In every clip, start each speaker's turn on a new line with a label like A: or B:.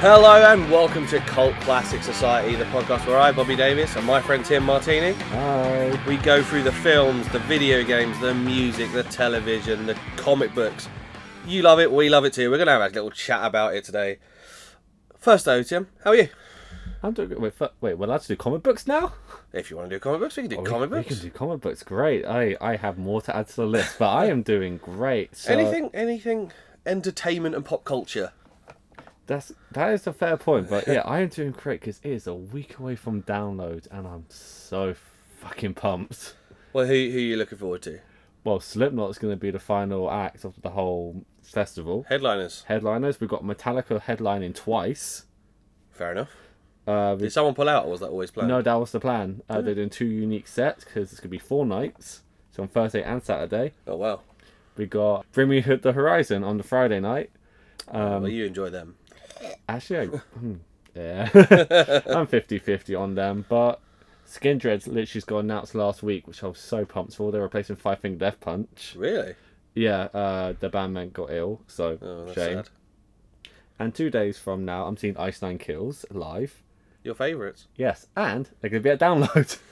A: Hello and welcome to Cult Classic Society, the podcast where I, Bobby Davis, and my friend Tim Martini,
B: Hi.
A: we go through the films, the video games, the music, the television, the comic books. You love it, we love it too. We're going to have a little chat about it today. First though, Tim, how are you?
B: I'm doing good. Wait, fu- wait, we're allowed to do comic books now?
A: If you want to do comic books, we can do
B: Oh, we-
A: comic
B: we,
A: books.
B: can do comic books. Great. I, I have more to add to the list, but I am doing great. So uh,
A: Anything, anything, entertainment and pop culture.
B: That's that is a fair point, but yeah, I am doing great because it is a week away from download, and I'm so fucking pumped.
A: Well, who, who are you looking forward to?
B: Well, Slipknot's going to be the final act of the whole festival.
A: Headliners.
B: Headliners, we've got Metallica headlining twice.
A: Fair enough.
B: Uh, we-
A: Did someone pull out, or was that always planned?
B: No, that was the plan. Uh, they're doing two unique sets because it's going to be four nights, so on Thursday and Saturday.
A: Oh wow.
B: We got Bring Me Hood the Horizon on the Friday night. Um,
A: well, you enjoy them.
B: Actually, I, hmm, yeah, I'm 50 50 on them, but Skin Dreads literally got announced last week, which I was so pumped for. They're replacing Five Finger Death Punch.
A: Really?
B: Yeah, uh, the bandmate got ill, so
A: Oh, that's
B: shame.
A: sad.
B: And two days from now, I'm seeing Ice Nine Kills live.
A: Your favourites.
B: Yes, and they're going to be at download.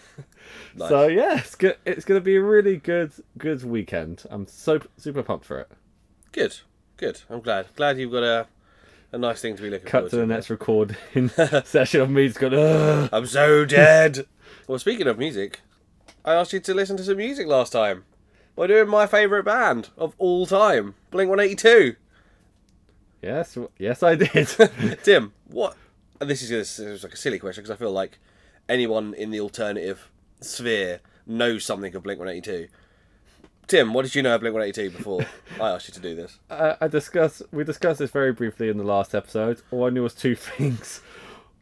A: Nice.
B: So yeah, it's good. It's going to be a really good, good weekend. I'm so super pumped for it.
A: Good. Good. I'm glad. Glad you've got a a nice thing to be looking forward
B: Cut to the next recording session of me just going. Ugh.
A: I'm so dead. well, speaking of music, I asked you to listen to some music last time. We're doing my favourite band of all time, Blink 182.
B: Yes, yes, I did.
A: Tim, what? And this is this is like a silly question because I feel like anyone in the alternative sphere knows something of Blink 182. Tim, what did you know of Blink 182 before I asked you to do this?
B: I, Uh, I discussed. We discussed this very briefly in the last episode. All I knew was two things: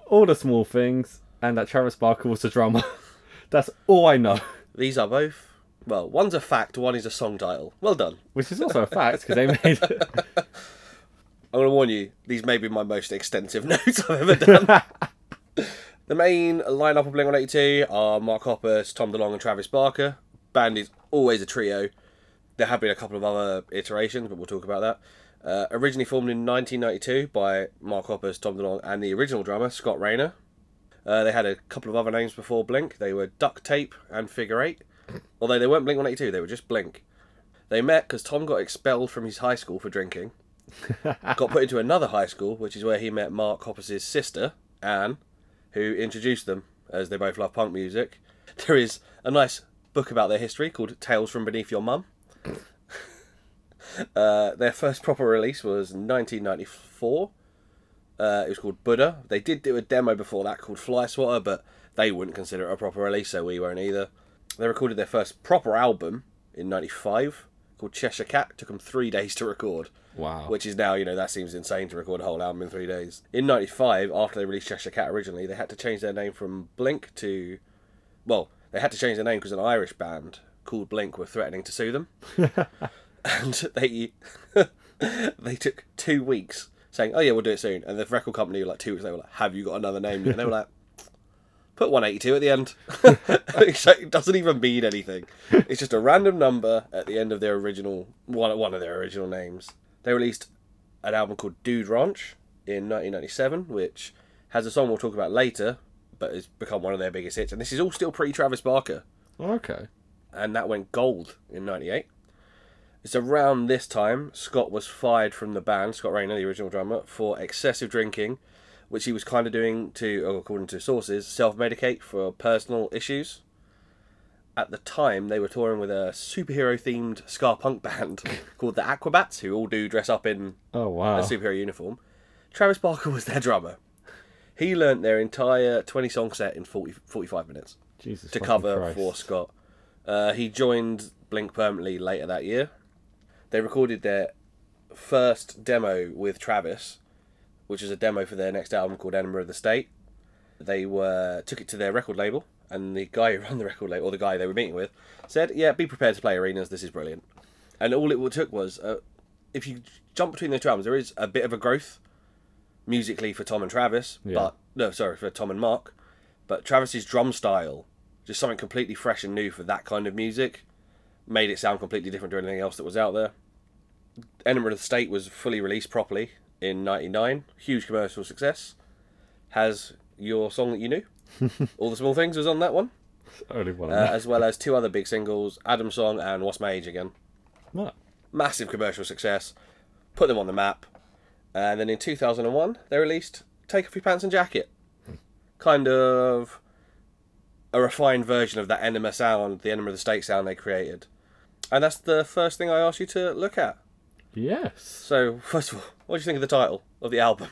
B: all the small things, and that Travis Barker was the drummer. That's all I know,
A: These are both. Well, one's a fact, one is a song title. Well done.
B: which is also a fact because they made.
A: I'm going to warn you, these may be my most extensive notes I've ever done. the main lineup of Blink 182 are Mark Hoppus, Tom DeLonge, and Travis Barker. Band is always a trio. There have been a couple of other iterations, but we'll talk about that. Uh, originally formed in 1992 by Mark Hoppus, Tom DeLonge, and the original drummer, Scott Rayner. Uh, they had a couple of other names before Blink. They were Duct Tape and Figure Eight. Although they weren't Blink 182, they were just Blink. They met because Tom got expelled from his high school for drinking got put into another high school, which is where he met Mark Hoppus's sister, Anne, who introduced them as they both love punk music. There is a nice book about their history called Tales from Beneath Your Mum. Uh, their first proper release was 1994. Uh, it was called Buddha. They did do a demo before that called Fly Swatter, but they wouldn't consider it a proper release, so we won't either. They recorded their first proper album in 95 called Cheshire Cat. took them three days to record
B: wow.
A: which is now you know that seems insane to record a whole album in three days. In '95, after they released Cheshire Cat originally, they had to change their name from Blink to, well, they had to change their name because an Irish band called Blink were threatening to sue them, and they they took two weeks saying, "Oh yeah, we'll do it soon," and the record company were like two weeks later, were like, "Have you got another name?" yet?" And they were like. Put 182 at the end. it doesn't even mean anything. It's just a random number at the end of their original one. One of their original names. They released an album called Dude Ranch in 1997, which has a song we'll talk about later, but has become one of their biggest hits. And this is all still pre Travis Barker,
B: Okay.
A: and that went gold in '98. It's around this time Scott was fired from the band, Scott Rayner, the original drummer, for excessive drinking, which he was kind of doing to, oh, according to sources, self medicate for personal issues. At the time, they were touring with a superhero themed ska punk band called the Aquabats, who all do dress up in
B: Oh wow.
A: a superhero uniform. Travis Barker was their drummer. He learnt their entire 20 song set in 40, 45 minutes
B: Jesus.
A: to
B: fucking
A: cover
B: Christ.
A: for Scott. Uh, he joined Blink permanently later that year. They recorded their first demo with Travis, which is a demo for their next album called Enema of the State. They were took it to their record label, and the guy who ran the record label, or the guy they were meeting with, said, "Yeah, be prepared to play arenas. This is brilliant." And all it took was, uh, if you jump between the two albums, there is a bit of a growth musically for Tom and Travis,
B: Yeah.
A: but no, sorry, for Tom and Mark, but Travis's drum style, just something completely fresh and new for that kind of music, made it sound completely different to anything else that was out there. Enema of the State was fully released properly in 99, huge commercial success, has your song that you knew. All the Small Things was on that one,
B: Only one.
A: uh, as well as two other big singles, Adam's Song and What's My Age Again.
B: no.
A: Massive commercial success, put them on the map. And then in 2001, they released Take Off Your Pants and Jacket. Kind of a refined version of that Enema sound, the Enema of the State sound they created. And that's the first thing I asked you to look at.
B: Yes.
A: So, first of all, what do you think of the title of the album?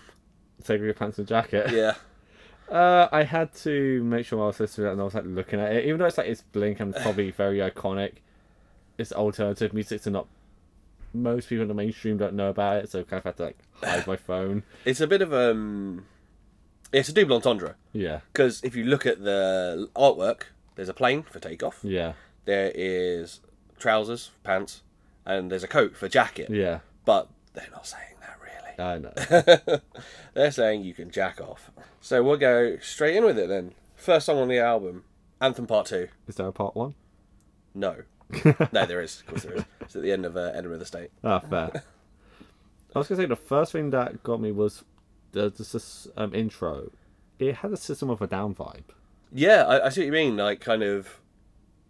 B: Take off your pants and jacket.
A: Yeah.
B: Uh, I had to make sure I was listening to it and I was like looking at it, even though it's like it's Blink and it's probably very iconic. It's alternative music, so not most people in the mainstream don't know about it, so I kind of had to like hide my phone.
A: It's a bit of um it's a double entendre
B: Yeah,
A: because if you look at the artwork, there's a plane for takeoff,
B: yeah,
A: there is trousers, pants, and there's a coat for jacket.
B: yeah.
A: But they're not saying that really.
B: I know.
A: They're saying you can jack off. So we'll go straight in with it then. First song on the album, Anthem Part 2.
B: Is there a part one?
A: No. no, there is. Of course there is. It's at the end of uh, Edinburgh of the State.
B: Ah, fair. I was gonna say the first thing that got me was the, the sys- um, intro. It had a System of a Down vibe.
A: Yeah, I, I see what you mean. Like, kind of.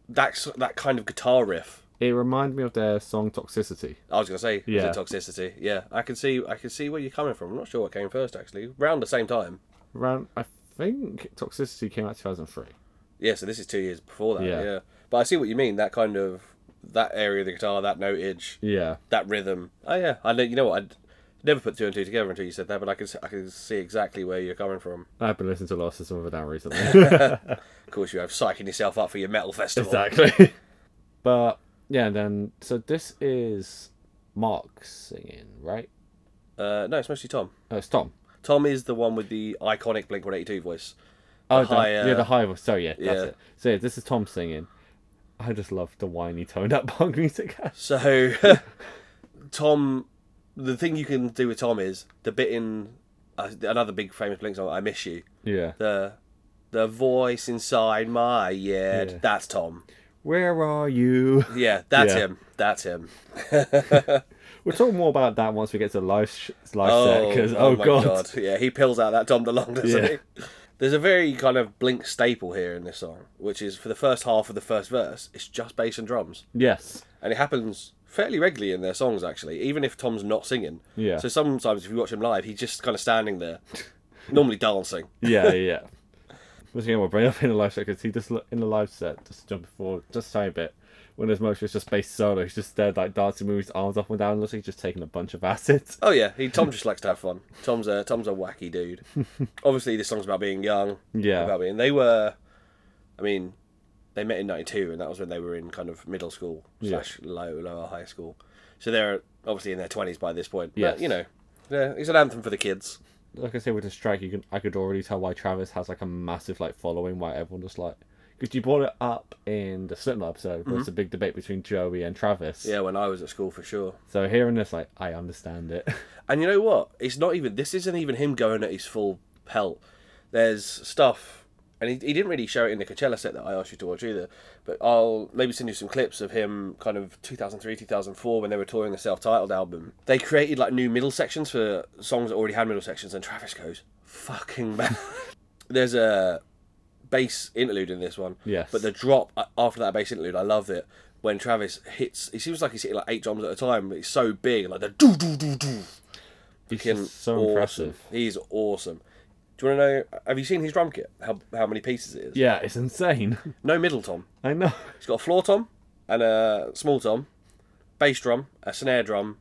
A: That's that kind of guitar riff.
B: It reminded me of their song Toxicity.
A: I was gonna say, yeah,
B: Yeah.
A: toxicity. Yeah, I can see, I can see where you're coming from. I'm not sure what came first actually. Round the same time.
B: Around, I think Toxicity came out two thousand three.
A: Yeah, so this is two years before that. Yeah.
B: Yeah.
A: but I see what you mean. That kind of that area of the guitar, that notage,
B: Yeah.
A: that rhythm. Oh yeah, I know. You know what? I'd never put two and two together until you said that, but I can, s- I can see exactly where you're coming from.
B: I've been listening to a lot of System of a Down recently.
A: Of course, you have psyching yourself up for your metal festival.
B: exactly. but yeah, and then so this is Mark singing, right?
A: Uh, no, it's mostly Tom.
B: Oh, it's Tom.
A: Tom is the one with the iconic Blink 182 voice.
B: Oh,
A: The
B: the,
A: higher-
B: yeah, the high voice. Sorry, yeah,
A: Yeah.
B: that's it. So yeah, this is Tom singing. I just love the whiny tone that punk music has.
A: So, Tom, the thing you can do with Tom is the bit in uh, another big famous Blink song, "I Miss You."
B: Yeah.
A: The the voice inside my head.
B: Yeah.
A: That's Tom.
B: Where are you?
A: Yeah, that's
B: Yeah.
A: him. That's him.
B: We'll talk more about that once we get to live sh- live set because oh,
A: oh my
B: god.
A: Yeah, he pills out that Tom DeLonge, doesn't
B: Yeah.
A: he? There's a very kind of Blink staple here in this song, which is for the first half of the first verse, it's just bass and drums.
B: yes,
A: and it happens fairly regularly in their songs actually even if tom's not singing
B: Yeah.
A: so sometimes if you watch him live he's just kind of standing there normally dancing
B: yeah, yeah. Once again, we'll bring up in the live set because he just lo- in the live set just jumping forward just a tiny bit. When his motion is just bass solo, he's just there like dancing, moving his arms up and down, looks like he's just taking a bunch of acid.
A: oh yeah he tom just likes to have fun tom's a tom's a wacky dude obviously this song's about being young
B: Yeah.
A: about being they were i mean they met in 92 and that was when they were in kind of middle school
B: Yeah.
A: slash low lower high school so they're obviously in their 20s by this point
B: Yes.
A: but you know yeah, it's an anthem for the kids
B: Like I said, with the strike, you can I could already tell why Travis has like a massive like following. Why everyone just like because you brought it up in the Slipknot episode. Where It's a big debate between Joey and Travis.
A: Mm-hmm. yeah when i was at school for sure
B: So hearing this, like I understand it.
A: And you know what? It's not even. This isn't even him going at his full pelt. There's stuff, and he, he didn't really show it in the Coachella set that I asked you to watch either. But I'll maybe send you some clips of him, kind of 2003, 2004, when they were touring the self-titled album. They created like new middle sections for songs that already had middle sections, and Travis goes, "Fucking man." There's a bass interlude in this one.
B: Yes.
A: But the drop a- after that bass interlude, I love it. When Travis hits, it seems like he's hitting like eight drums at a time. But it's so big, like the doo doo doo doo.
B: It's
A: Fucking
B: just so
A: awesome.
B: impressive.
A: He's awesome. Do you want to know? Have you seen his drum kit? How how many pieces it is?
B: Yeah, it's insane.
A: No middle tom.
B: I know.
A: He's got a floor tom and a small tom, bass drum, a snare drum,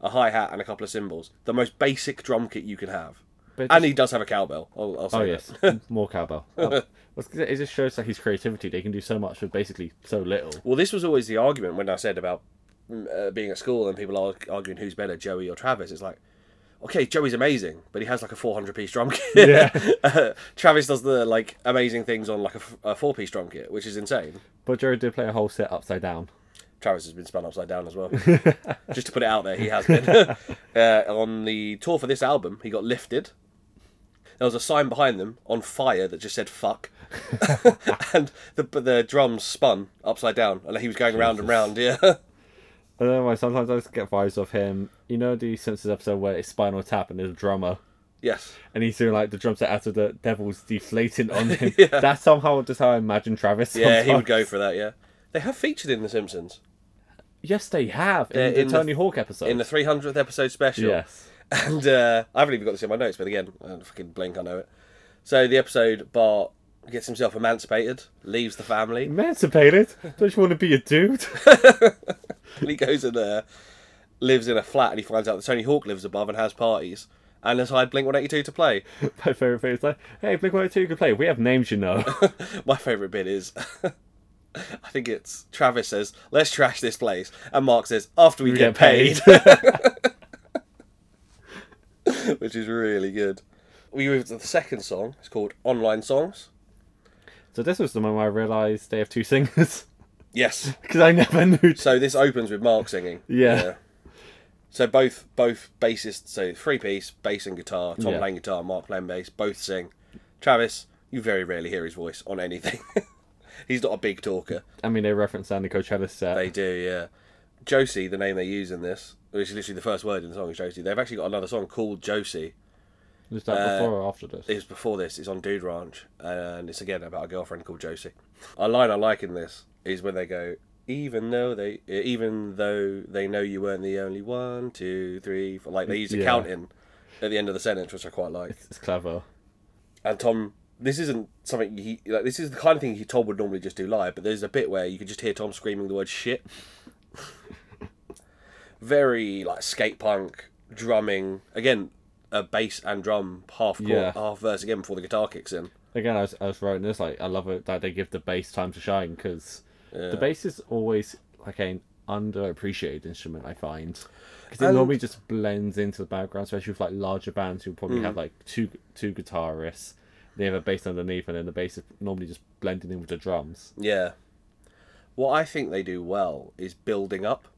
A: a hi hat, and a couple of cymbals. The most basic drum kit you can have.
B: But it
A: And
B: just-
A: he does have a cowbell. I'll, I'll say
B: oh
A: that.
B: yes, more cowbell. Oh, what's- it just shows like his creativity. They can do so much with basically so little.
A: Well, this was always the argument when I said about mm, uh, being at school and people are arguing who's better, Joey or Travis. It's like, okay, Joey's amazing, but he has like a 400 piece drum kit. Uh, Travis does the like amazing things on like a, f- a four piece drum kit, which is insane.
B: But Joe did play a whole set upside down.
A: Travis has been spun upside down as well. Just to put it out there, he has been. uh, on the tour for this album, he got lifted. There was a sign behind them on fire that just said "fuck," and the but the drums spun upside down, and he was going round and round. Yeah,
B: I don't know why sometimes I just get vibes of him. You know the Simpsons episode where it's Spinal Tap and there's a drummer,
A: Yes.
B: and he's doing like the drum set after the devil's deflating on him.
A: Yeah.
B: That's somehow just how I imagine Travis.
A: Yeah, he would
B: sometimes.
A: go for that, yeah. They have featured in The Simpsons.
B: Yes, they have
A: They're
B: in the
A: in the-
B: Tony Hawk episode.
A: In the 300th episode special.
B: yes,
A: And uh, I haven't even got this in my notes, but again, I don't fucking blink, I know it. So the episode, Bart gets himself emancipated, leaves the family,
B: emancipated. Don't you want to be a dude?
A: and he goes in there, lives in a flat, and he finds out that Tony Hawk lives above and has parties, and has hired Blink 182 to play.
B: My favorite thing is like, hey, Blink One Two, you can play. We have names, you know.
A: My favourite bit is. I think it's Travis says, "Let's trash this place," and Mark says, "After we,
B: We
A: get,
B: get paid.
A: paid," which is really good. We move to the second song. It's called "Online Songs."
B: so this was the moment I realized they have two singers
A: Yes.
B: because I never knew.
A: So this opens with Mark singing.
B: Yeah.
A: So both both bassists, so three piece, bass and guitar. Tom
B: Yeah.
A: playing guitar, Mark playing bass. Both sing. Travis, you very rarely hear his voice on anything. He's not a big talker.
B: I mean, they referenced Sandy Coachella set.
A: They do, yeah. Josie, the name they use in this, which is literally the first word in the song is Josie. They've actually got another song called Josie.
B: was that
A: uh,
B: before or after this?
A: It was before this. It's on Dude Ranch, and it's again about a girlfriend called Josie. A line I like in this is when they go, even though they, even though they know you weren't the only one, two, three, four. Like they use a
B: Yeah.
A: counting at the end of the sentence, which I quite like.
B: It's clever.
A: And Tom, this isn't something he like. This is the kind of thing he Tom would normally just do live. But there's a bit where you could just hear Tom screaming the word "shit." Very like skate punk drumming again, a bass and drum half chord,
B: Yeah.
A: half verse again before the guitar kicks in.
B: Again, I was, I was writing this like I love it that they give the bass time to shine because the bass is always like an underappreciated instrument. I find because it
A: And-
B: normally just blends into the background, especially with like larger bands who probably
A: Mm.
B: have like two two guitarists. They have a bass underneath, and then the bass is normally just blending in with the drums.
A: Yeah, what I think they do well is building up.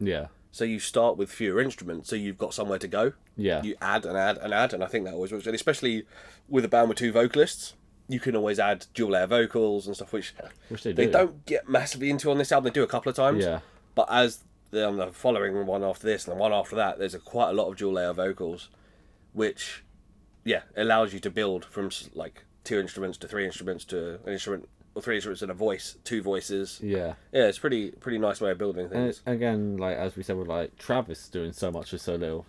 B: Yeah,
A: So you start with fewer instruments, so you've got somewhere to go.
B: yeah,
A: you add and add and add, and I think that always works. And especially with a band with two vocalists, you can always add dual air vocals and stuff, which
B: Which they do.
A: not get massively into on this album. They do a couple of times,
B: yeah.
A: But as the, on the following one after this and the one after that, there's a, quite a lot of dual air vocals, which yeah allows you to build from s- like two instruments to three instruments to an instrument or three instruments and a voice, two voices.
B: Yeah.
A: Yeah, it's pretty pretty nice way of building
B: And
A: things.
B: it- Uh, again, like as we said, with like Travis doing so much with so little,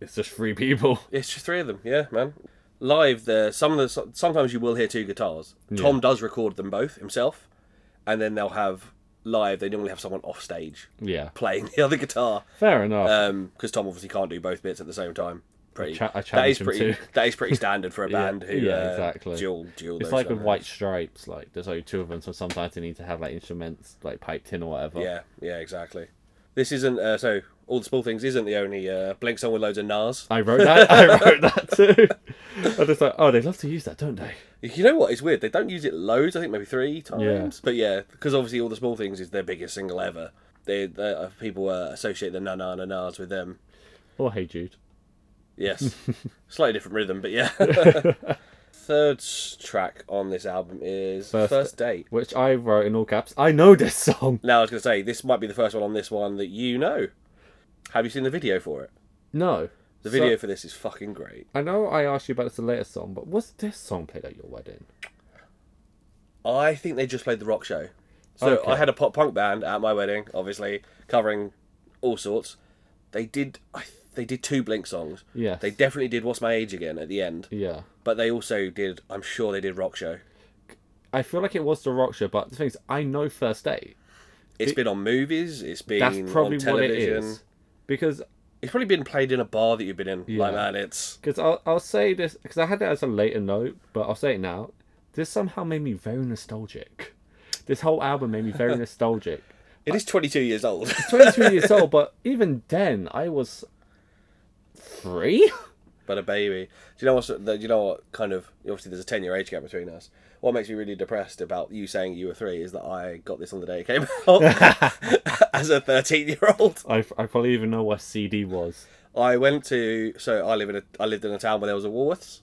B: it's just three people.
A: It's just three of them, yeah, man. Live, there some of the so- sometimes you will hear two guitars. Tom does record them both himself, and then they'll have live. They normally have someone off stage
B: Yeah,
A: playing the other guitar
B: fair enough.
A: because Tom obviously can't do both bits at the same time. Pretty,
B: cha-
A: that
B: I
A: is
B: challenged him
A: pretty.
B: to.
A: That is pretty standard for a band who
B: yeah,
A: uh,
B: exactly.
A: dual dual.
B: It's
A: those
B: like with
A: genres.
B: White Stripes, like there's only two of them, so sometimes they need to have like instruments like piped in or whatever.
A: Yeah, yeah, exactly. This isn't uh, so. All the small things isn't the only uh, Blink song with loads of Nas.
B: I wrote that. I wrote that too. I just like, oh, they love to use that, don't they?
A: You know what? It's weird. They don't use it loads. I think maybe three times.
B: Yeah.
A: But yeah, because obviously all the small things is their biggest single ever. They, they uh, people uh, associate the na na na nas with them.
B: Or Oh, Hey Jude.
A: Yes, slightly different rhythm, but yeah. Third s- track on this album is First,
B: First-
A: Date.
B: Which I wrote in all caps. I know this song.
A: Now I was going to say this might be the first one on this one that you know. Have you seen the video for it?
B: No.
A: The video for this is fucking great.
B: I know I asked you about this the latest song, but was this song played at your wedding?
A: I think they just played the rock show. So
B: Okay.
A: I had a pop punk band at my wedding, obviously covering all sorts. They did, I, th- they did two Blink songs.
B: Yes.
A: They definitely did "What's My Age Again" at the end,
B: Yeah.
A: but they also did. I'm sure they did rock show.
B: I feel like it was the rock show, but the thing is, I know First Date.
A: It's been on movies. It's been
B: That's probably
A: on
B: what it
A: television.
B: is. Because
A: It's probably been played in a bar that you've been in. Like
B: Yeah.
A: man, it's
B: Because I'll, I'll say this, because I had it as a later note, but I'll say it now. This somehow made me very nostalgic. This whole album made me very nostalgic.
A: it is 22 years old.
B: 22 years old, but even then, I was three?
A: but a baby. Do you know what's the, you know what kind of obviously there's a 10 year age gap between us. What makes me really depressed about you saying you were three is that I got this on the day it came out as a 13 year old.
B: I, I probably even know what CD was.
A: I went to so I live in a I lived in a town where there was a Woolworths.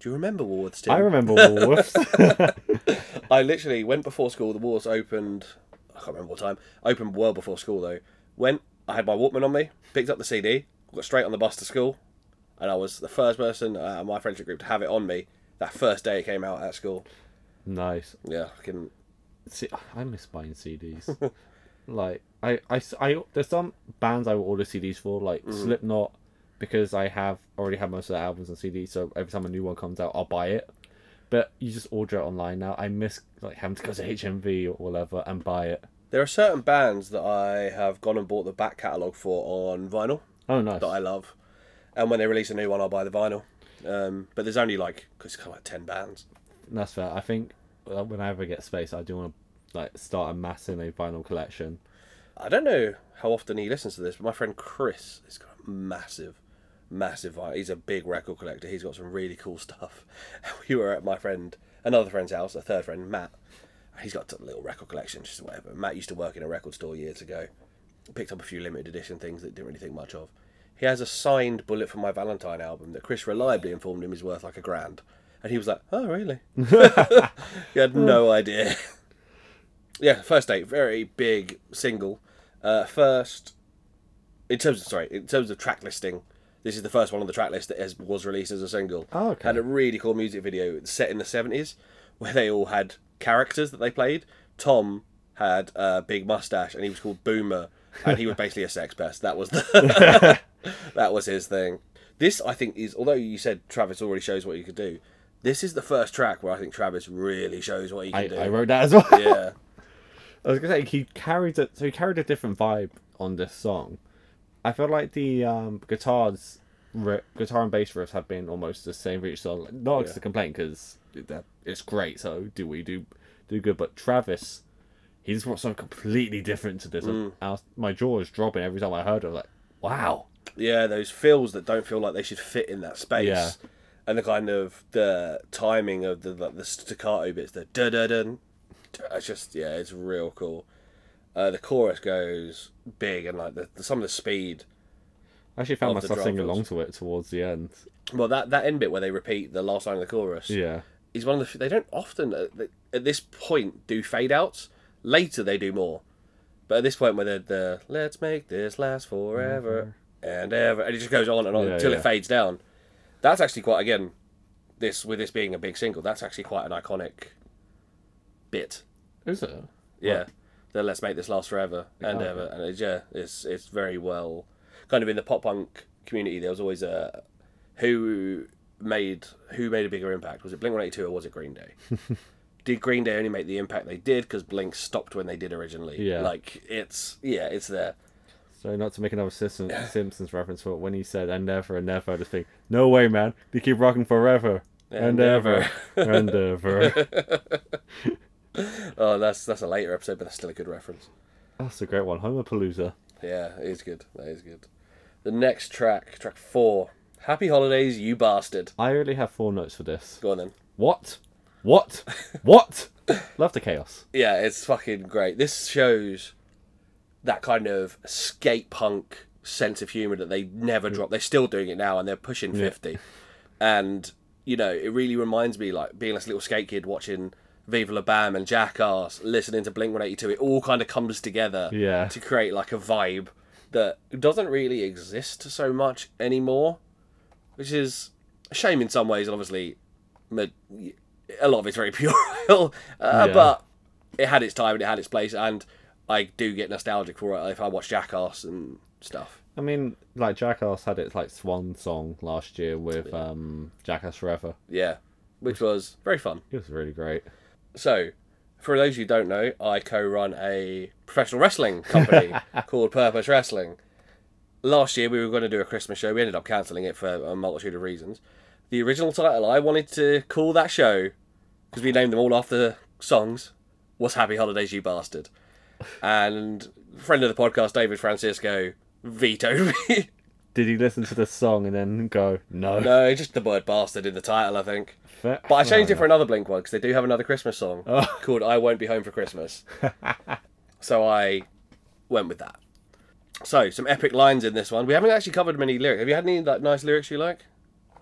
A: Do you remember Woolworths? Tim?
B: I remember Woolworths.
A: I literally went before school. The Woolworths opened. I can't remember what time. Opened well before school though. Went, I had my Walkman on me, picked up the CD, got straight on the bus to school, and I was the first person uh, in my friendship group to have it on me that first day it came out at school.
B: Nice.
A: Yeah, I can.
B: See, I miss buying CDs. like I, I, s- I- there's some bands I will order CDs for, like
A: Mm.
B: Slipknot, because I have already had most of their albums on CD. So every time a new one comes out, I'll buy it. But you just order it online now. I miss like having to go to HMV or whatever and buy it.
A: There are certain bands that I have gone and bought the back catalogue for on vinyl
B: Oh, nice.
A: that I love, and when they release a new one, I'll buy the vinyl. Um, but there's only like cause it's kind of like ten bands.
B: That's fair. I think uh, when I ever get space, I do want to like start amassing a vinyl collection.
A: I don't know how often he listens to this, but my friend Chris has got a massive, massive vinyl. He's a big record collector. He's got some really cool stuff. We were at my friend, another friend's house, a third friend, Matt. He's got a little record collection, just whatever. Matt used to work in a record store years ago. Picked up a few limited edition things that didn't really think much of. He has a signed Bullet for My Valentine album that Chris reliably informed him is worth like a grand. And he was like, oh, really? he had
B: Oh.
A: no idea. Yeah, first date, very big single. Uh, first, in terms of sorry, in terms of track listing, this is the first one on the track list that has, was released as a single.
B: Oh, okay.
A: Had a really cool music video set in the seventies, where they all had characters that they played. Tom had a big mustache, and he was called Boomer, and he was basically a sex pest. That was the that was his thing. This, I think, is although you said Travis already shows what he could do. This is the first track where I think Travis really shows what he can
B: I,
A: do.
B: I wrote that as well.
A: yeah.
B: I was gonna say he carried it. So he carried a different vibe on this song. I feel like the um, guitars, ri guitar and bass riffs have been almost the same for each song. Not as a complaint because it's great. So do we do do good? But Travis, he just brought something completely different to this. And I was- my jaw was dropping every time I heard it. I was like, wow.
A: yeah, those fills that don't feel like they should fit in that space.
B: Yeah.
A: And the kind of the timing of the like, the staccato bits, the da da dun, it's just yeah, it's real cool. Uh, the chorus goes big and like the, the some of the speed.
B: I actually found
A: Of the
B: myself singing
A: drum
B: along to it towards the end.
A: Well, that that end bit where they repeat the last line of the chorus
B: Yeah.
A: is one of the few- they don't often uh, th- at this point do fade outs. Later they do more, but at this point where the the let's make this last forever and ever, and it just goes on and on
B: Yeah,
A: until
B: yeah.
A: it fades down. That's actually quite again, this with this being a big single, that's actually quite an iconic bit.
B: Is it?
A: Yeah, the let's make this last forever and
B: Oh,
A: ever, and it's, yeah, it's it's very well kind of in the pop punk community. There was always a who made who made a bigger impact? Was it Blink One Eighty Two or was it Green Day? did Green Day only make the impact they did because Blink stopped when they did originally?
B: Yeah.
A: like it's yeah, it's there.
B: So not to make another Simpsons, Simpsons reference, but when he said "and never and never," I just think, "No way, man! They keep rocking forever
A: And
B: and, ever and ever."
A: Oh, that's that's a later episode, but that's still a good reference.
B: That's a great one, Homer Palooza.
A: Yeah, it is good. That is good. The next track, track four, Happy Holidays, you bastard.
B: I only have four notes for this.
A: Go on then.
B: What? What? What? Love the chaos.
A: Yeah, it's fucking great. This shows that kind of skate punk sense of humor that they never drop. They're still doing it now, and they're pushing fifty. And you know, it really reminds me like being this little skate kid watching Viva La Bam and Jackass, listening to Blink One Eighty Two. It all kind of comes together
B: Yeah.
A: to create like a vibe that doesn't really exist so much anymore, which is a shame in some ways. And obviously, ma- a lot of it's very puerile, uh,
B: Yeah.
A: but it had its time and it had its place. And I do get nostalgic for it if I watch Jackass and stuff.
B: I mean, like Jackass had its like swan song last year with um Jackass Forever.
A: Yeah, which was very fun.
B: It was really great.
A: So, for those who don't know, I co-run a professional wrestling company called Purpose Wrestling. Last year we were going to do a Christmas show. We ended up cancelling it for a multitude of reasons. The original title I wanted to call that show because we named them all after songs was "Happy Holidays, You Bastard," and friend of the podcast David Francisco vetoed me.
B: Did he listen to the song and then go, "No"?
A: no, just the word "bastard" in the title, I think.
B: Fair-
A: But I changed it for another Blink one because they do have another Christmas song called "I Won't Be Home for Christmas." so I went with that. So some epic lines in this one. We haven't actually covered many lyrics. Have you had any like nice lyrics you like?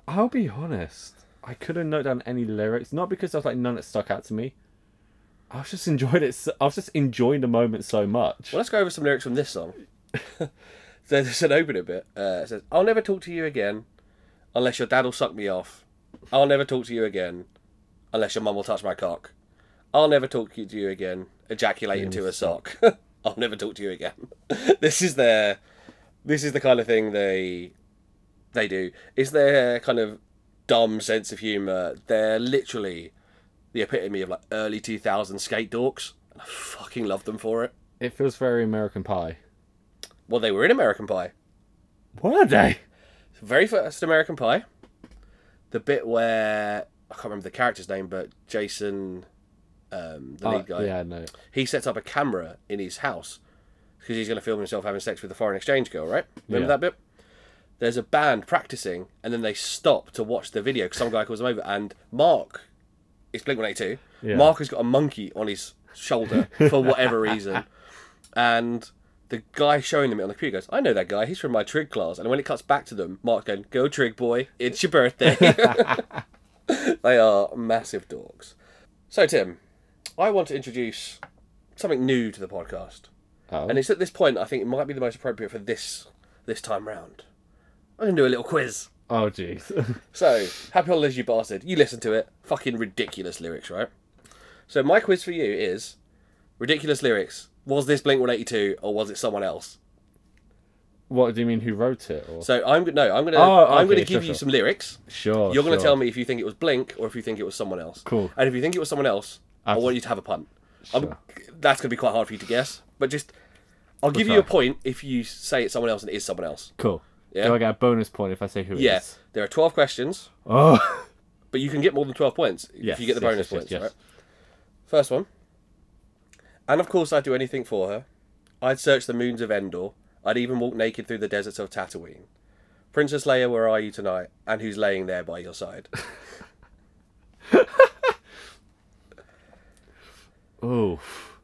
B: I'll be honest. I couldn't note down any lyrics, not because there was like none that stuck out to me. I was just enjoyed it. So, I was just enjoying the moment so much.
A: Well, let's go over some lyrics from this song. so there's an opener bit. Uh, it says, "I'll never talk to you again, unless your dad'll suck me off. I'll never talk to you again, unless your mum will touch my cock. I'll never talk to you again, ejaculating to a sock. I'll never talk to you again." this is their, this is the kind of thing they, they do. It's their kind of dumb sense of humour. They're literally the epitome of like early 2000s skate dorks. And I fucking love them for it.
B: It feels very American Pie.
A: Well, they were in American Pie.
B: What are they?
A: very first American Pie, the bit where I can't remember the character's name, but Jason, um, the
B: Oh,
A: lead guy,
B: yeah, no.
A: he sets up a camera in his house because he's going to film himself having sex with a foreign exchange girl, right? Remember
B: Yeah.
A: that bit? There's a band practicing, and then they stop to watch the video because some guy calls them over, and Mark, it's Blink One Eight Two.
B: Yeah.
A: Mark has got a monkey on his shoulder for whatever reason, and the guy showing them it on the computer goes, "I know that guy. He's from my trig class." And when it cuts back to them, Mark going, "Go trig boy, it's your birthday." they are massive dogs. So Tim, I want to introduce something new to the podcast,
B: Oh.
A: and it's at this point I think it might be the most appropriate for this this time round. I'm gonna do a little quiz.
B: Oh, jeez.
A: So, Happy Holidays, you bastard. You listen to it. Fucking ridiculous lyrics, right? So, my quiz for you is ridiculous lyrics. Was this Blink 182 or was it someone else?
B: what do you mean? Who wrote it? Or...
A: So, I'm no, I'm gonna
B: Oh,
A: I'm gonna
B: okay,
A: give
B: sure,
A: you
B: sure.
A: some lyrics.
B: Sure.
A: You're gonna
B: Oh, sure.
A: tell me if you think it was Blink or if you think it was someone else.
B: Cool.
A: And if you think it was someone else, I
B: Abs-
A: want you to have a punt. I'm,
B: Sure.
A: that's gonna be quite hard for you to guess, but just I'll give you
B: try.
A: a point if you say it's someone else and it is someone else.
B: Cool.
A: Yeah.
B: Do I get a bonus point if I say who it is?
A: Yes, there are 12 questions,
B: Oh.
A: but you can get more than 12 points
B: Yes,
A: if you get the
B: yes,
A: bonus
B: yes, yes,
A: points,
B: yes.
A: right? First one. And of course, I'd do anything for her. I'd search the moons of Endor. I'd even walk naked through the deserts of Tatooine. Princess Leia, where are you tonight? And who's laying there by your side?
B: Oof.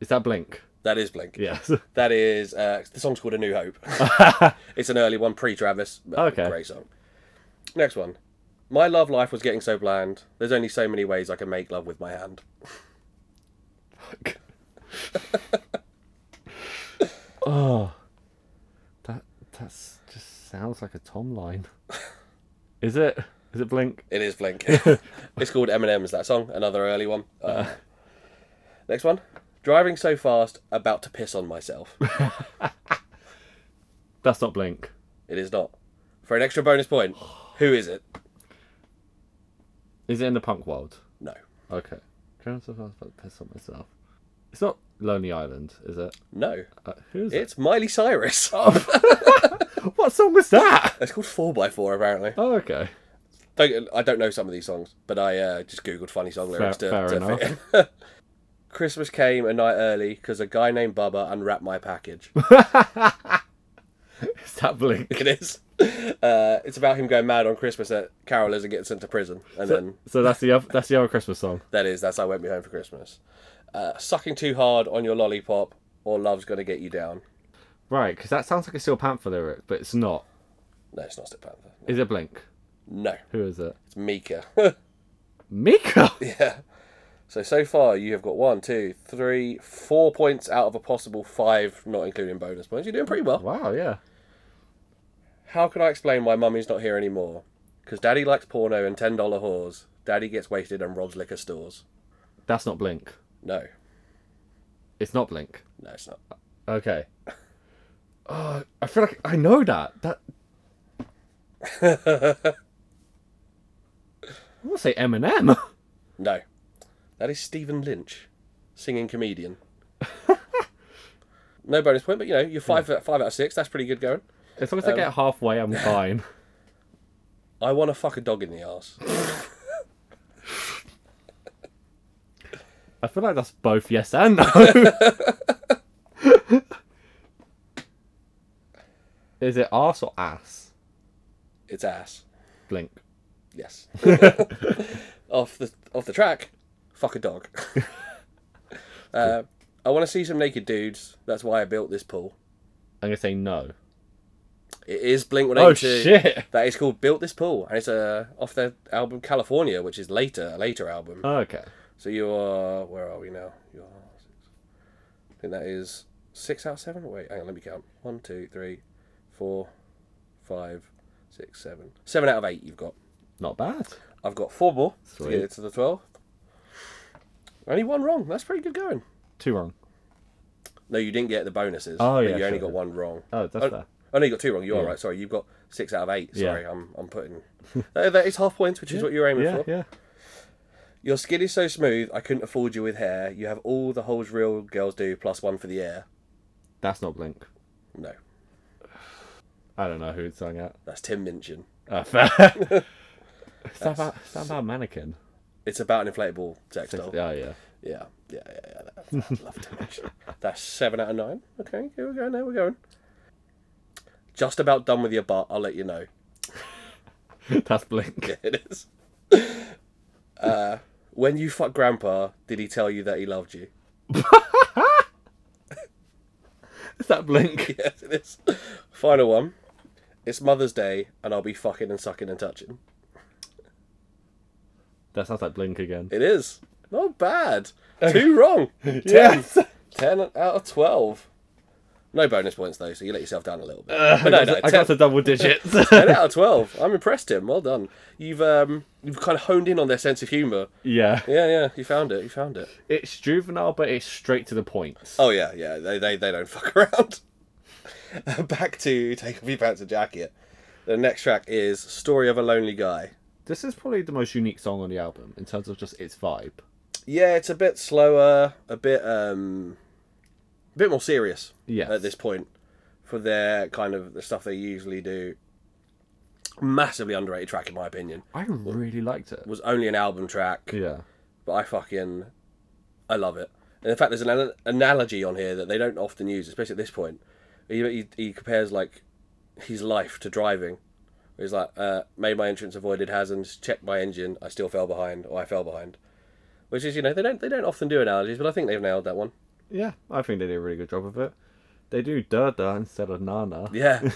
B: Is that Blink?
A: That is Blink.
B: Yes.
A: That is uh, the song's called A New Hope. it's an early one, pre-Travis. But
B: Okay.
A: Great song. Next one. My love life was getting so bland. There's only so many ways I can make love with my hand.
B: oh. That that's just sounds like a Tom line. Is it? Is it Blink?
A: It is Blink. it's called Eminem's that song, another early one. Uh, Next one. Driving so fast, about to piss on myself.
B: That's not Blink.
A: it is not. For an extra bonus point, who is it?
B: Is it in the punk world?
A: No.
B: Okay. Driving so fast, about to piss on myself. It's not Lonely Island, is it?
A: No.
B: Uh, who is it?
A: It's Miley Cyrus.
B: What song was that?
A: it's called 4x4, apparently.
B: Oh, okay.
A: Don't, I don't know some of these songs, but I uh, just googled funny song lyrics to,
B: fair
A: to
B: enough.
A: fit in. Christmas came a night early because a guy named Bubba unwrapped my package.
B: Is that Blink?
A: it is. Uh, it's about him going mad on Christmas at carolers and getting sent to prison, and then
B: So that's the other, that's the other Christmas song.
A: That is, that's I won't be home for Christmas. Uh, sucking too hard on your lollipop, or love's gonna get you down.
B: Right, because that sounds like a Steel Panther lyric, but it's not.
A: No, it's not Step Panther.
B: Is it Blink?
A: No,
B: Who is it?
A: it's Mika.
B: Mika.
A: yeah. So so far you have got one, two, three, four points out of a possible five, not including bonus points. You're doing pretty well.
B: Wow. Yeah.
A: How can I explain why mummy's not here anymore? Because daddy likes porno and ten dollar whores. Daddy gets wasted and robs liquor stores.
B: That's not Blink.
A: No,
B: It's not Blink.
A: no, it's not.
B: Okay. Oh, I feel like I know that. That. I want to say Eminem.
A: No, that is Stephen Lynch, singing comedian. no bonus point, but you know you're five five out of six. That's pretty good going.
B: As long as I
A: Um,
B: get halfway, I'm fine.
A: I want to fuck a dog in the ass.
B: I feel like that's both yes and no. Is it arse or ass?
A: It's ass.
B: Blink.
A: Yes. off the off the track, fuck a dog. uh, I want to see some naked dudes. That's why I built this pool.
B: I'm gonna say no.
A: It is Blink One
B: Oh
A: Eighty Two.
B: shit.
A: That is called "Built This Pool" and it's uh, off their album California, which is later a later album.
B: Okay.
A: So you are where are we now? You are I think that is six out of seven. Wait, hang on, let me count. One, two, three, four, five, six, seven. Seven out of eight. You've got.
B: Not bad.
A: I've got four more to
B: Sweet.
A: get it to the twelve. Only one wrong. That's pretty good going.
B: Two wrong.
A: No, you didn't get the bonuses.
B: Oh,
A: but
B: yeah,
A: You only
B: sure.
A: got one wrong.
B: Oh, that's
A: Oh,
B: fair.
A: Oh no, you got two wrong. You are
B: Yeah.
A: right. Sorry, you've got six out of eight.
B: Yeah.
A: Sorry, I'm I'm putting. Uh, that is half points, which is what you're aiming
B: Yeah,
A: for.
B: yeah.
A: Your skin is so smooth, I couldn't afford you with hair. You have all the holes real girls do, plus one for the air.
B: That's not Blink.
A: No,
B: I don't know who it's sung at.
A: that's Tim Minchin.
B: Uh, fair. Is that about, is that about mannequin?
A: It's about an inflatable textile.
B: Oh, yeah.
A: Yeah, yeah, yeah, yeah. That, that, love Tim Minchin. That's seven out of nine. Okay, here we go. Now we're going. Just about done with your butt. I'll let you know.
B: That's Blink.
A: Yeah, it is. Uh, when you fuck grandpa, did he tell you that he loved you?
B: Is that Blink?
A: Yes, it is. Final one. It's Mother's Day, and I'll be fucking and sucking and touching.
B: That sounds like Blink again.
A: It is. Not bad. Two wrong. Ten.
B: Yes.
A: Ten out of twelve. No bonus points though, so you let yourself down a little bit.
B: Uh, I
A: but no,
B: got,
A: no,
B: to, I
A: ten,
B: got to double digits.
A: 10 out of twelve. I'm impressed, Tim. Well done. You've um, you've kind of honed in on their sense of humour.
B: yeah.
A: Yeah, yeah. You found it. You found it.
B: It's juvenile, but it's straight to the point.
A: Oh yeah, yeah. They they, they don't fuck around. Back to take off your pants and jacket. The next track is "Story of a Lonely Guy."
B: This is probably the most unique song on the album in terms of just its vibe.
A: Yeah, it's a bit slower, a bit um, a bit more serious.
B: Yes.
A: At this point, for their kind of the stuff they usually do. Massively underrated track in my opinion.
B: I really liked it.
A: Was only an album track,
B: Yeah.
A: but I fucking I love it. And in fact, there's an ana- analogy on here that they don't often use, especially at this point. He, he, he compares like his life to driving. He's like, uh, made my entrance, avoided hazards, checked my engine, I still fell behind, or I fell behind. Which is, you know, they don't they don't often do analogies, but I think they've nailed that one.
B: Yeah, I think they did a really good job of it. They do da da instead of nana.
A: Yeah,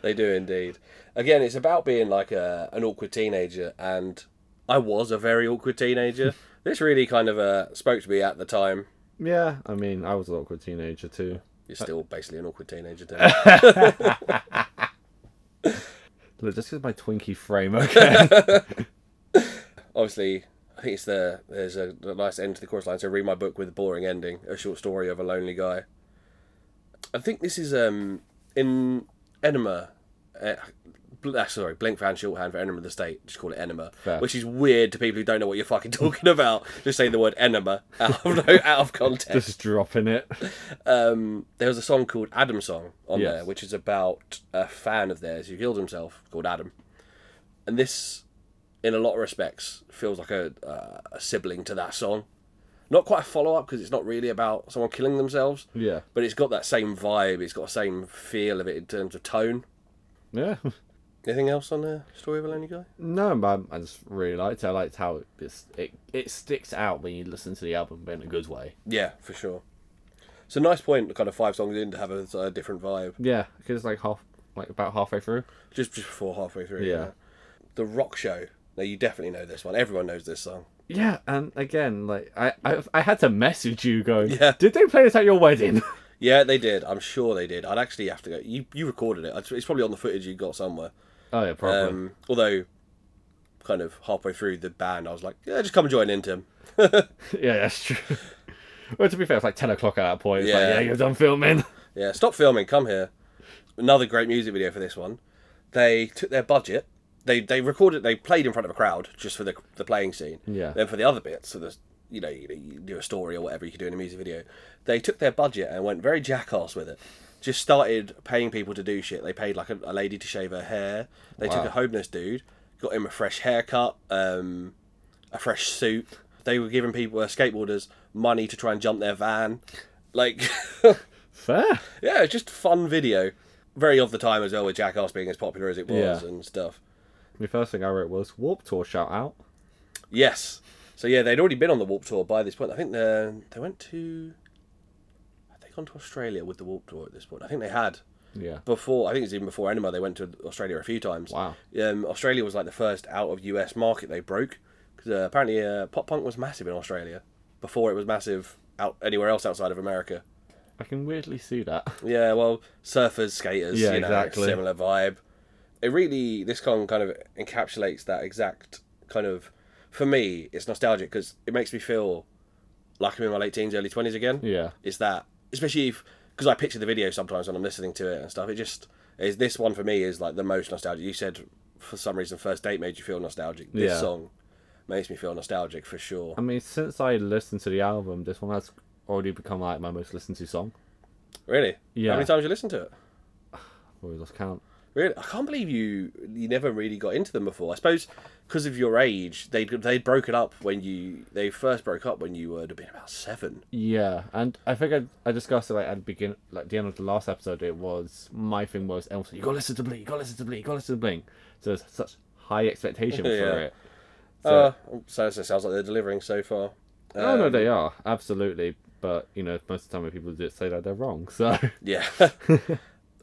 A: they do indeed. Again, it's about being like a, an awkward teenager, and I was a very awkward teenager. this really kind of uh, spoke to me at the time.
B: Yeah, I mean, I was an awkward teenager too.
A: You're still basically an awkward teenager. Tim.
B: Look, just because my Twinkie frame, okay?
A: obviously I think it's the there's a, a nice end to the chorus line. So read my book with a boring ending, a short story of a lonely guy. I think this is um in Enema. Uh, bl- uh, sorry, Blink fan shorthand for enema of the state. Just call it enema,
B: Fair.
A: which is weird to people who don't know what you're fucking talking about. Just saying the word enema out of no, out of context.
B: just dropping it.
A: Um, there was a song called Adam Song on
B: Yes.
A: there, which is about a fan of theirs who killed himself called Adam, and this, in a lot of respects, feels like a uh, a sibling to that song. Not quite a follow up because it's not really about someone killing themselves,
B: Yeah.
A: but it's got that same vibe. It's got the same feel of it in terms of tone.
B: Yeah.
A: Anything else on the story of a lonely guy?
B: No, but I just really liked it. I liked how it, it's- it it sticks out when you listen to the album but in a good way.
A: Yeah, for sure. It's a nice point, kind of five songs in, to have a, a different vibe.
B: Yeah, because like half, like about halfway through.
A: just just before halfway through.
B: Yeah.
A: The Rock Show. Now you definitely know this one. Everyone knows this song.
B: Yeah, and again, like I, I, I had to message you going,
A: Yeah.
B: did they play this at your wedding?
A: Yeah, they did. I'm sure they did. I'd actually have to go. You you recorded it. It's- It's probably on the footage you got somewhere.
B: oh yeah, probably.
A: Um, although, kind of halfway through the band, I was like, yeah, just come and join in, Tim.
B: yeah, that's true. well, to be fair, it's like ten o'clock at that point. It's like,
A: Yeah.
B: yeah, you're done filming.
A: Yeah, stop filming. Come here. Another great music video for this one. They took their budget. They they recorded. They played in front of a crowd just for the the playing scene.
B: Yeah.
A: Then for the other bits, so there's you know you, you do a story or whatever you could do in a music video. They took their budget and went very jackass with it. Just started paying people to do shit. They paid like a, a lady to shave her hair. They took
B: Wow.
A: a homeless dude, got him a fresh haircut, um, a fresh suit. They were giving people uh, skateboarders money to try and jump their van. Like
B: Fair.
A: yeah, it's just a fun video. Very of the time as well, with Jackass being as popular as it was
B: Yeah.
A: and stuff.
B: The first thing I wrote was Warp Tour shout out.
A: Yes. So yeah, they'd already been on the Warp Tour by this point. I think they they went to. Had they gone to Australia with the Warp Tour at this point? I think they had
B: Yeah.
A: before. I think it's even before Enema. They went to Australia a few times.
B: Wow.
A: Um, Australia was like the first out of US market they broke because uh, apparently uh, pop punk was massive in Australia before it was massive out anywhere else outside of America.
B: I can weirdly see that.
A: Yeah, well, surfers, skaters,
B: Yeah,
A: you know,
B: exactly.
A: similar vibe. It really, this song kind of encapsulates that exact kind of. For me, it's nostalgic because it makes me feel like I'm in my late teens, early twenties again.
B: Yeah.
A: It's that, especially if because I picture the video sometimes when I'm listening to it and stuff. It just is this one for me is like the most nostalgic. You said for some reason, first date made you feel nostalgic. This
B: Yeah.
A: song makes me feel nostalgic for sure.
B: I mean, since I listened to the album, this one has already become like my most listened to song.
A: Really?
B: Yeah.
A: How many times you listen to it?
B: Or lost count.
A: Really, I can't believe you you never really got into them before. I suppose because of your age, they they broken up when you they first broke up when you would have been about seven.
B: Yeah, and I think I, I discussed it like at the begin, like the end of the last episode. It was my thing was Elsa. You gotta listen to Blink. You gotta listen to Blink. You gotta listen to Blink. So there's such high expectation for
A: Yeah.
B: it.
A: So,
B: So-
A: uh, so, so it sounds like they're delivering so far.
B: oh no,
A: Um,
B: they are absolutely. But you know, most of the time when people do say that, they're wrong. So
A: Yeah,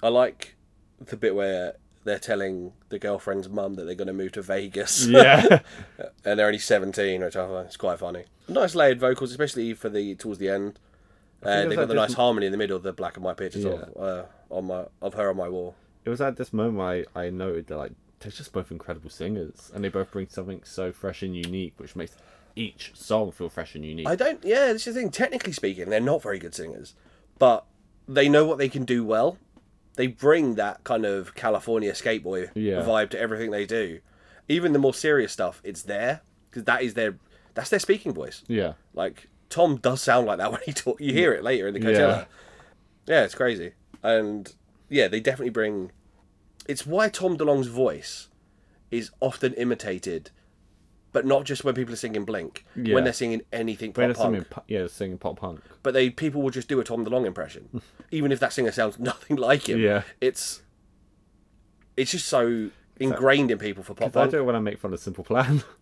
A: I like the bit where they're telling the girlfriend's mum that they're going to move to Vegas.
B: yeah,
A: and they're only seventeen, which I find is quite funny. Nice layered vocals, especially for the towards the end. Uh,
B: it was
A: they've got
B: like
A: the
B: this-
A: nice harmony in the middle. The black and white pictures of uh, on my of her on my wall.
B: it was at this moment I I noted that like they're just both incredible singers, and they both bring something so fresh and unique, which makes each song feel fresh and unique.
A: I don't. Yeah, this is the thing. Technically speaking, they're not very good singers, but they know what they can do well. They bring that kind of California skate boy
B: Yeah.
A: vibe to everything they do. Even the more serious stuff, it's there because that is their that's their speaking voice.
B: Yeah,
A: Like Tom does sound like that when he talk. You hear it later in the Coachella. Yeah, it's crazy, and yeah, they definitely bring. It's why Tom DeLonge's voice is often imitated, but not just when people are singing Blink.
B: Yeah.
A: When they're singing anything pop
B: When they're
A: punk
B: singing pu- yeah, singing pop punk.
A: but they people will just do a Tom DeLonge impression, even if that singer sounds nothing like him.
B: Yeah.
A: it's it's just so ingrained in people for pop
B: I
A: punk.
B: don't want to make fun of Simple Plan.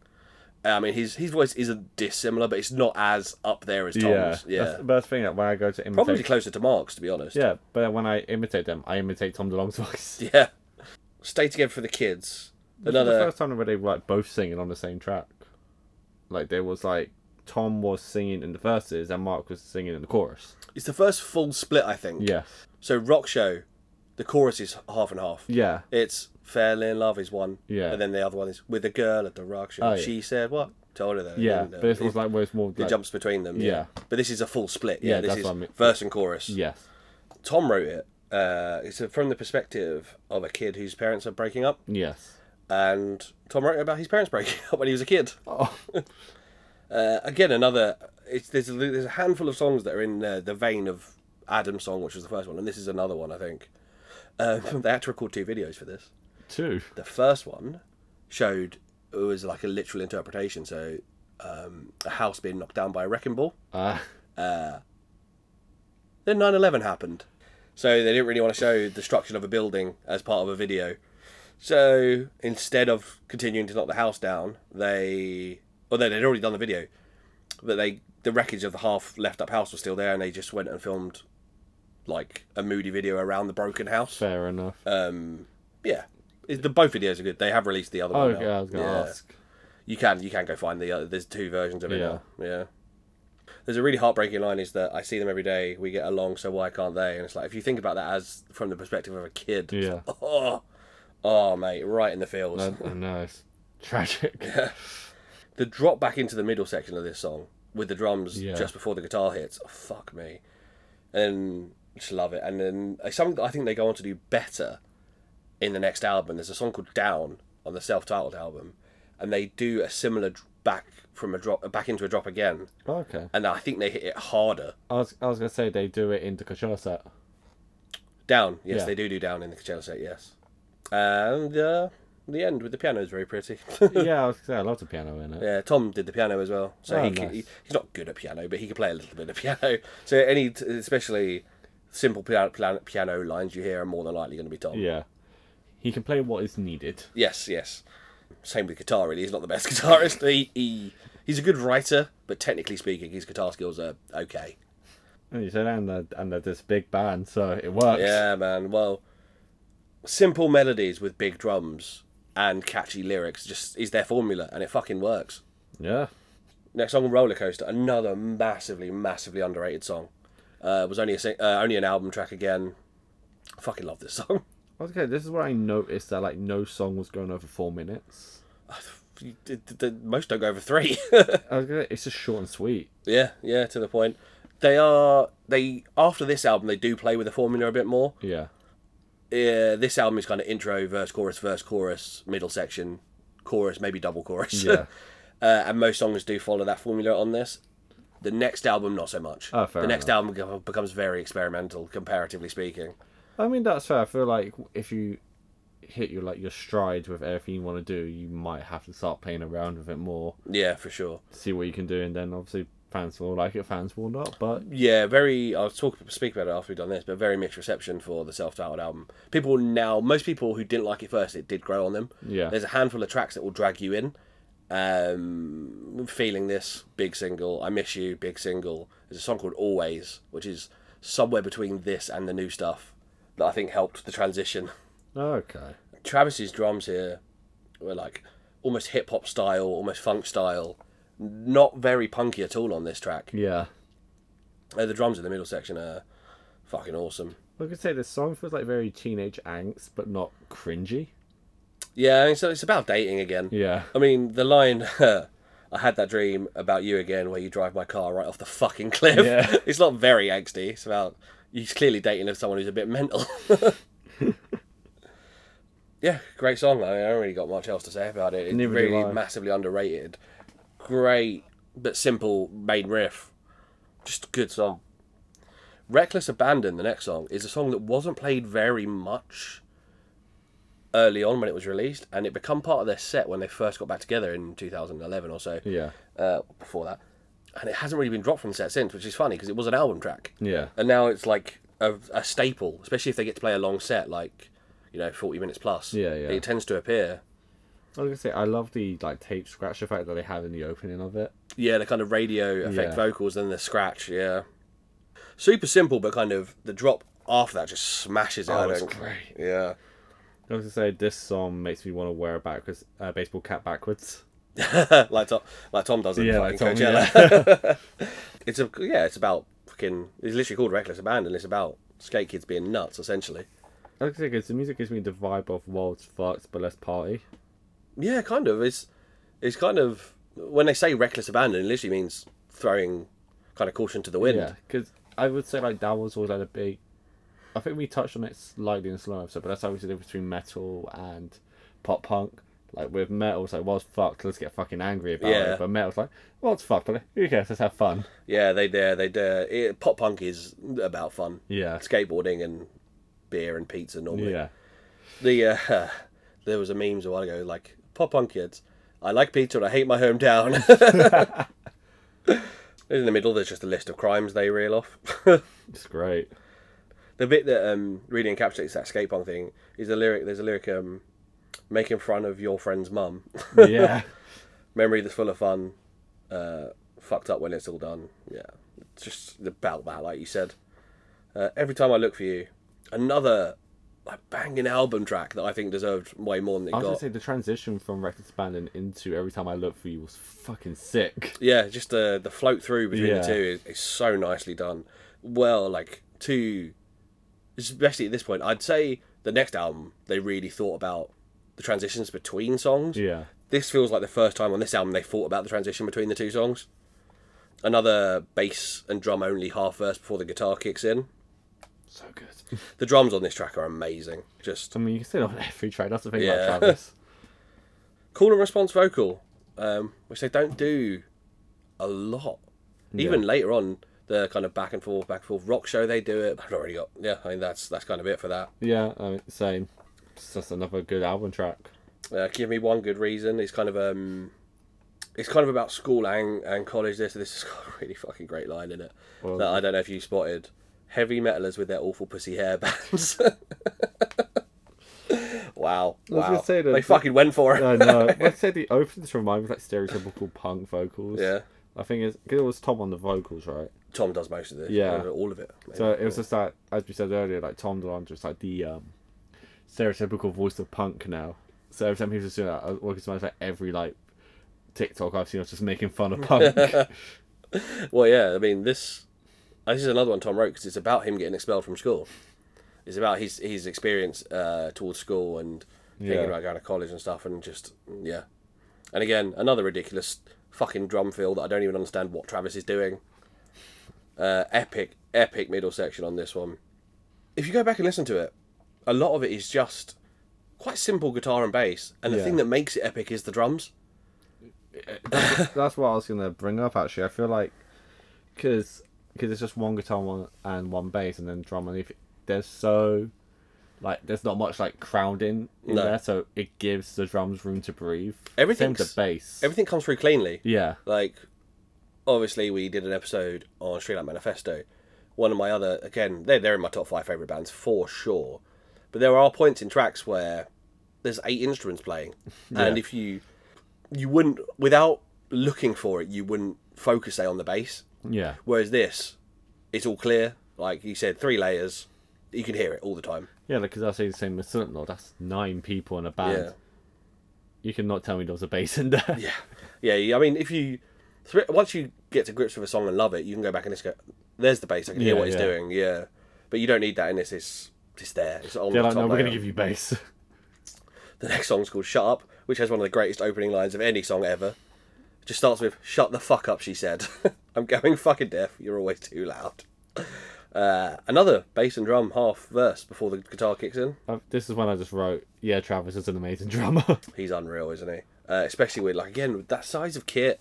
A: I mean, his his voice isn't dissimilar, but it's not as up there as Tom's. Yeah,
B: Yeah, That's the best thing that when I go to imitate.
A: probably closer to Mark's, to be honest.
B: Yeah, but when I imitate them, I imitate Tom DeLonge's voice.
A: yeah. Stay together for the kids.
B: This is the
A: Another
B: first time where they were like both singing on the same track. Like there was like Tom was singing in the verses and Mark was singing in the chorus.
A: it's the first full split, I think.
B: Yes.
A: So rock show, the chorus is half and half.
B: Yeah.
A: It's Fairly in Love is one.
B: Yeah.
A: And then the other one is with a girl at the rock show.
B: Oh, yeah.
A: She said what? Told her that.
B: Yeah.
A: didn't
B: But
A: know.
B: this was like where it's more
A: the
B: like,
A: jumps between them. Yeah.
B: Yeah.
A: But this is a full split. Yeah,
B: Yeah,
A: this
B: that's
A: is
B: what I mean.
A: verse and chorus.
B: Yes.
A: Tom wrote it. Uh, it's from the perspective of a kid whose parents are breaking up,
B: Yes.
A: and Tom wrote it about his parents breaking up when he was a kid.
B: Oh.
A: Uh, again, another. It's there's a, there's a handful of songs that are in uh, the vein of Adam's song, which was the first one, and this is another one I think. Um, they had to record two videos for this.
B: Two.
A: The first one showed it was like a literal interpretation, so um, a house being knocked down by a wrecking ball.
B: Uh,
A: Then 9 11 happened. So they didn't really want to show the destruction of a building as part of a video. So instead of continuing to knock the house down, they. Well, no, they'd already done the video. But they the wreckage of the half left up house was still there, and they just went and filmed like a moody video around the broken house.
B: fair enough.
A: Um, yeah. It- The, both videos are good. They have released the other
B: oh,
A: one.
B: okay,
A: now.
B: I was gonna
A: Yeah.
B: ask.
A: You can you can go find the other. There's two versions of it.
B: Yeah.
A: now. yeah. There's a really heartbreaking line is that I see them every day. We get along, so why can't they? And it's like if you think about that as from the perspective of a kid. it's
B: Yeah.
A: like, oh, oh, mate, right in the feels.
B: I, I know it's tragic.
A: The drop back into the middle section of this song with the drums
B: Yeah.
A: just before the guitar hits. Oh, fuck me, and just love it. And then it's something that I think they go on to do better in the next album. There's a song called Down on the self-titled album, and they do a similar dr- back from a drop back into a drop again.
B: okay.
A: and I think they hit it harder
B: I was I was gonna say they do it in the Coachella set.
A: down. Yes,
B: Yeah.
A: they do do down in the Coachella set. Yes, and uh, the end with the piano is very pretty.
B: yeah, I was gonna say I love the piano in it.
A: yeah, Tom did the piano as well, so
B: Oh,
A: he, c-
B: nice.
A: he- he's not good at piano, but he can play a little bit of piano. So any, especially simple piano, piano lines you hear are more than likely going to be Tom.
B: yeah. He can play what is needed.
A: Yes, yes. Same with guitar. Really, he's not the best guitarist. he, he he's a good writer, but technically speaking, his guitar skills are okay.
B: And you said, and they're, and they're this big band, so it works.
A: Yeah, man. Well, simple melodies with big drums and catchy lyrics just is their formula, and it fucking works.
B: Yeah.
A: Next song, Roller Coaster, another massively, massively underrated song. Uh, it was only a sing- uh, only an album track again. Fucking love this song.
B: Okay, this is where I noticed that like no song was going over four minutes.
A: You- the- the- Most don't go over three.
B: I was gonna, it's just short and sweet.
A: yeah, yeah, to the point. They are they after this album they do play with the formula a bit more.
B: Yeah,
A: Yeah, this album is kind of intro, verse, chorus, verse, chorus, middle section, chorus, maybe double chorus.
B: Yeah.
A: uh, and most songs do follow that formula on this. The next album, not so much.
B: Oh, fair
A: the next album go- becomes very experimental, comparatively speaking.
B: I mean that's fair. I feel like if you hit your like your stride with everything you want to do, you might have to start playing around with it more,
A: Yeah, for sure.
B: see what you can do, and then obviously fans will like it, fans will not. But
A: Yeah, very. I'll talk speak about it after we've done this, but very mixed reception for the self-titled album. People now, most people who didn't like it first, it did grow on them.
B: Yeah.
A: there's a handful of tracks that will drag you in. Um, feeling this big single, I miss you, big single. There's a song called Always, which is somewhere between this and the new stuff that I think helped the transition.
B: okay,
A: Travis's drums here were like almost hip hop style, almost funk style. Not very punky at all on this track.
B: yeah.
A: Uh, the drums in the middle section are fucking awesome.
B: I could say this song feels like very teenage angst, but not cringy.
A: Yeah, I mean, so it's about dating again.
B: Yeah.
A: I mean, the line, I had that dream about you again where you drive my car right off the fucking cliff.
B: Yeah.
A: it's not very angsty. It's about, he's clearly dating someone who's a bit mental. yeah, great song. I, mean, I don't really got much else to say about it. It's
B: Neither do
A: really
B: I.
A: massively underrated. Great, but simple main riff. Just a good song. Reckless Abandon, the next song, is a song that wasn't played very much early on when it was released, and it become part of their set when they first got back together in 2011 or so,
B: Yeah.
A: uh, before that. And it hasn't really been dropped from the set since, which is funny because it was an album track.
B: Yeah.
A: And now it's like a, a staple, especially if they get to play a long set, like, you know, 40 minutes plus.
B: Yeah, yeah.
A: It tends to appear.
B: I was gonna say I love the like tape scratch effect that they have in the opening of it.
A: Yeah, the kind of radio effect
B: Yeah.
A: vocals, then the scratch, yeah. Super simple, but kind of the drop after that just smashes it.
B: Oh,
A: I
B: it's
A: think.
B: great.
A: Yeah.
B: I was gonna say this song makes me want to wear a backwards uh, baseball cap backwards.
A: like Tom, like Tom does in
B: Yeah,
A: fucking
B: like Tom,
A: Coachella. it's a yeah, it's about fucking. It's literally called Reckless Abandon. It's about skate kids being nuts, essentially.
B: I was gonna say 'cause the music gives me the vibe of world's fucked but let's party.
A: Yeah, kind of. It's it's kind of when they say reckless abandon, it literally means throwing kind of caution to the wind.
B: Yeah, because I would say like that was always like a big. I think we touched on it slightly in a slow episode, but that's obviously the difference between metal and pop punk. Like with metal, it's like what's fucked, let's get fucking angry about
A: Yeah.
B: it. But metal's like what's fucked, but who cares? Let's have fun.
A: Yeah, they dare, they dare. It, pop punk is about fun.
B: Yeah.
A: skateboarding and beer and pizza normally.
B: Yeah.
A: The uh, there was a memes a while ago like pop punk kids. I like pizza and I hate my hometown. In the middle, there's just a list of crimes they reel off.
B: It's great.
A: the bit that um, really encapsulates that skate punk thing is the lyric. There's a lyric, um, making fun of your friend's mum.
B: Yeah.
A: Memory that's full of fun, uh, fucked up when it's all done. Yeah, it's just about that, like you said. Uh, Every time I look for you, another like banging album track that I think deserved way more than it
B: I was
A: got.
B: gonna say the transition from Reckless Abandon into Every Time I Look For You was fucking sick.
A: Yeah, just the the float through between
B: Yeah.
A: the two is, is so nicely done. Well, like two, especially at this point, I'd say the next album they really thought about the transitions between songs.
B: Yeah.
A: This feels like the first time on this album they thought about the transition between the two songs. Another bass and drum only half verse before the guitar kicks in.
B: So good.
A: The drums on this track are amazing. Just
B: I mean, you can say that on every track. That's the thing
A: Yeah.
B: about Travis.
A: call and response vocal, um, which they don't do a lot. Even later on, the kind of back and forth, back and forth rock show they do it. I've already got yeah. I mean that's that's kind of it for that.
B: yeah, I mean, same. It's just another good album track.
A: Uh, Give me one good reason. It's kind of um, it's kind of about school and and college. This this has got a really fucking great line in it
B: Well-
A: that I don't know if you spotted. Heavy metalers with their awful pussy hair bands. wow,
B: was
A: wow.
B: gonna say that-
A: they fucking went for it.
B: I know. I'd say the openings remind me of like stereotypical punk vocals.
A: Yeah.
B: I think it's 'cause it was Tom on the vocals, right?
A: Tom does most of this.
B: Yeah.
A: all of it. maybe.
B: So it was just like, as we said earlier, like Tom DeLonge was like the um, stereotypical voice of punk now. So every time he was just doing that, I was like every like TikTok I've seen was just making fun of punk.
A: Well, yeah, I mean this uh, This is another one, Tom wrote, because it's about him getting expelled from school. It's about his his experience uh, towards school and thinking
B: Yeah.
A: about going to college and stuff, and just yeah. And again, another ridiculous fucking drum fill that I don't even understand what Travis is doing. Uh, epic, epic middle section on this one. If you go back and listen to it, a lot of it is just quite simple guitar and bass, and the
B: Yeah.
A: thing that makes it epic is the drums.
B: That's what I was gonna bring up. Actually, I feel like because because it's just one guitar and one and one bass and then drum and if there's so like there's not much like crowding in
A: No.
B: there, so it gives the drums room to breathe. Same
A: Everything's-
B: with the bass.
A: Everything comes through cleanly.
B: yeah.
A: like obviously we did an episode on Sri Lanka Manifesto. One of my other again, they're they're in my top five favourite bands for sure. But there are points in tracks where there's eight instruments playing. And if you you wouldn't without looking for it, you wouldn't focus say on the bass.
B: Yeah.
A: Whereas this, it's all clear. Like you said, three layers. You can hear it all the time.
B: Yeah, because I say the same with Silent Lord. That's nine people in a band.
A: Yeah.
B: You cannot tell me there was a bass in there.
A: Yeah, yeah. you- I mean, if you so once you get to grips with a song and love it, you can go back and just go, "There's the bass. I can hear
B: Yeah,
A: what it's
B: yeah.
A: doing." Yeah, but you don't need that in this. It's it's there. It's on
B: They're
A: the
B: like,
A: top
B: no, we're
A: layer.
B: gonna give you bass.
A: The next song's called "Shut Up," which has one of the greatest opening lines of any song ever. It just starts with "Shut the fuck up," she said. I'm going fucking deaf. You're always too loud. Uh, another bass and drum half verse before the guitar kicks in.
B: Uh, this is when I just wrote, yeah, Travis is an amazing drummer.
A: He's unreal, isn't he? Uh, especially with like again with that size of kit,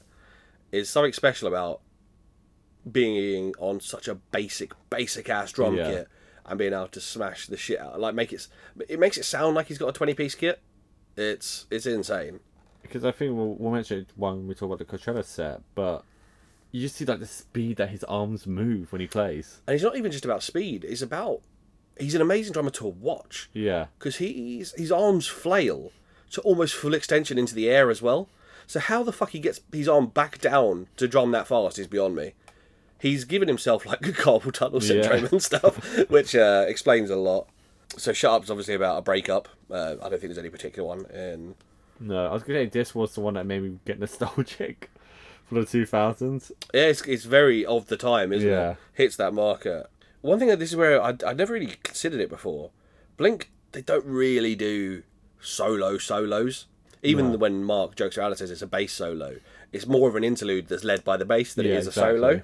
A: is something special about being on such a basic, basic ass drum
B: Yeah.
A: kit and being able to smash the shit out. Like make it, it makes it sound like he's got a twenty piece kit. It's it's insane.
B: because I think we'll, we'll mention it when we talk about the Coachella set, but you just see like the speed that his arms move when he plays.
A: And it's not even just about speed. It's about he's an amazing drummer to watch.
B: Yeah,
A: because he's his arms flail to almost full extension into the air as well. So how the fuck he gets his arm back down to drum that fast is beyond me. He's given himself like carpal tunnel syndrome and stuff, which uh, explains a lot. So shut up's obviously about a breakup. Uh, I don't think there's any particular one. And
B: no, I was gonna say this was the one that made me get nostalgic for the two thousands.
A: yeah, it's, it's very of the time, isn't
B: Yeah.
A: it? Hits that marker. One thing that this is where I I never really considered it before. Blink they don't really do solo solos. Even when Mark jokes around and says it's a bass solo, it's more of an interlude that's led by the bass than it
B: Yeah,
A: is
B: exactly.
A: a solo.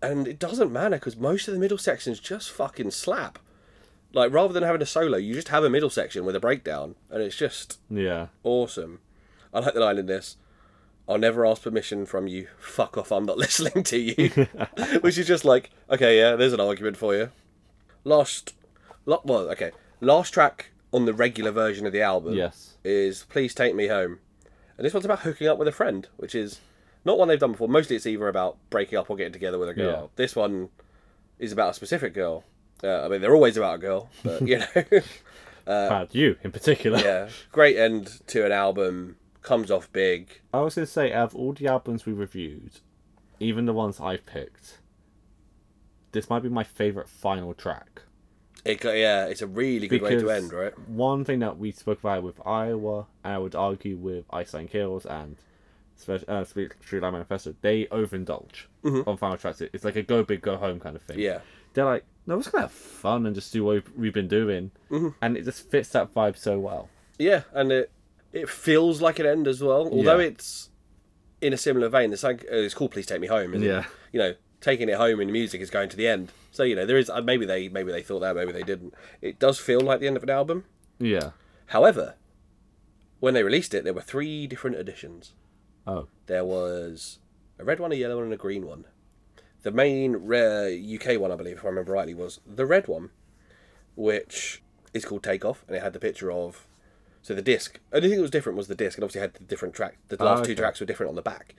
A: And it doesn't matter because most of the middle sections just fucking slap. Like rather than having a solo, you just have a middle section with a breakdown, and it's just
B: Yeah,
A: awesome. I like the line in this. I'll never ask permission from you. Fuck off, I'm not listening to you. Which is just like, okay, yeah, there's an argument for you. Last, lo- well, okay, last track on the regular version of the album
B: yes,
A: is Please Take Me Home. And this one's about hooking up with a friend, which is not one they've done before. Mostly it's either about breaking up or getting together with a girl.
B: Yeah.
A: This one is about a specific girl. Uh, I mean, they're always about a girl, but you know.
B: Bad you in particular.
A: yeah, great end to an album. Comes off big.
B: I was gonna say out of all the albums we reviewed, even the ones I've picked, this might be my favorite final track.
A: It go- yeah, it's a really good way to end, right?
B: One thing that we spoke about with Iowa, and I would argue with Iceland Kills and Spe- uh, Spe- Street Light Manifesto, they overindulge on final tracks. It- It's like a go big, go home kind of thing.
A: Mm-hmm. Yeah,
B: They're like, no, let's gonna have fun and just do what we've- we've been doing,
A: Mm-hmm.
B: and it just fits that vibe so well.
A: yeah, and it it feels like an end as well. Although
B: Yeah.
A: it's in a similar vein, it's like uh, it's called "Please Take Me Home." Isn't
B: Yeah.
A: it? you know, taking it home in music is going to the end. So you know, there is uh, maybe they maybe they thought that, maybe they didn't. It does feel like the end of an album.
B: Yeah.
A: However, when they released it, there were three different editions.
B: Oh.
A: There was a red one, a yellow one, and a green one. The main rare UK one, I believe, if I remember rightly, was the red one, which is called Takeoff, and it had the picture of. So the disc. Only thing that was different was the disc, and obviously had the different track. The last two
B: Ah, okay.
A: tracks were different on the back.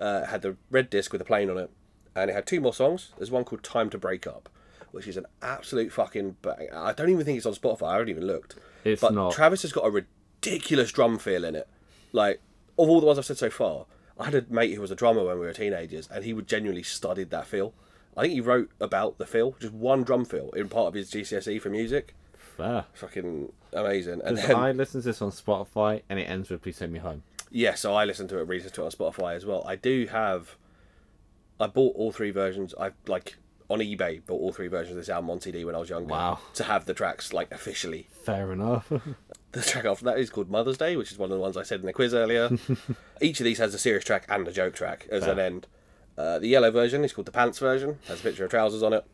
A: Uh, it had the red disc with a plane on it, and it had two more songs. There's one called "Time to Break Up," which is an absolute fucking. Bang. I don't even think it's on Spotify. I haven't even looked.
B: It's
A: but
B: not.
A: Travis has got a ridiculous drum feel in it. Like of all the ones I've said so far, I had a mate who was a drummer when we were teenagers, and he would genuinely studied that feel. I think he wrote about the feel, just one drum feel, in part of his GCSE E for music.
B: Fair.
A: Fucking amazing. And then,
B: I listened to this on Spotify, and it ends with "Please Take Me Home."
A: yeah, so I listened to it, re-listened to it on Spotify as well. I do have I bought all three versions. I like on eBay bought all three versions of this album on CD when I was younger.
B: Wow.
A: To have the tracks like officially.
B: Fair enough.
A: The track after that is called Mother's Day, which is one of the ones I said in the quiz earlier. Each of these has a serious track and a joke track as an end. Uh, the yellow version is called the Pants version. Has a picture of trousers on it.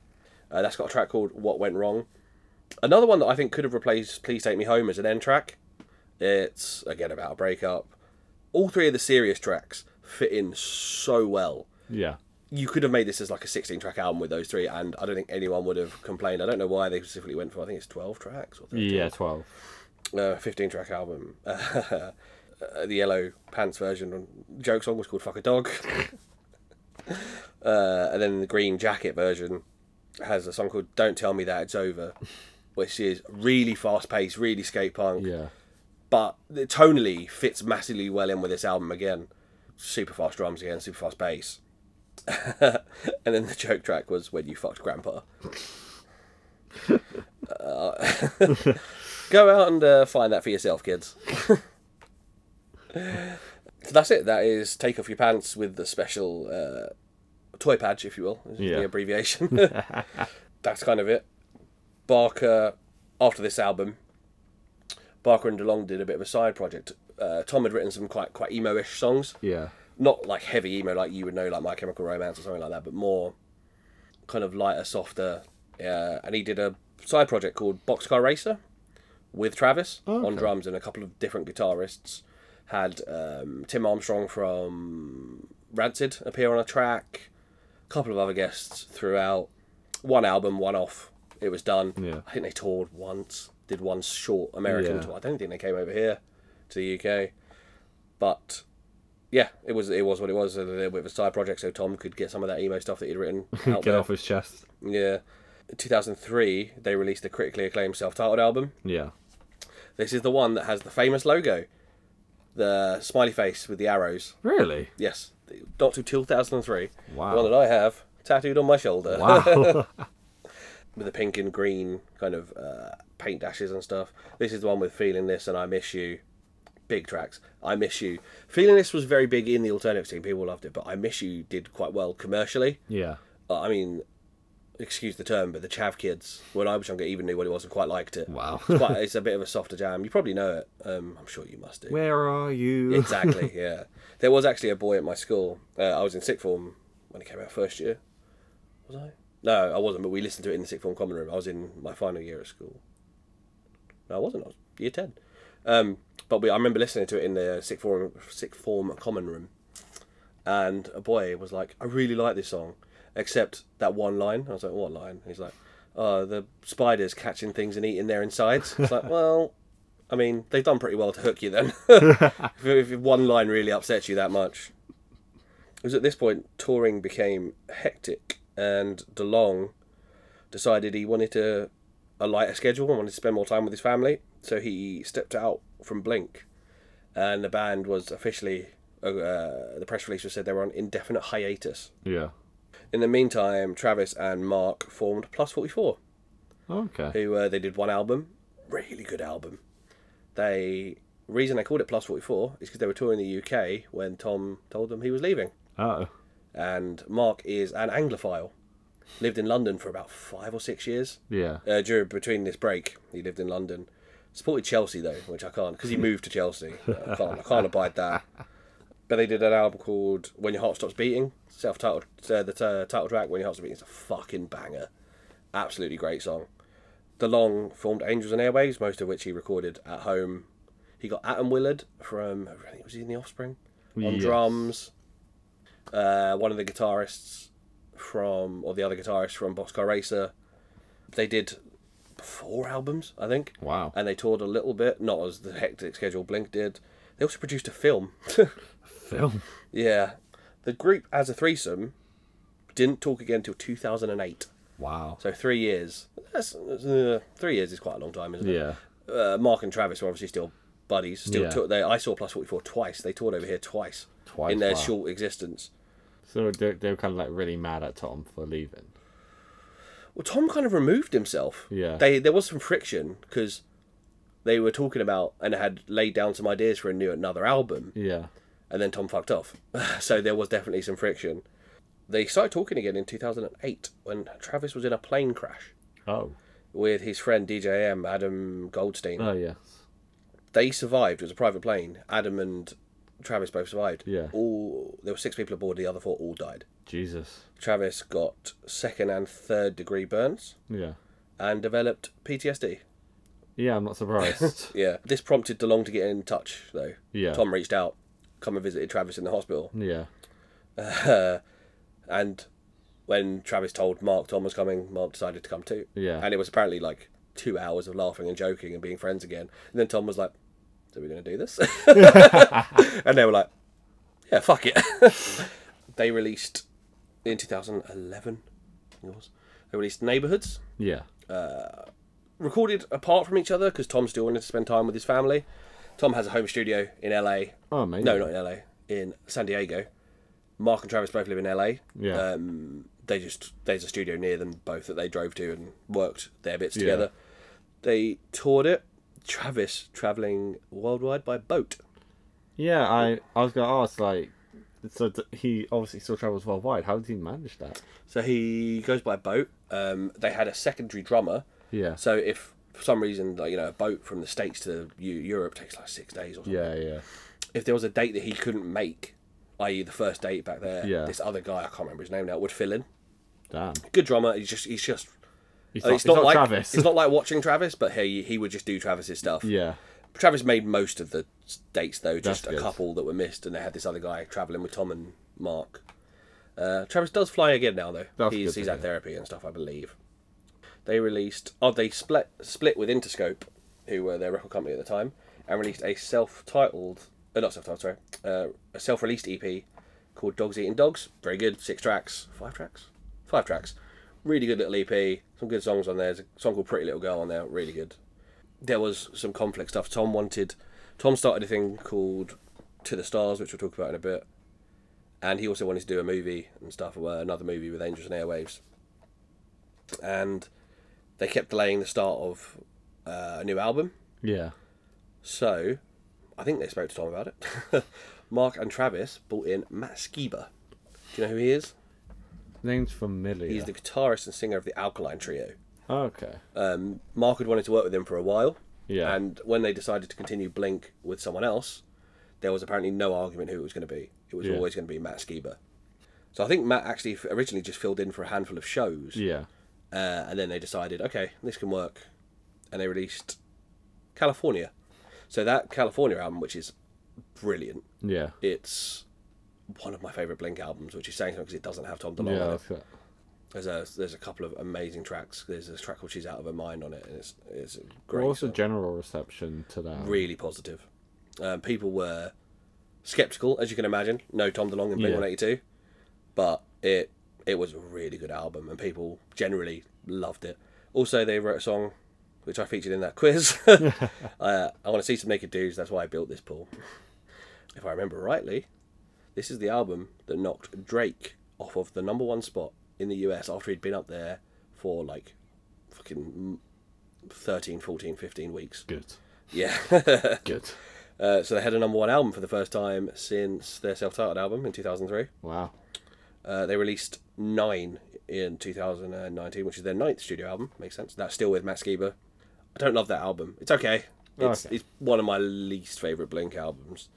A: Uh, that's got a track called What Went Wrong. Another one that I think could have replaced Please Take Me Home as an end track. It's again about a breakup. All three of the serious tracks fit in so well
B: yeah.
A: you could have made this as like a 16 track album with those three and i don't think anyone would have complained i don't know why they specifically went for i think it's 12 tracks or 13,
B: Yeah, 12.
A: uh, 15 track album uh, the yellow pants version joke song was called fuck a dog uh, and then the green jacket version has a song called don't tell me that it's over which is really fast paced really skate punk
B: Yeah.
A: but the tonally fits massively well in with this album again. Super fast drums again, super fast bass. and then the joke track was when you fucked grandpa. Uh, go out and uh, find that for yourself, kids. so that's it. That is Take Off Your Pants with the special uh, toy patch, if you will, is
B: Yeah.
A: the abbreviation. that's kind of it. Barker, after this album, Barker and DeLong did a bit of a side project. Uh, Tom had written some quite quite emo-ish songs,
B: Yeah.
A: not like heavy emo like you would know, like My Chemical Romance or something like that, but more kind of lighter, softer. Uh, and he did a side project called Boxcar Racer with Travis
B: Oh,
A: on drums and a couple of different guitarists. Had um, Tim Armstrong from Rancid appear on a track, a couple of other guests throughout. One album, one off. It was done.
B: Yeah.
A: I think they toured once, did one short American
B: Yeah.
A: tour. I don't think they came over here to the UK, but yeah, it was it was what it was. A little bit of a side project, so Tom could get some of that emo stuff that he'd written out
B: Get
A: there.
B: off his chest.
A: Yeah. 2003, they released the critically acclaimed self-titled album.
B: Yeah.
A: This is the one that has the famous logo, the smiley face with the arrows.
B: Really?
A: Yes, not till 2003.
B: Wow.
A: The one that I have tattooed on my shoulder
B: Wow.
A: with the pink and green kind of uh, paint dashes and stuff. This is the one with Feeling This and I Miss You. Big tracks. I Miss You. Feeling This was very big in the alternative scene. People loved it, but I Miss You did quite well commercially.
B: yeah.
A: Uh, I mean, excuse the term, but the Chav kids, when I was younger, even knew what it was and quite liked it.
B: Wow.
A: it's, quite, it's a bit of a softer jam. You probably know it. Um, I'm sure you must do.
B: Where are you?
A: Exactly, yeah. There was actually a boy at my school. Uh, I was in sixth form when it came out first year. Was I? No, I wasn't, but we listened to it in the sixth form common room. I was in my final year at school. No, I wasn't. I was year 10. Um, but we, I remember listening to it in the sixth form, sixth form common room. And a boy was like, I really like this song, except that one line. I was like, what line? He's like, oh, the spiders catching things and eating their insides. It's like, well, I mean, they've done pretty well to hook you then. if, if one line really upsets you that much. It was at this point touring became hectic, and DeLong decided he wanted to a lighter schedule and wanted to spend more time with his family. So he stepped out from Blink, and the band was officially uh, the press release was said they were on indefinite hiatus.
B: yeah.
A: In the meantime, Travis and Mark formed Plus Forty Four
B: Okay.
A: who uh, they did one album, really good album. They reason they called it Plus Forty Four is because they were touring the UK when Tom told them he was leaving,
B: Oh.
A: and Mark is an Anglophile, lived in London for about five or six years.
B: Yeah.
A: Uh, during between this break, he lived in London. Supported Chelsea though, which I can't because he moved to Chelsea. I can't, I can't abide that. But they did an album called "When Your Heart Stops Beating," self-titled. Uh, the uh, title track "When Your Heart Stops Beating" is a fucking banger, absolutely great song. DeLong formed Angels and Airwaves, most of which he recorded at home. He got Adam Willard from I think was he in The Offspring on
B: Yes.
A: drums. Uh, one of the guitarists from or the other guitarist from Boxcar Racer. They did four albums, I think,
B: Wow.
A: and they toured a little bit, not as the hectic schedule Blink did. They also produced a film.
B: Film.
A: yeah, the group as a threesome didn't talk again till 2008.
B: Wow.
A: So three years. That's, uh, three years is quite a long time, isn't it?
B: Yeah.
A: uh, Mark and Travis were obviously still buddies. Still,
B: Yeah.
A: took they I saw Plus Forty Four twice. They toured over here twice,
B: Twice,
A: in their
B: wow.
A: short existence.
B: So they they were kind of like really mad at Tom for leaving.
A: Well, Tom kind of removed himself.
B: Yeah.
A: they there was some friction because they were talking about and had laid down some ideas for a new another album,
B: Yeah.
A: and then Tom fucked off. so there was definitely some friction. They started talking again in 2008 when Travis was in a plane crash
B: Oh.
A: with his friend DJM, Adam Goldstein.
B: Oh yes.
A: They survived. It was a private plane. Adam and Travis both survived.
B: Yeah.
A: All there were six people aboard. The other four all died.
B: Jesus.
A: Travis got second and third degree burns
B: Yeah.
A: and developed PTSD.
B: Yeah, I'm not surprised.
A: Yeah. This prompted DeLong to get in touch, though.
B: yeah.
A: Tom reached out, come and visited Travis in the hospital.
B: Yeah.
A: And when Travis told Mark Tom was coming, Mark decided to come too.
B: Yeah.
A: And it was apparently like two hours of laughing and joking and being friends again. And then Tom was like, So we're going to do this? and they were like, Yeah, fuck it. they released in 2011, I think it was, they released Neighborhoods.
B: Yeah.
A: recorded apart from each other because Tom still wanted to spend time with his family. Tom has a home studio in LA.
B: Oh amazing.
A: No, not in LA. In San Diego. Mark and Travis both live in LA.
B: Yeah.
A: Um, they just there's a studio near them both that they drove to and worked their bits together. They toured it. Travis traveling worldwide by boat.
B: Yeah, I I was gonna ask like so d- he obviously still travels worldwide. How did he manage that?
A: So he goes by boat. Um, they had a secondary drummer.
B: Yeah.
A: So if for some reason, like, you know, a boat from the states to Eu- Europe takes like six days or something.
B: Yeah, yeah.
A: if there was a date that he couldn't make, i.e. the first date back there,
B: Yeah.
A: this other guy I can't remember his name now would fill in.
B: Damn.
A: Good drummer. He's just he's just.
B: Oh, He's
A: uh,
B: not,
A: it's not, like
B: Travis.
A: it's not like watching Travis, but he he would just do Travis's stuff.
B: yeah.
A: Travis made most of the s- dates though, just a
B: good.
A: couple that were missed, and they had this other guy traveling with Tom and Mark. Uh, Travis does fly again now though.
B: That's
A: he's
B: good to
A: he's had therapy and stuff, I believe. They released oh they split split with Interscope, who were their record company at the time, and released a self-titled uh, not self-titled sorry uh, a self-released EP called Dogs Eating Dogs. Very good, six tracks, five tracks, five tracks. Really good little EP. Some good songs on there. There's a song called Pretty Little Girl on there. Really good there was some conflict stuff. Tom wanted, Tom started a thing called To the Stars, which we'll talk about in a bit, and he also wanted to do a movie and stuff, uh, another movie with Angels and Airwaves, and they kept delaying the start of uh, a new album.
B: Yeah.
A: So, I think they spoke to Tom about it. Mark and Travis brought in Matt Skiba. Do you know who he is?
B: Name's familiar.
A: He's the guitarist and singer of the Alkaline Trio.
B: Okay.
A: um, Mark had wanted to work with him for a while.
B: Yeah.
A: And when they decided to continue Blink with someone else, there was apparently no argument who it was going to be. It was
B: Yeah.
A: always going to be Matt Skiba. So I think Matt actually f- originally just filled in for a handful of shows,
B: Yeah.
A: uh, and then they decided, okay, this can work, and they released California. So that California album, which is brilliant,
B: Yeah.
A: it's one of my favorite Blink albums, which is saying something because it doesn't have Tom DeLonge.
B: Yeah.
A: on it.
B: that's it.
A: There's a there's a couple of amazing tracks. There's a track called "She's Out of Her Mind" on it, and it's it's a great.
B: What's the
A: song.
B: general reception to that?
A: really positive. Um, people were skeptical, as you can imagine. No Tom DeLonge in Blink
B: Yeah.
A: One Eighty Two, but it it was a really good album, and people generally loved it. Also, they wrote a song which I featured in that quiz. uh, I want to see some naked dudes. That's why I built this pool. If I remember rightly, this is the album that knocked Drake off of the number one spot in the US after he'd been up there for like fucking 13, 14, 15 weeks.
B: Good.
A: Yeah.
B: Good.
A: Uh, so they had a number one album for the first time since their self-titled album in 2003.
B: Wow.
A: Uh, they released nine in 2019, which is their ninth studio album. Makes sense. That's still with Matt Skiba. I don't love that album. It's okay. It's,
B: Okay.
A: it's one of my least favorite Blink albums.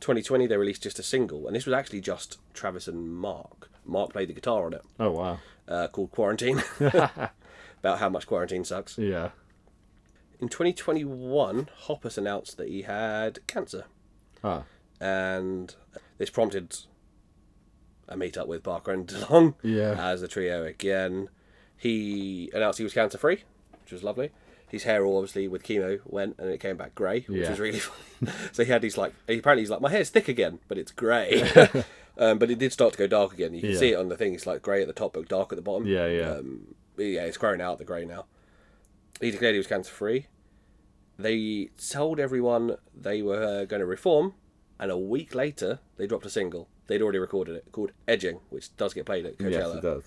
A: 2020, they released just a single, and this was actually just Travis and Mark. Mark played the guitar on it,
B: Oh wow.
A: uh, called Quarantine, about how much quarantine sucks.
B: Yeah.
A: In 2021, Hoppus announced that he had cancer.
B: Ah.
A: and this prompted a meet-up with Barker and DeLong
B: Yeah.
A: as a trio again. He announced he was cancer free, which was lovely. His hair, obviously, with chemo went and it came back grey, which
B: Yeah.
A: was really funny. so he had these like he- apparently he's like my hair's thick again, but it's grey. um, but it did start to go dark again. You can
B: Yeah.
A: see it on the thing. It's like grey at the top, but dark at the bottom.
B: Yeah. Yeah.
A: Um, yeah, it's growing out the grey now. He declared he was cancer free. They told everyone they were going to reform, and a week later they dropped a single. They'd already recorded it called "Edging," which does get played at
B: yes, it
A: Coachella.
B: does.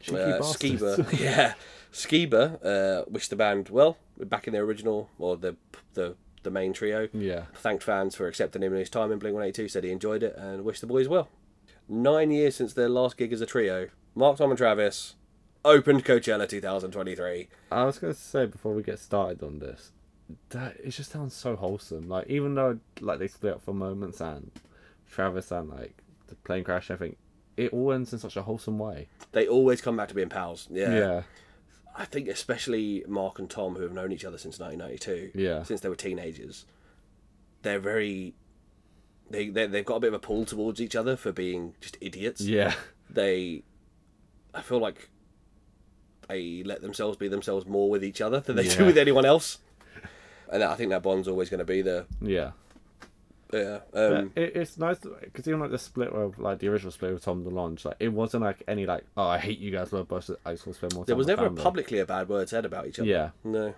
B: Cheeky
A: uh,
B: bastards.
A: Skiba, yeah, Skiba uh, wished the band well back in their original or the the the main trio.
B: yeah.
A: Thanked fans for accepting him in his time in Blink One Eighty Two. Said he enjoyed it and wished the boys well. Nine years since their last gig as a trio. Mark, Tom, and Travis opened Coachella 2023.
B: I was gonna say before we get started on this, that it just sounds so wholesome. Like even though like they split up for moments and Travis and like the plane crash, I think it all ends in such a wholesome way.
A: They always come back to being pals. Yeah.
B: Yeah,
A: I think especially Mark and Tom, who have known each other since 1992,
B: yeah,
A: since they were teenagers, they're very. They, they, they've got a bit of a pull towards each other for being just idiots.
B: yeah,
A: They. I feel like they let themselves be themselves more with each other than they do
B: Yeah.
A: with anyone else. And I think that bond's always going to be there.
B: yeah.
A: Yeah.
B: But
A: Um,
B: it, it's nice because even like the split with like the original split with Tom DeLonge, like it wasn't like any like oh I hate you guys, love Bush. I just want to spend more time.
A: there was
B: with
A: never
B: family."
A: publicly a bad word said about each other.
B: Yeah,
A: No. In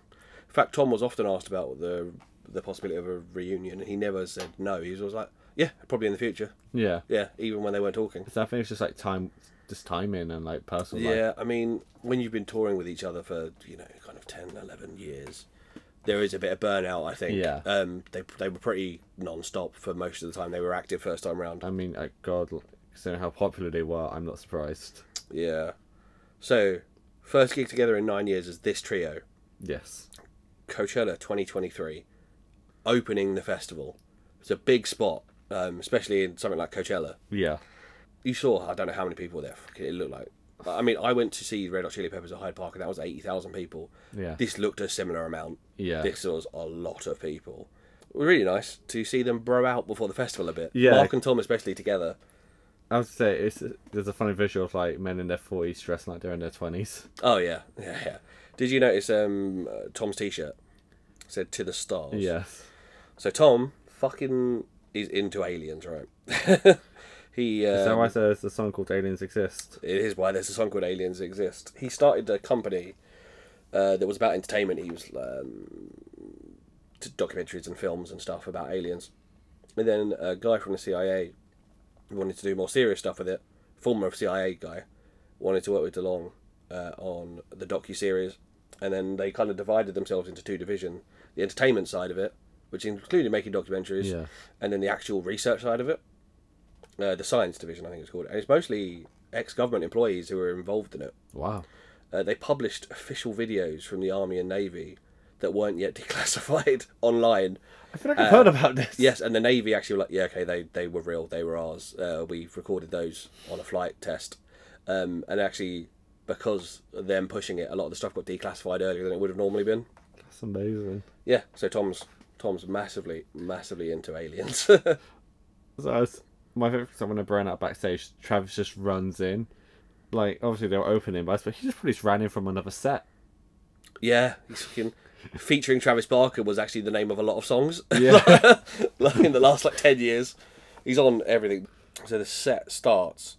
A: fact, Tom was often asked about the the possibility of a reunion, and he never said no. He was always like, "Yeah, probably in the future."
B: yeah.
A: Yeah, even when they weren't talking.
B: So I think it's just like time, just timing and like personal. life.
A: Yeah, I mean, when you've been touring with each other for you know kind of 10, 11 years, there is a bit of burnout. I think.
B: Yeah.
A: Um, they they were pretty non-stop for most of the time they were active first time round.
B: I mean, like God, like, considering how popular they were, I'm not surprised.
A: Yeah. So, first gig together in nine years is this trio,
B: Yes.
A: Coachella 2023, opening the festival. It's a big spot, um, especially in something like Coachella.
B: Yeah.
A: you saw I don't know how many people were there. Fucking- It looked like. I mean, I went to see Red Hot Chili Peppers at Hyde Park, and that was eighty thousand people.
B: Yeah.
A: This looked a similar amount.
B: Yeah.
A: This was a lot of people. It was really nice to see them bro out before the festival a bit.
B: Yeah.
A: Mark and Tom especially together.
B: I would say it's there's a funny visual of like men in their forties dressed like they're in their twenties.
A: Oh yeah, yeah, yeah. Did you notice um, uh, Tom's T-shirt said "To the Stars"?
B: Yes.
A: So Tom fucking is into aliens, right? he. Uh,
B: so I say there's a song called Aliens Exist.
A: It is why there's a song called Aliens Exist. He started a company uh, that was about entertainment. He was um, t- documentaries and films and stuff about aliens. And then a guy from the CIA wanted to do more serious stuff with it. Former CIA guy wanted to work with DeLong uh, on the docu series, and then they kind of divided themselves into two division: the entertainment side of it, which included making documentaries,
B: Yeah.
A: and then the actual research side of it uh, the science division, I think it's called, and it's mostly ex-government employees who were involved in it.
B: Wow.
A: Uh, they published official videos from the army and navy that weren't yet declassified online.
B: I feel like I've heard about this.
A: Yes, and the navy actually were like, yeah, okay, they they were real, they were ours. Uh, we recorded those on a flight test, um, and actually because of them pushing it, a lot of the stuff got declassified earlier than it would have normally been.
B: That's amazing.
A: Yeah, so Tom's Tom's massively massively into aliens.
B: So I was, my favorite thing when I ran out backstage, Travis just runs in. Like obviously they were opening, but I suppose he just probably just ran in from another set.
A: Yeah, he's fucking featuring Travis Barker was actually the name of a lot of songs.
B: Yeah.
A: like in the last like ten years, he's on everything. So the set starts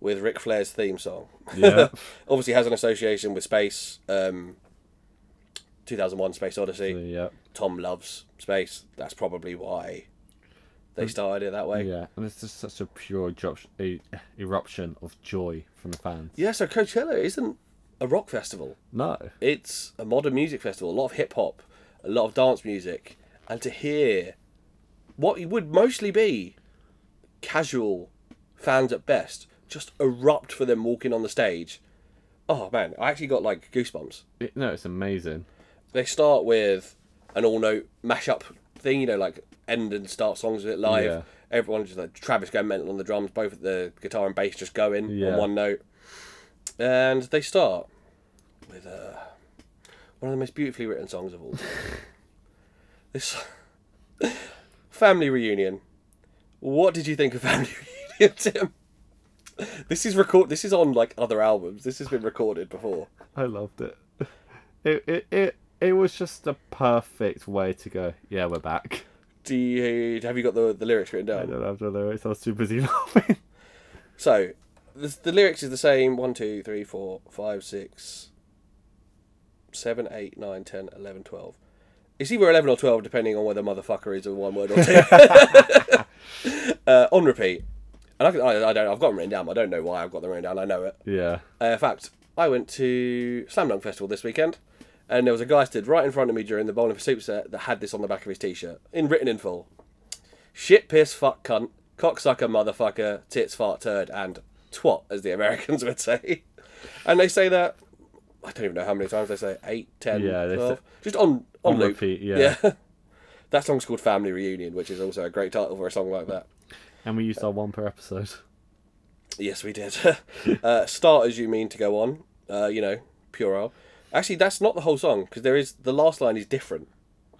A: with Ric Flair's theme song.
B: Yeah.
A: Obviously has an association with space. Um, 2001 Space Odyssey.
B: yeah.
A: Tom loves space. That's probably why they started it that way.
B: Mm. Yeah. And it's just such a pure jo- e- eruption of joy from the fans.
A: yeah so Coachella isn't a rock festival.
B: No.
A: it's a modern music festival, a lot of hip hop, a lot of dance music, and to hear what would mostly be casual fans at best just erupt for them walking on the stage. Oh man, I actually got like goosebumps.
B: It- no, it's amazing.
A: They start with an all note mashup thing, you know, like end and start songs with it live.
B: Yeah.
A: Everyone just like Travis going mental on the drums, both the guitar and bass just going
B: Yeah.
A: on one note. And they start with uh, one of the most beautifully written songs of all time. this family reunion. What did you think of family reunion, Tim? This is record. This is on like other albums. This has been recorded before.
B: I loved it. It it it, it was just the perfect way to go. Yeah, we're back.
A: Do you have you got the the lyrics written down?
B: I don't have the lyrics. I was too busy laughing.
A: So, the, the lyrics is the same. One, two, three, four, five, six, seven, eight, nine, ten, eleven, twelve. It's either 11 or 12, depending on whether motherfucker is a one word or two. uh, on repeat. And I, can- I, I don't, I've got them written down, but I don't know why I've got them written down. I know it.
B: Yeah.
A: Uh, in fact, I went to Slam Dunk Festival this weekend, and there was a guy stood right in front of me during the Bowling for Soup set that had this on the back of his t shirt, in written in full. Shit, piss, fuck, cunt. cocksucker, motherfucker, tits, fart, turd, and twat, as the Americans would say. And they say that, I don't even know how many times they say it, 8, 10,
B: Yeah, they
A: 12. Just on, on,
B: On
A: loop.
B: repeat, yeah.
A: That song's called Family Reunion, which is also a great title for a song like that.
B: And we used our one per episode.
A: Yes, we did. uh, start as you mean to go on. Uh, you know, puerile. Actually, that's not the whole song because there is the last line is different.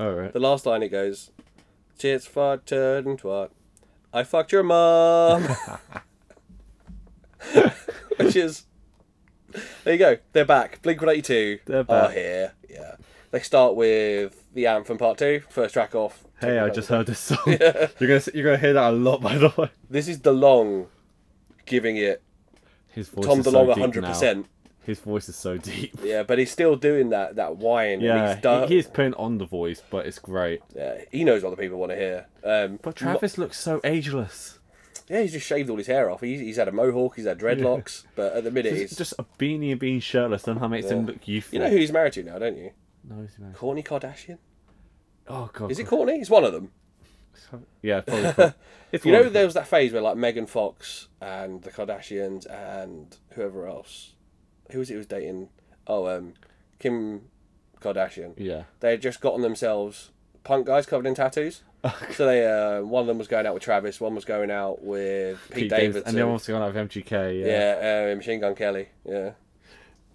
B: All right.
A: The last line it goes, "Tits fart turd and twat, I fucked your mum," which is there you go. They're back. Blink One Eighty Two.
B: They're
A: Are
B: back.
A: here. Yeah. They start with the anthem part two, first track off.
B: Hey, I just heard this song. You're gonna you're gonna hear that a lot, by the way.
A: This is DeLong giving it
B: His voice
A: Tom
B: is so
A: DeLong
B: deep
A: hundred
B: now.
A: percent.
B: His voice is so deep.
A: Yeah, but he's still doing that that whine. and
B: Yeah,
A: he's done,
B: he, he's putting on the voice, but it's great.
A: yeah, he knows what the people want to hear. Um,
B: But Travis looks so ageless.
A: yeah, he's just shaved all his hair off. He's, he's had a mohawk, he's had dreadlocks, but at the minute
B: It's
A: he's
B: just a beanie and being shirtless somehow makes him look youthful.
A: you know who he's married to now, don't you?
B: No, he's not.
A: Courtney Kardashian.
B: Oh god.
A: Is it Courtney? It's one of them.
B: Yeah, probably. Cool. It's
A: You
B: one
A: know,
B: of
A: there was that phase where like Megan Fox and the Kardashians and whoever else, who was it who was dating? Oh, um, Kim Kardashian.
B: the- Yeah.
A: they had just gotten themselves punk guys covered in tattoos. so they, uh, one of them was going out with Travis, one was going out with Pete,
B: Pete Davidson.
A: Davidson,
B: And they're obviously gone out of MGK. Yeah.
A: yeah, uh, Machine Gun Kelly, yeah,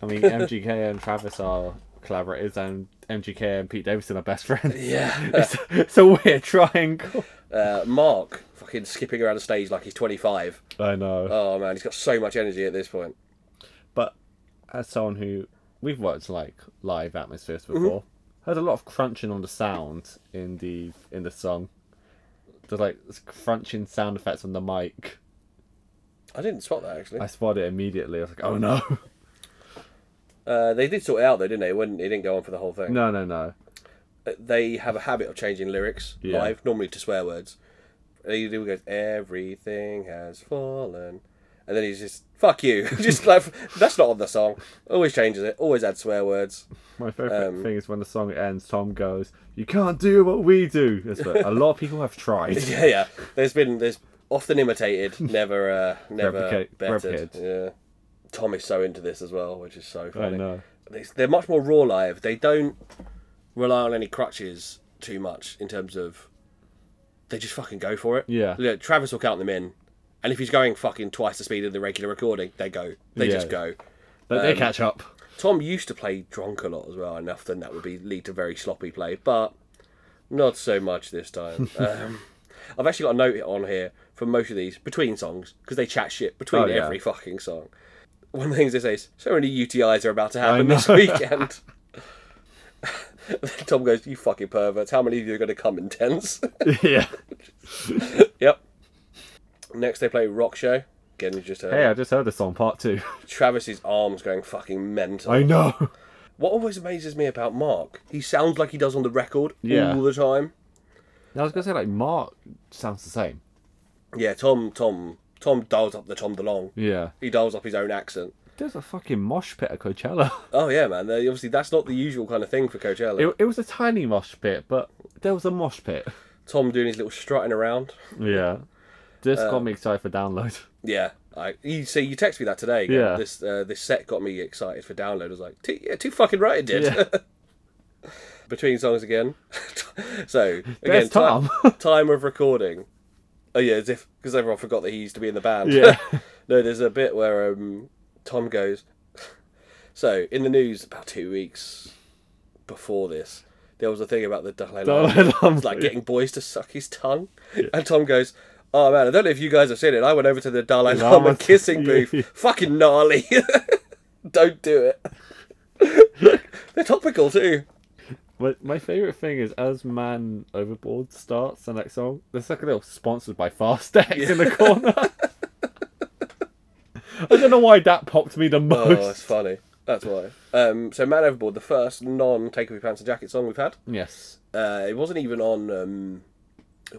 B: I mean, MGK and Travis are collaborators, and MGK and Pete Davidson are best friends.
A: Yeah.
B: it's, it's a weird triangle.
A: uh, Mark, fucking skipping around the stage like he's twenty five.
B: I know.
A: Oh man, he's got so much energy at this point.
B: but as someone who we've worked like live atmospheres before, heard a lot of crunching on the sound in the in the song. There's like this crunching sound effects on the mic.
A: I didn't spot that actually.
B: I spotted it immediately. I was like, oh no,
A: Uh, they did sort it out though, didn't they? It wouldn't it didn't go on for the whole thing.
B: no, no, no.
A: Uh, They have a habit of changing lyrics
B: Yeah.
A: live, normally to swear words. He do goes, everything has fallen, and then he's just fuck you, just like that's not on the song. Always changes it, always adds swear words.
B: My favorite thing is when the song ends. Tom goes, "You can't do what we do." It's like, a lot of people have tried.
A: Yeah, yeah. There's been there's often imitated, never uh, never
B: Replicate-
A: bettered.
B: replicated.
A: Yeah. Tom is so into this as well, which is so
B: I
A: funny.
B: know.
A: They- They're much more raw live. They don't rely on any crutches too much in terms of they just fucking go for it.
B: Yeah.
A: Look, Travis will count them in, and if he's going fucking twice the speed of the regular recording, they go. They
B: Yeah.
A: just go.
B: But they catch up.
A: Tom used to play drunk a lot as well, and often that would be lead to very sloppy play, but not so much this time. um, I've actually got a note on here for most of these between songs because they chat shit between
B: Oh, yeah.
A: every fucking song. One of the things they say is, "So many UTIs are about to happen
B: know.
A: this weekend." Tom goes, "You fucking perverts! How many of you are going to come in tents?"
B: yeah.
A: yep. Next, they play Rock Show. Again, you just heard
B: Hey, I just heard the song part two.
A: Travis's arms going fucking mental.
B: I know.
A: What always amazes me about Mark, he sounds like he does on the record
B: Yeah.
A: all the time.
B: I was gonna say like Mark sounds the same.
A: Yeah, Tom, Tom, Tom dials up the Tom DeLong.
B: Yeah.
A: He dials up his own accent.
B: There's a fucking mosh pit at Coachella.
A: Oh yeah, man. they- Obviously, that's not the usual kind of thing for Coachella.
B: It, it was a tiny mosh pit, but there was a mosh pit.
A: Tom doing his little strutting around.
B: Yeah. This got me excited for download.
A: Yeah, I. You see, you text me that today. again.
B: Yeah.
A: This uh, this set got me excited for download. I was like, "Too- yeah, too fucking right it did.
B: Yeah.
A: Between songs again. so again,
B: There's
A: time,
B: Tom.
A: time of recording. Oh yeah, as if because everyone forgot that he used to be in the band.
B: Yeah.
A: no, there's a bit where um, Tom goes. So in the news about two weeks before this, there was a thing about the Dalai Lama.
B: Dalai Lama,
A: It's like getting boys to suck his tongue. And Tom goes, Oh man, I don't know if you guys have seen it. I went over to the Dalai
B: Lama-
A: Lama kissing
B: Yeah.
A: booth. Fucking gnarly. don't do it. They're topical too.
B: My, my favourite thing is as Man Overboard starts the next song, there's like a little sponsored by Fastex in the corner. I don't know why that popped me the
A: Oh, that's
B: most.
A: funny. That's why. Um, so Man Overboard, the first non Take Off Your Pants and Jacket song we've had.
B: Yes.
A: Uh, it wasn't even on. Um,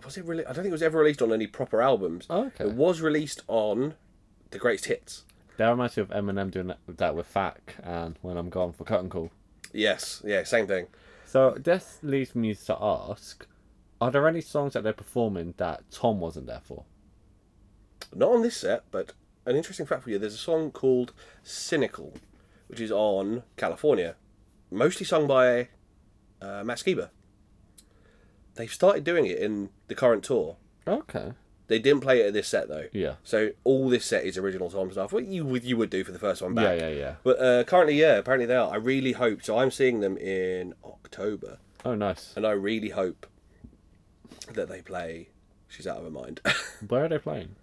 A: was it really? I don't think it was ever released on any proper albums.
B: Oh, okay.
A: It was released on the Greatest Hits.
B: That reminds me of Eminem doing that, that with Fak and When I'm Gone for Cut and Call.
A: Yes. Yeah. Same thing.
B: So this leads me to ask, are there any songs that they're performing that Tom wasn't there for?
A: not on this set, but an interesting fact for you. There's a song called "Cynical," which is on California, mostly sung by uh, Matt Skiba. They've started doing it in the current tour.
B: Okay.
A: They didn't play it at this set though.
B: Yeah.
A: So all this set is original Tom stuff. What you would you would do for the first one back.
B: Yeah, yeah, yeah.
A: But uh, currently, yeah, apparently they are. I really hope. So I'm seeing them in October,
B: Oh, nice.
A: and I really hope that they play. She's out of her mind.
B: Where are they playing?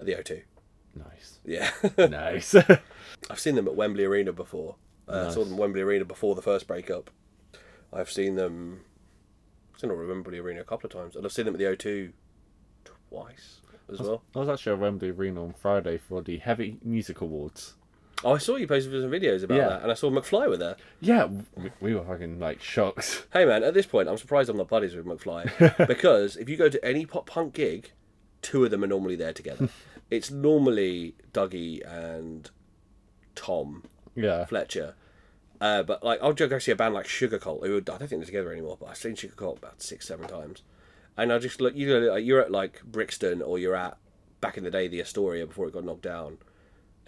A: at the O2.
B: Nice.
A: Yeah,
B: Nice. oh,
A: I've seen them at Wembley Arena before. Uh, I saw them at Wembley Arena before the first breakup. I've seen them. I've seen them at Wembley Arena a couple of times, and I've seen them at the O2 twice as well.
B: I was actually at Wembley Arena on Friday for the Heavy Music Awards.
A: Oh, I saw you posted some videos about
B: Yeah.
A: that, and I saw McFly were there.
B: Yeah, we, we were fucking like shocked.
A: Hey man, at this point, I'm surprised I'm not buddies with McFly because if you go to any pop punk gig, two of them are normally there together. it's normally Dougie and Tom
B: Yeah.
A: Fletcher. Uh, but like, I'll go see a band like Sugar Cult. Who I don't think they're together anymore, but I've seen Sugar Cult about six, seven times. And I just look, you know, like, you're at like Brixton or you're at back in the day the Astoria before it got knocked down,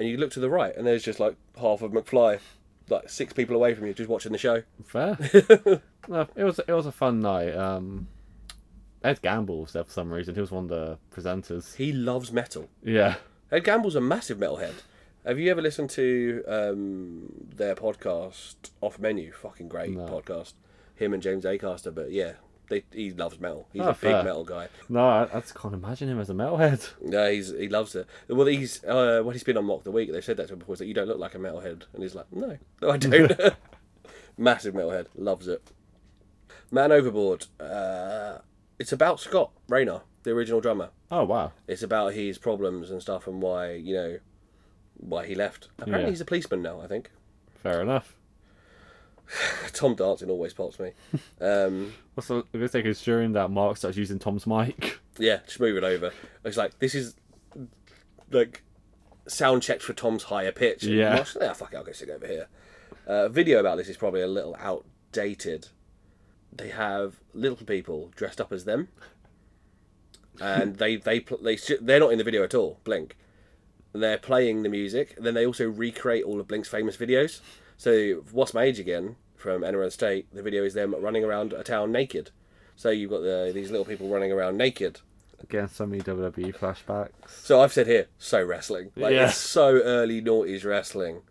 A: and you look to the right and there's just like half of McFly, like six people away from you, just watching the show.
B: Fair. no, it was it was a fun night. Um, Ed Gamble was there for some reason. He was one of the presenters.
A: He loves metal.
B: Yeah.
A: Ed Gamble's a massive metalhead. Have you ever listened to um, their podcast Off Menu? Fucking great podcast. Him and James Acaster, but yeah, they, he loves metal. He's
B: Oh,
A: a big
B: fair.
A: metal guy.
B: No, I, I just can't imagine him as a metalhead.
A: No, he's he loves it. Well, he's uh, when he's been on Mock the Week, they've said that to him before. Is that you don't look like a metalhead, and he's like, no, no, I don't. Massive metalhead, loves it. Man Overboard. Uh, it's about Scott Raynor, the original drummer.
B: Oh wow.
A: It's about his problems and stuff, and why you know why he left. Apparently,
B: Yeah.
A: he's a policeman now. I think
B: Fair enough.
A: Tom Darton always pops me. Um,
B: Also, it looks like it's during that Mark starts using Tom's mic.
A: yeah, just move it over. It's like this is like sound checked for Tom's higher pitch. And
B: Yeah.
A: Mark's, "Nah, fuck it, I'll go stick over here. Uh, video about this is probably a little outdated. They have little people dressed up as them, and they they pl- they sh- they're not in the video at all. Blink. They're playing the music. Then they also recreate all of Blink's famous videos. So what's my age again from Anywhere the State? The video is them running around a town naked. So you've got the, these little people running around naked.
B: Again, so many WWE E flashbacks.
A: So I've said here, so wrestling. Like
B: Yeah.
A: it's so early noughties wrestling.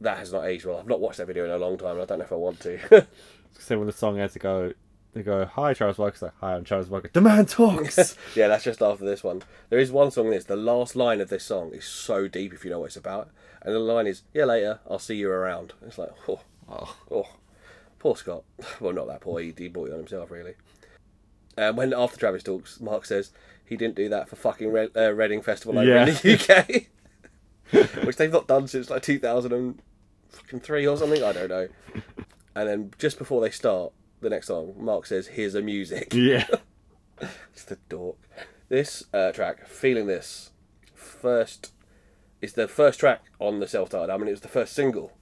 A: That has not aged well. I've not watched that video in a long time and I don't know if I want to.
B: So when the song has to go, they go, "Hi, Charles Walker." It's like, "Hi, I'm Charles Walker." The man talks.
A: yeah, that's just after this one. There is one song in this. The last line of this song is so deep if you know what it's about. And the line is, Yeah later, I'll see you around. It's like, oh,
B: oh,
A: oh. Poor Scott. Well not that poor, he, he bought it on himself really. And when after Travis talks, Mark says he didn't do that for fucking Red, uh, Reading Festival over
B: Yeah.
A: in the UK, which they've not done since like 2003 or something. I don't know. And then just before they start the next song, Mark says, "Here's a music."
B: yeah.
A: It's the dork. This uh, track, feeling this, first, it's the first track on the self-titled album. and It was the first single,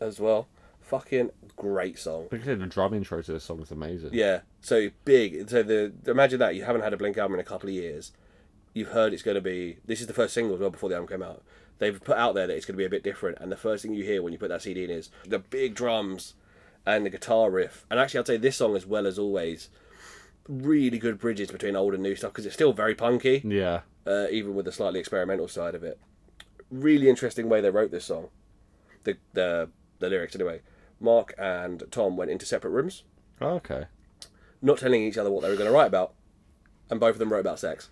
A: as well. Fucking great song.
B: Particularly the drum intro to this song is amazing.
A: Yeah. So big. So the imagine that you haven't had a Blink album in a couple of years. You've heard it's going to be. This is the first single as well before the album came out. They've put out there that it's going to be a bit different, and the first thing you hear when you put that CD in is the big drums and the guitar riff. And actually, I'd say this song as well as always. Really good bridges between old and new stuff because it's still very punky,
B: Yeah.
A: uh, even with the slightly experimental side of it. Really interesting way they wrote this song, the the the lyrics anyway. Mark and Tom went into separate rooms
B: Oh, Okay.
A: not telling each other what they were going to write about, and both of them wrote about sex.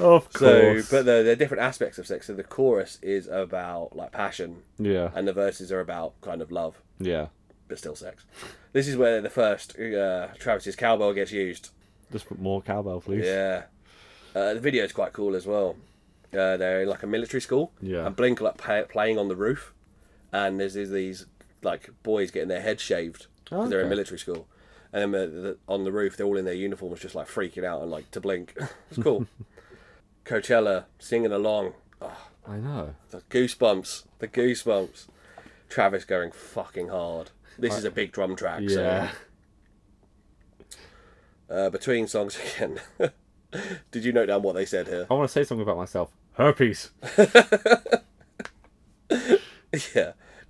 B: Of
A: So,
B: course.
A: but they're, they're different aspects of sex. So the chorus is about like passion,
B: yeah.
A: and the verses are about kind of love,
B: Yeah.
A: but still sex. This is where the first uh, Travis's cowbell gets used.
B: Just put more cowbell, please.
A: Yeah, uh, the video is quite cool as well. Uh, they're in like a military school,
B: Yeah.
A: and Blink are like play, playing on the roof, and there's, there's these like boys getting their heads shaved because they're in
B: Okay.
A: military school, and then uh, the, on the roof they're all in their uniforms, just like freaking out and like to Blink. it's cool. Coachella singing along, oh,
B: I know.
A: the goosebumps, the goosebumps. Travis going fucking hard. This is a big drum track. so-
B: Yeah.
A: uh, between songs again. Did you note down what they said here?
B: I want to say something about myself. Herpes.
A: yeah.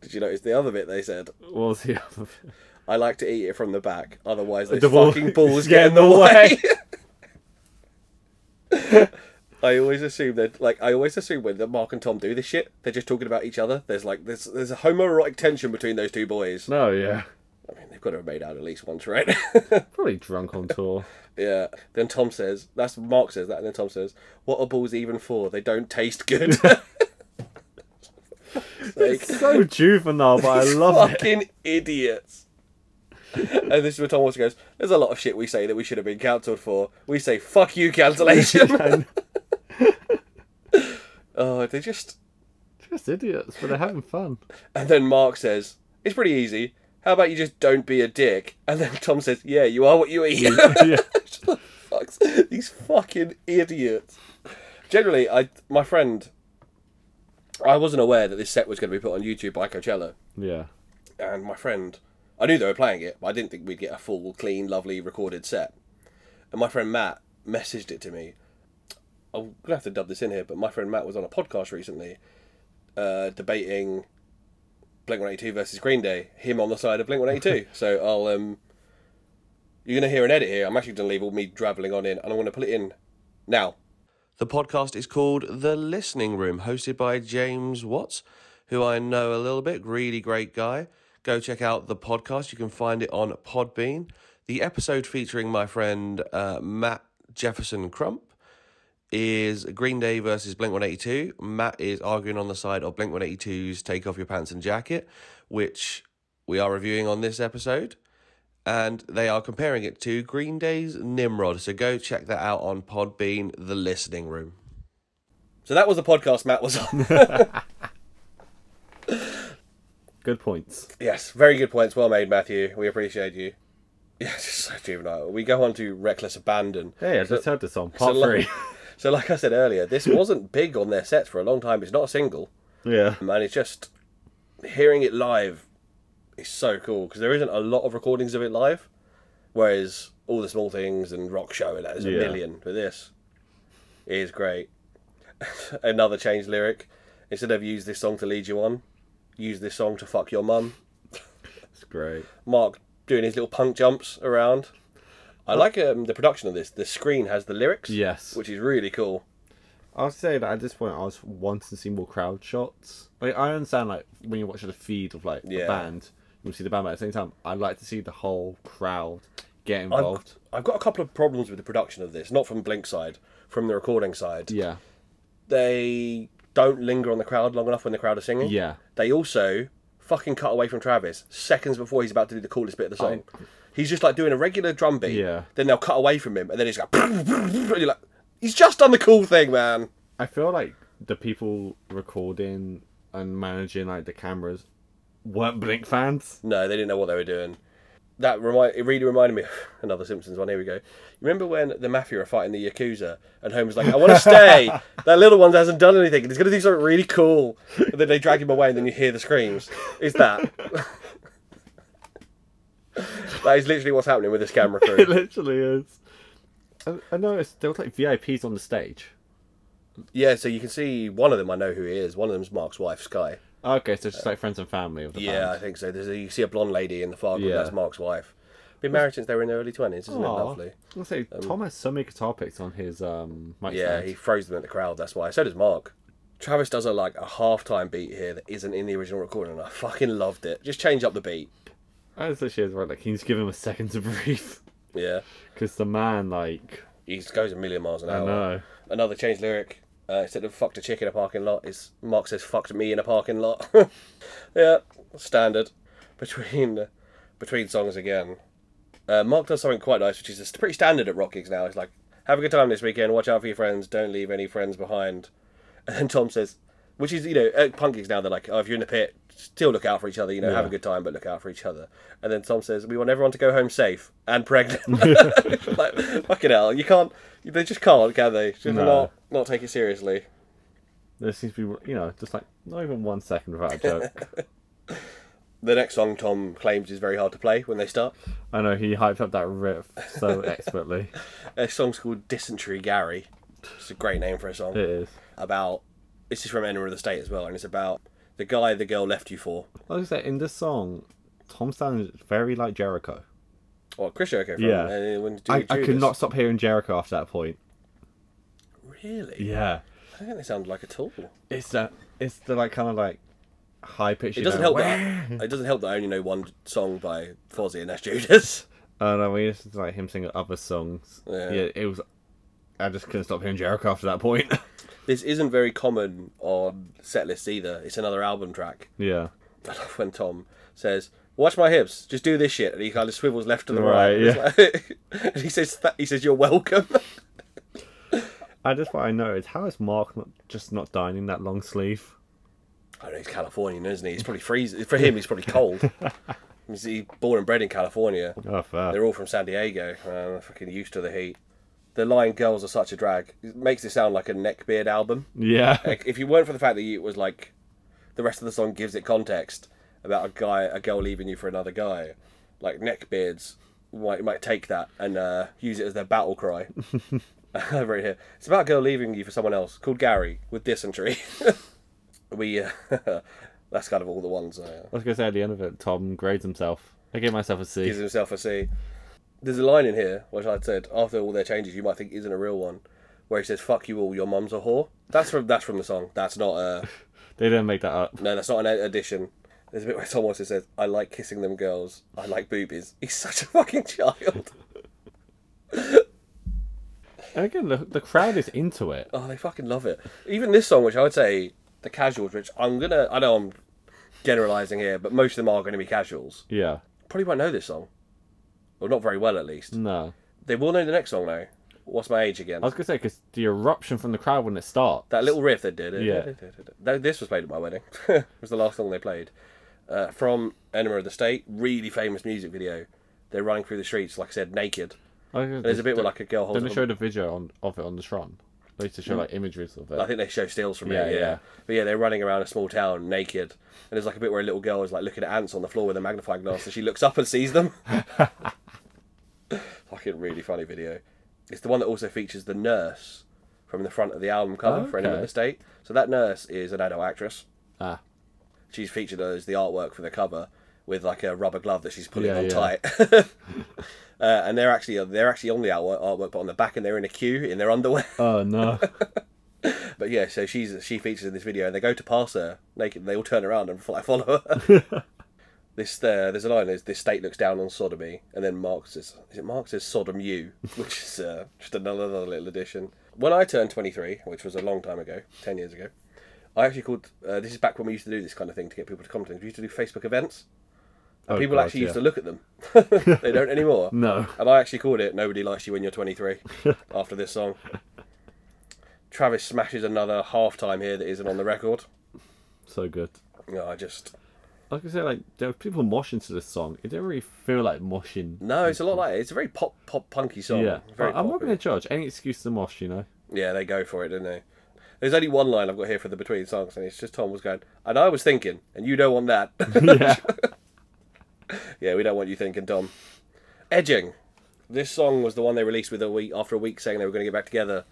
A: Did you notice the other bit they said?
B: What was the other? bit?
A: I like to eat it from the back, otherwise this
B: The ball-
A: fucking balls
B: it's
A: get in
B: getting
A: the
B: in the
A: way. I always assume that, like, I always assume when Mark and Tom do this shit, they're just talking about each other. There's like, there's there's a homoerotic tension between those two boys.
B: No, yeah.
A: I mean, they've got to have made out at least once, right?
B: Probably drunk on tour.
A: yeah. Then Tom says, that's Mark says that, and then Tom says, "What are balls even for? They don't taste good." Like-
B: It's so juvenile, but I
A: These
B: love it.
A: fucking idiots. and this is where Tom Watson goes, There's a lot of shit we say that we should have been cancelled for. We say, fuck you, cancellation.
B: And
A: oh, they just.
B: just idiots, but they're having fun.
A: And then Mark says, It's pretty easy. How about you just don't be a dick? And then Tom says, Yeah, you are what you eat.
B: Yeah.
A: Just the fucks- These fucking idiots. Generally, I my friend, I wasn't aware that this set was going to be put on YouTube by Coachella.
B: Yeah.
A: and my friend I knew they were playing it, but I didn't think we'd get a full, clean, lovely recorded set. And my friend Matt messaged it to me. I'm gonna have to dub this in here, but my friend Matt was on a podcast recently, uh, debating Blink One Eighty Two versus Green Day. Him on the side of Blink One Eighty Two. so I'll um, you're gonna hear an edit here. I'm actually gonna leave all me draveling on in, and I'm gonna put it in now. The podcast is called The Listening Room, hosted by James Watts, who I know a little bit, really great guy. Go check out the podcast. You can find it on Podbean. The episode featuring my friend uh, Matt Jefferson Crump is Green Day versus Blink 182. Matt is arguing on the side of Blink 182's Take Off Your Pants and Jacket, which we are reviewing on this episode and they are comparing it to Green Day's Nimrod. So go check that out on Podbean, The Listening Room. So that was the podcast Matt was on.
B: Good points.
A: yes, very good points. Well made, Matthew. We appreciate you. Yeah, just so juvenile. We go on to reckless abandon.
B: Hey, I just heard this on part
A: so
B: three.
A: So, like I said earlier, this wasn't big on their sets for a long time. It's not a single,
B: yeah.
A: and it's just hearing it live is so cool because there isn't a lot of recordings of it live, whereas all the small things and rock show and that is a
B: Yeah.
A: million. But this is great. Another change lyric. Instead of use this song to lead you on, use this song to fuck your mum.
B: It's great.
A: Mark doing his little punk jumps around. I like um, the production of this. The screen has the lyrics,
B: Yes.
A: which is really cool.
B: I'll say that at this point, I was wanting to see more crowd shots. Like I understand, like when you're watching a feed of like
A: Yeah.
B: a band, you see the band, but at the same time, I'd like to see the whole crowd get involved.
A: I've got a couple of problems with the production of this, not from Blink side, from the recording side.
B: Yeah,
A: they don't linger on the crowd long enough when the crowd are singing.
B: yeah.
A: They also fucking cut away from Travis seconds before he's about to do the coolest bit of the song. He's just like doing a regular drum beat.
B: Oh. Yeah.
A: Then they'll cut away from him, and then he's like, and you're like, he's just done the cool thing, man.
B: I feel like the people recording and managing like the cameras weren't Blink fans.
A: No, they didn't know what they were doing. That remind it really reminded me of another Simpsons one. Here we go. You remember when the mafia are fighting the yakuza, and Homer's like, "I want to stay." that little one hasn't done anything, and he's gonna do something really cool. And then they drag him away, and then you hear the screams. Is that? that is literally what's happening with this camera
B: It
A: crew.
B: literally is. I, I noticed there was like VIPs on the stage.
A: Yeah, so you can see one of them. I know who he is. One of them's Mark's wife, Sky.
B: Okay, so just like friends and family of the
A: Uh, Yeah, I
B: band.
A: think so. There's a, you see a blonde lady in the far group.
B: Yeah.
A: That's Mark's wife. Been married since they were in their early twenties. Isn't
B: Aw.
A: it lovely?
B: I'll say Tom has so many guitar picks on his um. Mic
A: Um, Yeah,
B: stand.
A: he froze them in the crowd. That's why. So does Mark. Travis does a like a halftime beat here that isn't in the original recording, and I fucking loved it. Just change up the beat.
B: I just literally was right, like, can you just give him a second to breathe?
A: Yeah,
B: Because the man, like,
A: he just goes a million miles an
B: I
A: hour.
B: know.
A: Another change lyric. Uh, instead of "fucked a chick in a parking lot," is Mark says "fucked me in a parking lot." yeah, standard. Between uh, between songs again, uh, Mark does something quite nice, which is it's pretty standard at rock gigs now. It's like, "Have a good time this weekend. Watch out for your friends. Don't leave any friends behind." And then Tom says, which is, you know, at punk gigs now, they're like, oh, if you're in the pit, still look out for each other, you know, have a good time, but look out for each other. And then Tom says, we want everyone to go home safe and pregnant. like, fucking hell, you can't, they just can't, can they? Should
B: No.
A: not, not take it seriously.
B: There seems to be, you know, just like not even one second without a joke.
A: The next song Tom claims is very hard to play when they start.
B: I know he hyped up that riff so expertly.
A: A song's called Dysentery Gary. It's a great name for a song.
B: It is.
A: About this is from Enema of the State as well, and it's about the guy the girl left you for.
B: Like I said, in this song, Tom sounds very like Jericho.
A: Or Chris Jericho from
B: Yeah.
A: uh, when do
B: I,
A: you
B: I
A: do
B: could
A: this?
B: not stop hearing Jericho after that point.
A: Really?
B: Yeah.
A: I don't think they sound like at all.
B: It's that. It's the like kind of like high pitched.
A: It doesn't help that it doesn't help that I only know one song by Fozzy and that's Judas.
B: Oh no, we listened to like him singing other songs.
A: Yeah.
B: Yeah. it was. I just couldn't stop hearing Jericho after that point.
A: This isn't very common on set lists either. It's another album track.
B: yeah.
A: I love when Tom says, "Watch my hips. Just do this shit," and he kind of swivels left to the right.
B: Right,
A: It's like- and he says, th- "He says you're welcome."
B: I just what I noticed. How is Mark not, just not dining that long sleeve?
A: I don't know he's Californian, isn't he? He's probably freezing. For him, he's probably cold. he's he's born and bred in California.
B: Oh, fair.
A: They're all from San Diego. Uh, they're fucking used to the heat. The line "Girls Are Such a Drag" it makes it sound like a neckbeard album.
B: Yeah.
A: Like, if you weren't for the fact that you, it was like, the rest of the song gives it context about a guy, a girl leaving you for another guy, like neckbeards might might take that and uh, use it as their battle cry. Over here, it's about a girl leaving you for someone else called Gary with dysentery. we, uh, that's kind of all the ones. Uh,
B: I was gonna say at the end of it, Tom grades himself. I gave myself a C.
A: gives himself a C. There's a line in here which I'd said after all their changes, you might think isn't a real one, where he says "fuck you all, your mum's a whore." That's from that's from the song. That's not uh,
B: They didn't make that up.
A: No, that's not an addition. There's a bit where Tom also says, "I like kissing them girls. I like boobies." He's such a fucking child.
B: And again, the, the crowd is into it.
A: Oh, they fucking love it. Even this song, which I would say the casuals, which I'm gonna, I know I'm generalizing here, but most of them are going to be casuals.
B: Yeah.
A: Probably won't know this song, or not very well at least.
B: No.
A: They will know the next song though. What's my age again?
B: I was gonna say because the eruption from the crowd when it starts.
A: That little riff they did.
B: Yeah.
A: Th- This was played at my wedding. it was the last song they played. Uh, from Enema of the State, really famous music video. They're running through the streets, like I said, naked. There's a bit where like a girl holds.
B: Don't they
A: up-
B: show the video on of it on the Tron? They used to
A: Mm.
B: show like images of
A: I
B: it.
A: think they show steals from
B: Yeah,
A: it. Yeah.
B: yeah.
A: But yeah, they're running around a small town naked, and there's like a bit where a little girl is like looking at ants on the floor with a magnifying glass, and she looks up and sees them. Fucking really funny video. It's the one that also features the nurse from the front of the album cover for Enema of
B: Okay.
A: the State. So that nurse is an adult actress.
B: Ah,
A: she's featured as the artwork for the cover with like a rubber glove that she's pulling
B: Yeah,
A: on
B: yeah.
A: tight. uh, and they're actually they're actually on the artwork, artwork, but on the back, and they're in a queue in their underwear.
B: oh no.
A: but yeah, so she's she features in this video, and they go to pass her naked. And they all turn around and fly, follow her. This uh, there's a line. There's, this state looks down on sodomy, and then Mark says, "Is it Mark says sodom you?" Which is uh, just another, another little addition. When I turned 23, which was a long time ago, ten years ago, I actually called. Uh, this is back when we used to do this kind of thing to get people to come to things. We used to do Facebook events, and
B: Oh,
A: people
B: God,
A: actually
B: yeah.
A: used to look at them. they don't anymore.
B: No.
A: And I actually called it Nobody Likes You When You're 23 after this song. Travis smashes another halftime here that isn't on the record.
B: So good.
A: No, I just.
B: Like I said, like there were people moshing to this song. It didn't really feel like moshing.
A: No, it's a lot like It's a very pop, pop, punky song.
B: yeah.
A: Very
B: But I'm not
A: poppy.
B: gonna judge any excuse to mosh, you know.
A: Yeah, they go for it, don't they? There's only one line I've got here for the between songs, and it's just Tom was going, and I was thinking, and you don't want that.
B: yeah.
A: yeah, we don't want you thinking, Tom. Edging. This song was the one they released with a week after a week saying they were going to get back together.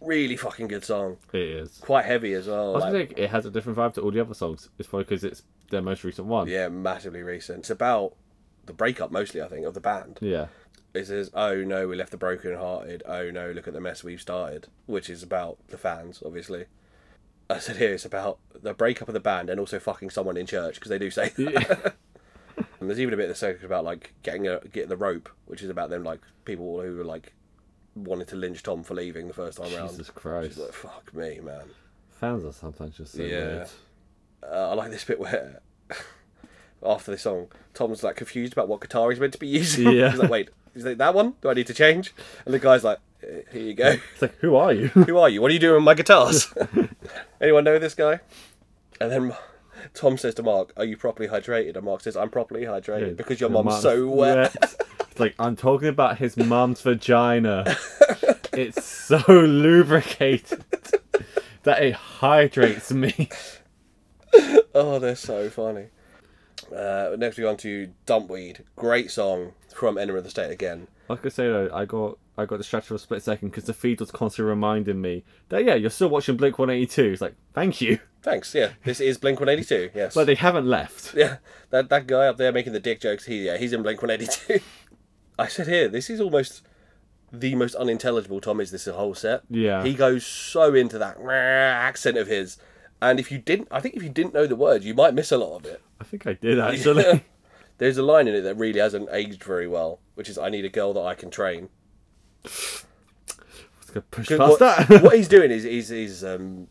A: Really fucking good song.
B: It is.
A: Quite heavy as well.
B: I was
A: like-
B: gonna say it has a different vibe to all the other songs. It's probably because it's their most recent one.
A: Yeah, massively recent. It's about the breakup mostly, I think, of the band.
B: Yeah.
A: It says, "Oh no, we left the broken hearted. Oh no, look at the mess we've started," which is about the fans, obviously. I said here it's about the breakup of the band and also fucking someone in church because they do say that. And there's even a bit of the circus about like getting a, get the rope, which is about them like people who were like wanted to lynch Tom for leaving the first time round.
B: Jesus Christ.
A: It's like, Fuck me, man.
B: Fans are sometimes just so
A: Yeah.
B: weird.
A: uh, I like this bit where after this song, Tom's like confused about what guitar he's meant to be using.
B: Yeah.
A: he's like, wait, is it that one? Do I need to change? And the guy's like, "Eh, here you go.
B: It's like, who are you?
A: Who are you? What are you doing with my guitars? Anyone know this guy? And then Tom says to Mark, "Are you properly hydrated?" And Mark says, "I'm properly hydrated because your, mum's so wet."
B: It's like I'm talking about his mum's vagina. It's so lubricated that it hydrates me.
A: Oh, they're so funny. Uh, next we go on to Dumpweed. Great song from Enema of the State again.
B: Like I say though, I got I got distracted for a split second because the feed was constantly reminding me that yeah, you're still watching Blink 182. It's like thank you,
A: Thanks. Yeah, this is Blink One Eighty Two. Yes.
B: but they haven't left.
A: yeah, that that guy up there making the dick jokes. He yeah, he's in Blink One Eighty Two. I said here, this is almost the most unintelligible Tom is this whole set.
B: Yeah.
A: He goes so into that accent of his, and if you didn't, I think if you didn't know the words, you might miss a lot of it.
B: I think I did actually.
A: There's a line in it that really hasn't aged very well, which is "I need a girl that I can train."
B: Let's go push
A: 'Cause what,
B: past that.
A: what he's doing is is is um,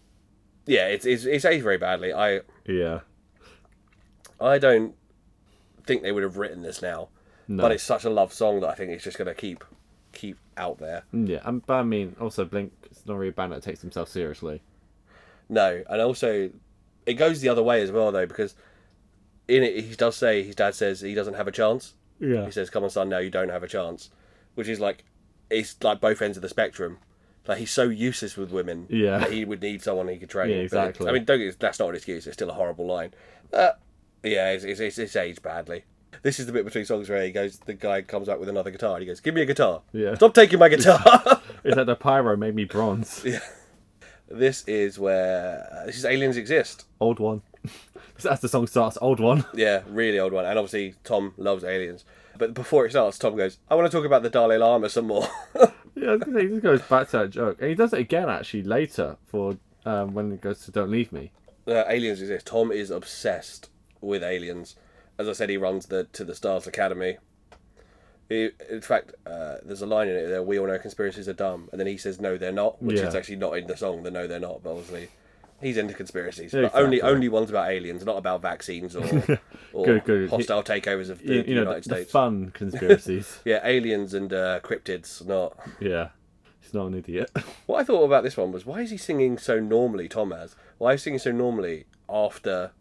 A: yeah, it's it's, it's aged very badly. I
B: yeah.
A: I don't think they would have written this now,
B: No.
A: but it's such a love song that I think it's just gonna keep keep out there.
B: Yeah, and, but I mean, also Blink is not really a band that takes himself seriously.
A: No, and also it goes the other way as well though because in it he does say his dad says he doesn't have a chance.
B: Yeah.
A: He says, "Come on, son, no, you don't have a chance," which is like it's like both ends of the spectrum. Like he's so useless with women.
B: Yeah.
A: that he would need someone he could train.
B: Yeah,
A: But it-
B: exactly.
A: I mean, don't get, that's not an excuse. It's still a horrible line. Uh, yeah, it's, it's, it's, it's aged badly. This is the bit between songs where he goes. The guy comes up with another guitar and he goes, "Give me a guitar."
B: Yeah.
A: Stop taking my guitar.
B: It's like the pyro made me bronze.
A: this is where uh, this is aliens exist.
B: Old one. As the song starts, old one.
A: Yeah, really old one. And obviously Tom loves aliens. But before it starts, Tom goes, "I want to talk about the Dalai Lama some more."
B: Yeah, I was gonna say, he just goes back to that joke, and he does it again actually later for um, when it goes to "Don't Leave Me."
A: uh, aliens exist. Tom is obsessed with aliens. As I said, he runs the to the Stars Academy. He, in fact, uh, there's a line in it there: "We all know conspiracies are dumb," and then he says, "No, they're not," which
B: Yeah.
A: is actually not in the song. The "No, they're not," but obviously, he's into conspiracies, but
B: Exactly.
A: only only ones about aliens, not about vaccines or, or
B: Good, good.
A: hostile takeovers of the
B: You, you know,
A: United
B: the, the
A: States.
B: fun conspiracies.
A: yeah, aliens and uh, cryptids, not.
B: yeah, he's not an idiot.
A: What I thought about this one was why is he singing so normally, Tom has? Why is he singing so normally after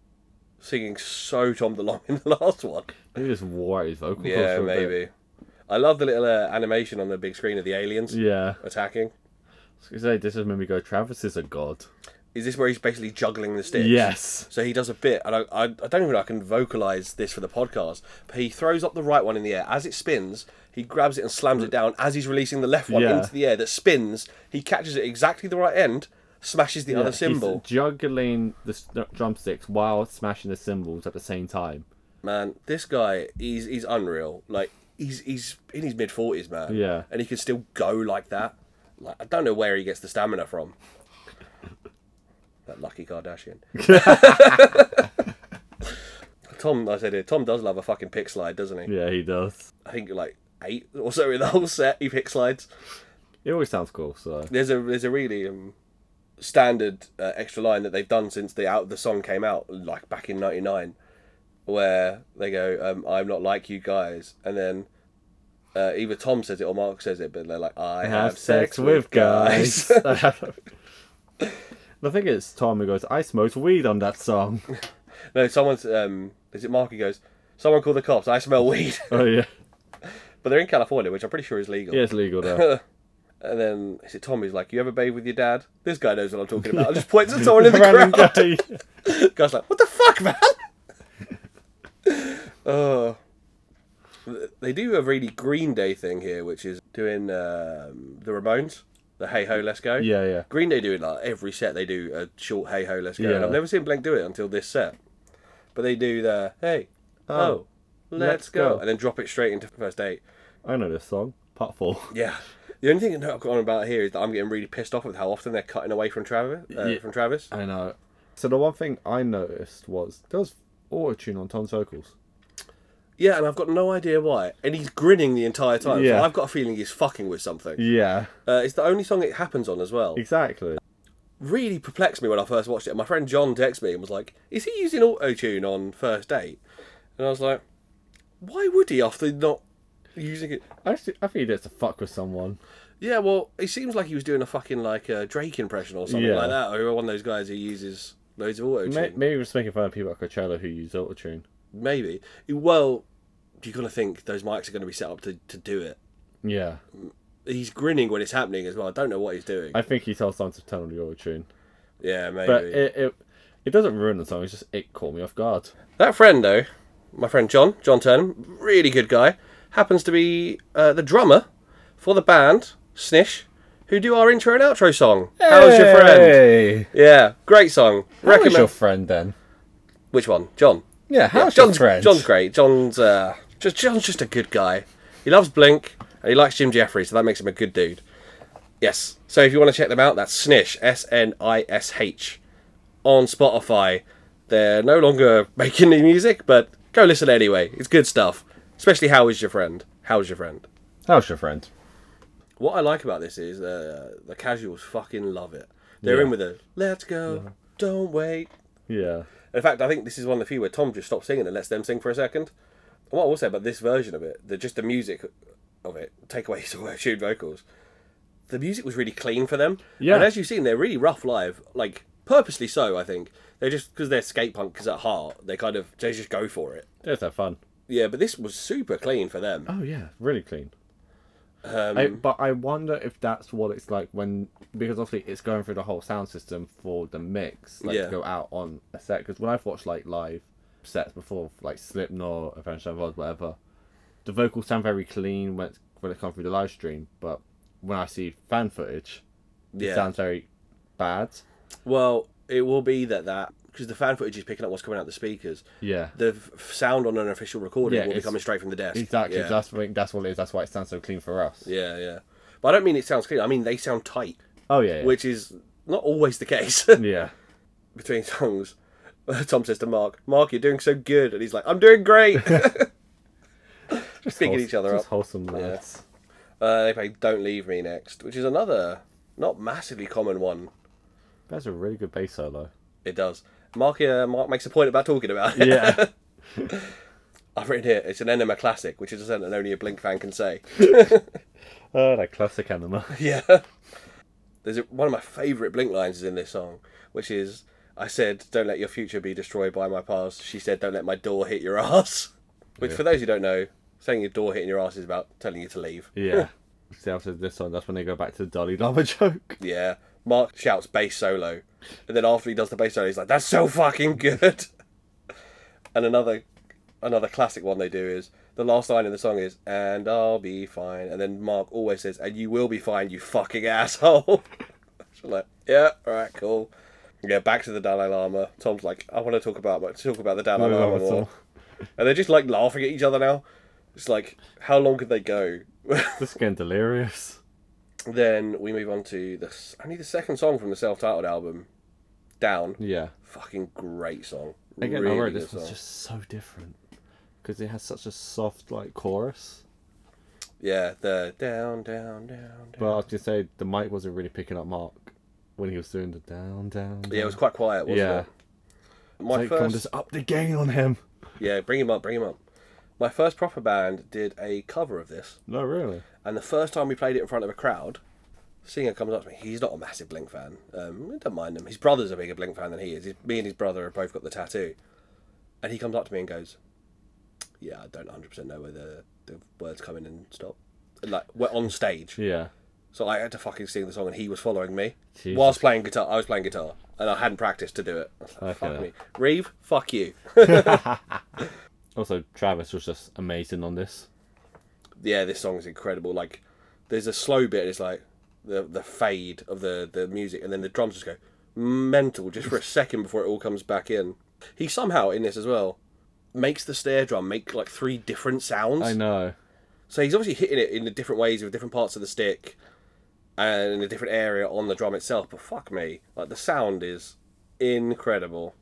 A: singing so Tom DeLonge in the last one?
B: Maybe just wore out his vocal cords
A: Yeah,
B: for a bit.
A: maybe. I love the little uh, animation on the big screen of the aliens
B: Yeah,
A: attacking.
B: I was gonna say this is when we go. Travis is a god.
A: Is this where he's basically juggling the sticks?
B: Yes.
A: So he does a bit, and I, I, I don't even know if I can vocalize this for the podcast, but he throws up the right one in the air. As it spins, he grabs it and slams it down as he's releasing the left one
B: Yeah.
A: into the air that spins. He catches it exactly the right end, smashes the other
B: He's
A: symbol.
B: juggling the s- drumsticks while smashing the cymbals at the same time.
A: man, this guy, he's he's unreal. Like he's he's in his mid forties, man.
B: Yeah.
A: and he can still go like that. Like I don't know where he gets the stamina from. that lucky Kardashian. Tom, I said it. Tom does love a fucking pick slide, doesn't he?
B: Yeah, he does.
A: I think like eight or so in the whole set. He pick slides.
B: It always sounds cool. So
A: There's a there's a really um, standard uh, extra line that they've done since the out the song came out, like back in '99, where they go, um, "I'm not like you guys," and then uh, either Tom says it or Mark says it, but they're like, "I,
B: I
A: have, sex, with guys."
B: I think it's Tom who goes, "I smoked weed on that song."
A: no, someone's um, is it Mark who goes, "Someone call the cops. I smell weed,"
B: oh yeah,
A: but they're in California, which I'm pretty sure is legal.
B: yeah, it's legal though.
A: And then is it Tom who's like, "You ever bathe with your dad?" This guy knows what I'm talking about. I just points at someone in the
B: Random
A: crowd.
B: guy.
A: Guy's like, what the fuck, man? oh. They do a really Green Day thing here, which is doing um, the Ramones, the Hey Ho, Let's Go.
B: Yeah, yeah.
A: Green Day do it like every set. They do a short Hey Ho, Let's Go. And
B: Yeah.
A: I've never seen Blank do it until this set. But they do the Hey,
B: Um,
A: oh, let's,
B: let's
A: go.
B: go.
A: and then drop it straight into first date.
B: I know this song. Part four.
A: Yeah. The only thing I know I've got on about here is that I'm getting really pissed off with how often they're cutting away from Travis. Uh,
B: Yeah.
A: From Travis.
B: I know. So the one thing I noticed was there was auto tune on Tom's vocals.
A: Yeah, and I've got no idea why. And he's grinning the entire time.
B: Yeah.
A: So I've got a feeling he's fucking with something.
B: Yeah,
A: Uh, it's the only song it happens on as well.
B: exactly.
A: Really perplexed me when I first watched it. My friend John texted me and was like, "Is he using auto tune on first date?" And I was like, "Why would he after not using it?"
B: I actually, I think he did it to fuck with someone.
A: Yeah, well, it seems like he was doing a fucking like a Drake impression or something
B: Yeah.
A: like that, or one of those guys who uses loads of auto
B: May-
A: tune.
B: Maybe he was making fun of people at Coachella who use auto tune.
A: Maybe. Well, you're gonna think those mics are gonna be set up to, to do it.
B: Yeah,
A: He's grinning when it's happening as well. I don't know what he's doing.
B: I think he tells Tom to turn on the auto tune.
A: Yeah, maybe.
B: But it, it it doesn't ruin the song. It's just it caught me off guard.
A: that friend though, my friend John, John Turnham, really good guy, happens to be uh, the drummer for the band Snish, who do our intro and outro song. How's your friend?
B: Hey!
A: Yeah, great song.
B: How's
A: Recommend
B: your friend then?
A: which one? John.
B: Yeah, how's your
A: John's
B: friend?
A: John's great. John's uh, just John's just a good guy. He loves Blink and he likes Jim Jeffries, so that makes him a good dude. Yes. So if you want to check them out, that's Snish S N I S H on Spotify. They're no longer making new music, but go listen anyway. It's good stuff. Especially how is your friend? How's your friend?
B: How's your friend?
A: What I like about this is uh, the casuals fucking love it. They're
B: Yeah.
A: in with a let's go, don't wait,
B: Yeah.
A: in fact, I think this is one of the few where Tom just stops singing and lets them sing for a second. And what I will say about this version of it, the just the music of it, take away some shoot vocals. The music was really clean for them.
B: Yeah.
A: And as you've seen, they're really rough live, like purposely so. I think they're just because they're skate punkers at heart. They kind of they just go for it.
B: Just have fun.
A: Yeah, but this was super clean for them.
B: Oh yeah, really clean.
A: Um,
B: I, but I wonder if that's what it's like when because obviously it's going through the whole sound system for the mix, like
A: Yeah.
B: to go out on a set. Because when I've watched like live sets before, like Slipknot, Avenged Sevenfold, whatever, the vocals sound very clean when it's, when it comes through the live stream. But when I see fan footage,
A: Yeah.
B: it sounds very bad.
A: Well, it will be that that because the fan footage is picking up what's coming out the speakers.
B: Yeah,
A: The f- sound on an official recording
B: Yeah,
A: will be
B: it's-
A: coming straight from the desk.
B: exactly.
A: Yeah.
B: That's I think that's what it is. That's why it sounds so clean for us.
A: Yeah, yeah. But I don't mean it sounds clean. I mean they sound tight,
B: Oh yeah, yeah.
A: which is not always the case
B: yeah.
A: between songs. Tom says to Mark, "Mark, you're doing so good," and he's like, "I'm doing great." Just picking each other
B: Just
A: up.
B: wholesome lads.
A: Uh, they play "Don't Leave Me" next, which is another not massively common one.
B: That's a really good bass solo.
A: It does. Mark, uh, Mark makes a point about talking about it.
B: Yeah.
A: I've written here. It's an Enema classic, which is a sentence only a Blink fan can say.
B: Oh, that classic anima.
A: Yeah. There's a, one of my favourite Blink lines is in this song, which is I said, "Don't let your future be destroyed by my past." She said, "Don't let my door hit your ass." Which, for those who don't know, saying your door hitting your ass is about telling you to leave.
B: Yeah. See, after this one, that's when they go back to the Dolly Lama joke.
A: Yeah. Mark shouts bass solo, and then after he does the bass solo, he's like, "That's so fucking good." and another, another classic one they do is the last line in the song is, "And I'll be fine," and then Mark always says, "And you will be fine, you fucking asshole." so like, yeah, all right, cool. Yeah, back to the Dalai Lama. Tom's like, "I want to talk about talk about the Dalai
B: Dalai
A: Lama
B: Lama
A: more,"
B: song.
A: and they're just like laughing at each other now. It's like, how long could they go?
B: This is getting delirious.
A: then we move on to the s- only the second song from the self-titled album, "Down."
B: Yeah.
A: Fucking great song.
B: Again,
A: really
B: I wrote this
A: good
B: one's
A: song.
B: just so different because it has such a soft like chorus.
A: Yeah, the down, down, down, down.
B: But I was gonna say the mic wasn't really picking up Mark when he was doing the down down.
A: yeah, it was
B: down.
A: quite quiet, wasn't
B: Yeah.
A: it? My
B: Like, come on,
A: first,
B: just up the gain on him.
A: yeah, bring him up, bring him up. My first proper band did a cover of this,
B: No, really.
A: and the first time we played it in front of a crowd, singer comes up to me. He's not a massive Blink fan. Um, I don't mind him. His brother's a bigger Blink fan than he is. His, me and his brother have both got the tattoo, and he comes up to me and goes, "Yeah, I don't 100 percent know where the, the words come in and stop." Like we're on stage.
B: Yeah.
A: So I had to fucking sing the song, and he was following me
B: Jesus.
A: whilst playing guitar. I was playing guitar, and I hadn't practiced to do it. I was like,
B: Okay.
A: Fuck me, Reeve, fuck you.
B: Also, Travis was just amazing on this.
A: yeah, this song is incredible. Like, there's a slow bit. And it's like the the fade of the the music, and then the drums just go mental just for a second before it all comes back in. He somehow in this as well makes the snare drum make like three different sounds.
B: I know.
A: So he's obviously hitting it in the different ways with different parts of the stick and in a different area on the drum itself. But fuck me, like the sound is incredible.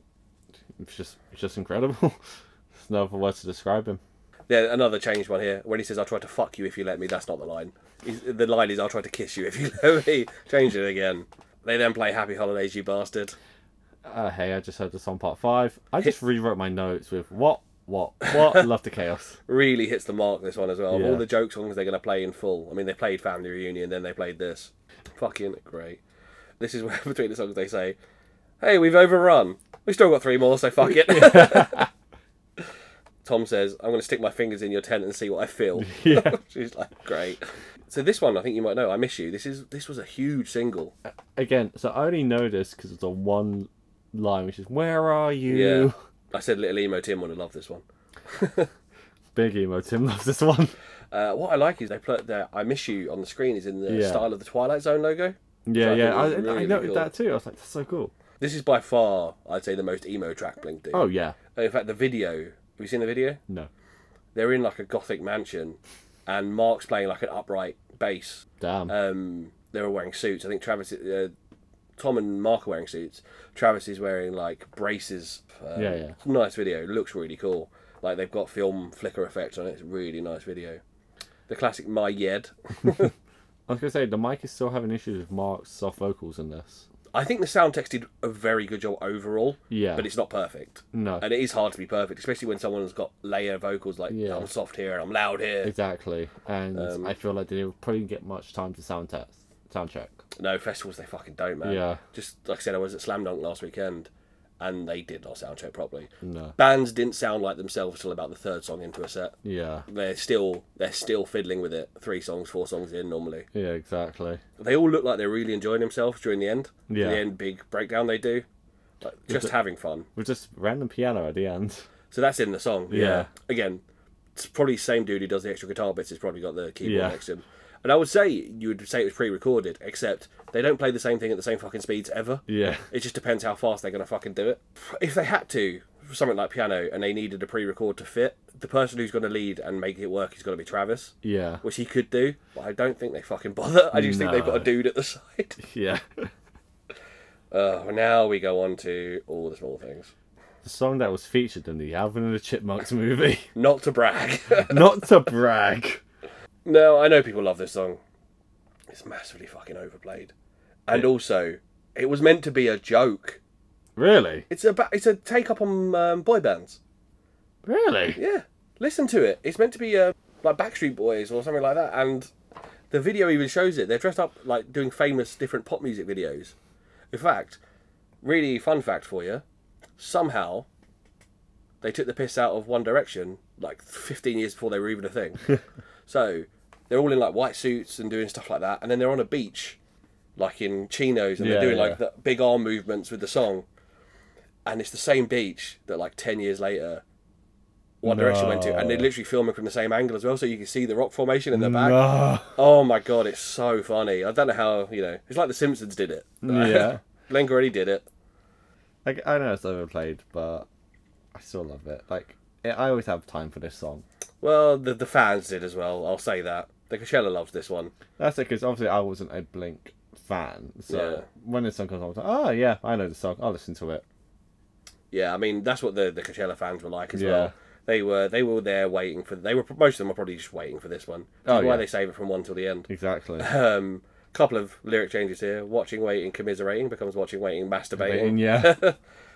B: It's just, it's just incredible. There's no other words to describe him.
A: Yeah, another changed one here. When he says, "I'll try to fuck you if you let me," that's not the line. He's, the line is, "I'll try to kiss you if you let me." Change it again. They then play "Happy Holidays, You Bastard."
B: uh, hey, I just heard the song part five. I just rewrote my notes with what, what, what, love the chaos.
A: Really hits the mark this one as well. Of
B: Yeah.
A: All the joke songs they're going to play in full. I mean, they played Family Reunion, then they played this. Fucking great. This is where between the songs they say, "Hey, we've overrun. We still got three more, so fuck it." Tom says, "I'm going to stick my fingers in your tent and see what I feel."
B: Yeah.
A: She's like, "Great." So this one, I think you might know. I miss you. This is this was a huge single.
B: Again, so I only know this because it's on one line, which is "Where are you?"
A: I said Little Emo Tim would have loved this one.
B: Big emo. Tim loves this one.
A: Uh, what I like is they put their "I miss you" on the screen is in the
B: Yeah.
A: style of the Twilight Zone logo.
B: Yeah,
A: I
B: yeah.
A: thought
B: I,
A: was
B: I
A: really
B: noted
A: cool.
B: that too. I was like, that's so cool.
A: This is by far, I'd say, the most emo track Blink do.
B: Oh yeah.
A: In fact, the video. Have you seen the video?
B: No.
A: They're in like a gothic mansion, and Mark's playing like an upright bass.
B: Damn.
A: Um, they were wearing suits. I think Travis, uh, Tom, and Mark are wearing suits. Travis is wearing like braces. Um,
B: Yeah, yeah.
A: it's a Nice video. Looks really cool. Like they've got film flicker effects on it. It's a really nice video. The classic My Yed.
B: I was gonna say the mic is still having issues with Mark's soft vocals in this.
A: I think the sound text did a very good job overall.
B: Yeah.
A: But it's not perfect.
B: No.
A: And it is hard to be perfect, especially when someone's got layer vocals like
B: Yeah.
A: I'm soft here and I'm loud here.
B: Exactly. And
A: Um,
B: I feel like they probably didn't get much time to sound test, sound check.
A: No, festivals they fucking don't, man.
B: Yeah.
A: Just like I said, I was at Slam Dunk last weekend and they did not sound check properly.
B: No.
A: Bands didn't sound like themselves till about the third song into a set.
B: Yeah.
A: They're still they're still fiddling with it. Three songs, four songs in normally.
B: Yeah. Exactly.
A: They all look like they're really enjoying themselves during the end.
B: Yeah.
A: The end big breakdown they do. Like, just having fun.
B: With just random piano at the end.
A: So that's in the song. Yeah.
B: Yeah.
A: Again, it's probably the same dude who does the extra guitar bits. Has probably got the keyboard
B: Yeah.
A: next to him. And I would say you would say it was pre-recorded, except they don't play the same thing at the same fucking speeds ever.
B: Yeah.
A: It just depends how fast they're gonna fucking do it. If they had to, for something like piano, and they needed a pre-record to fit, the person who's gonna lead and make it work is gonna be Travis,
B: Yeah.
A: which he could do. But I don't think they fucking bother. I just think they've got a
B: No.
A: dude at the side.
B: Yeah.
A: Uh, now we go on to all the small things.
B: the song that was featured in the Alvin and the Chipmunks movie.
A: Not to brag.
B: Not to brag.
A: No, I know people love this song. It's massively fucking overplayed, and also it was meant to be a joke.
B: Really?
A: It's a ba- it's a take up on um, boy bands.
B: Really?
A: Yeah, listen to it. It's meant to be uh, like Backstreet Boys or something like that, and the video even shows it. They're dressed up like doing famous different pop music videos. In fact, really fun fact for you: somehow they took the piss out of One Direction like 15 years before they were even a thing. so they're all in like white suits and doing stuff like that, and then they're on a beach, like in chinos, and they're
B: Yeah,
A: doing like
B: yeah.
A: the big arm movements with the song. And it's the same beach that like 10 years later. One Direction went to, and they're
B: No.
A: literally filming from the same angle as well, so you can see the rock formation in the back.
B: No.
A: Oh my god, it's so funny. I don't know how you know. It's like The Simpsons did it.
B: Yeah.
A: Glenn Gordy did it.
B: Like I know it's overplayed, but I still love it. Like it, I always have time for this song.
A: Well, the the fans did as well. I'll say that. The Coachella loves this one.
B: That's it, because obviously I wasn't a Blink fan, so
A: Yeah.
B: when this song comes on, I was like, oh yeah, I know the song. I'll listen to it.
A: Yeah, I mean that's what the the Coachella fans were like as
B: Yeah.
A: well. They were they were there waiting for. They were most of them were probably just waiting for this one. Which
B: Oh,
A: is why
B: yeah.
A: they save it from one till the end.
B: Exactly.
A: Um, couple of lyric changes here. Watching, waiting, commiserating becomes watching, waiting, masturbating.
B: And yeah,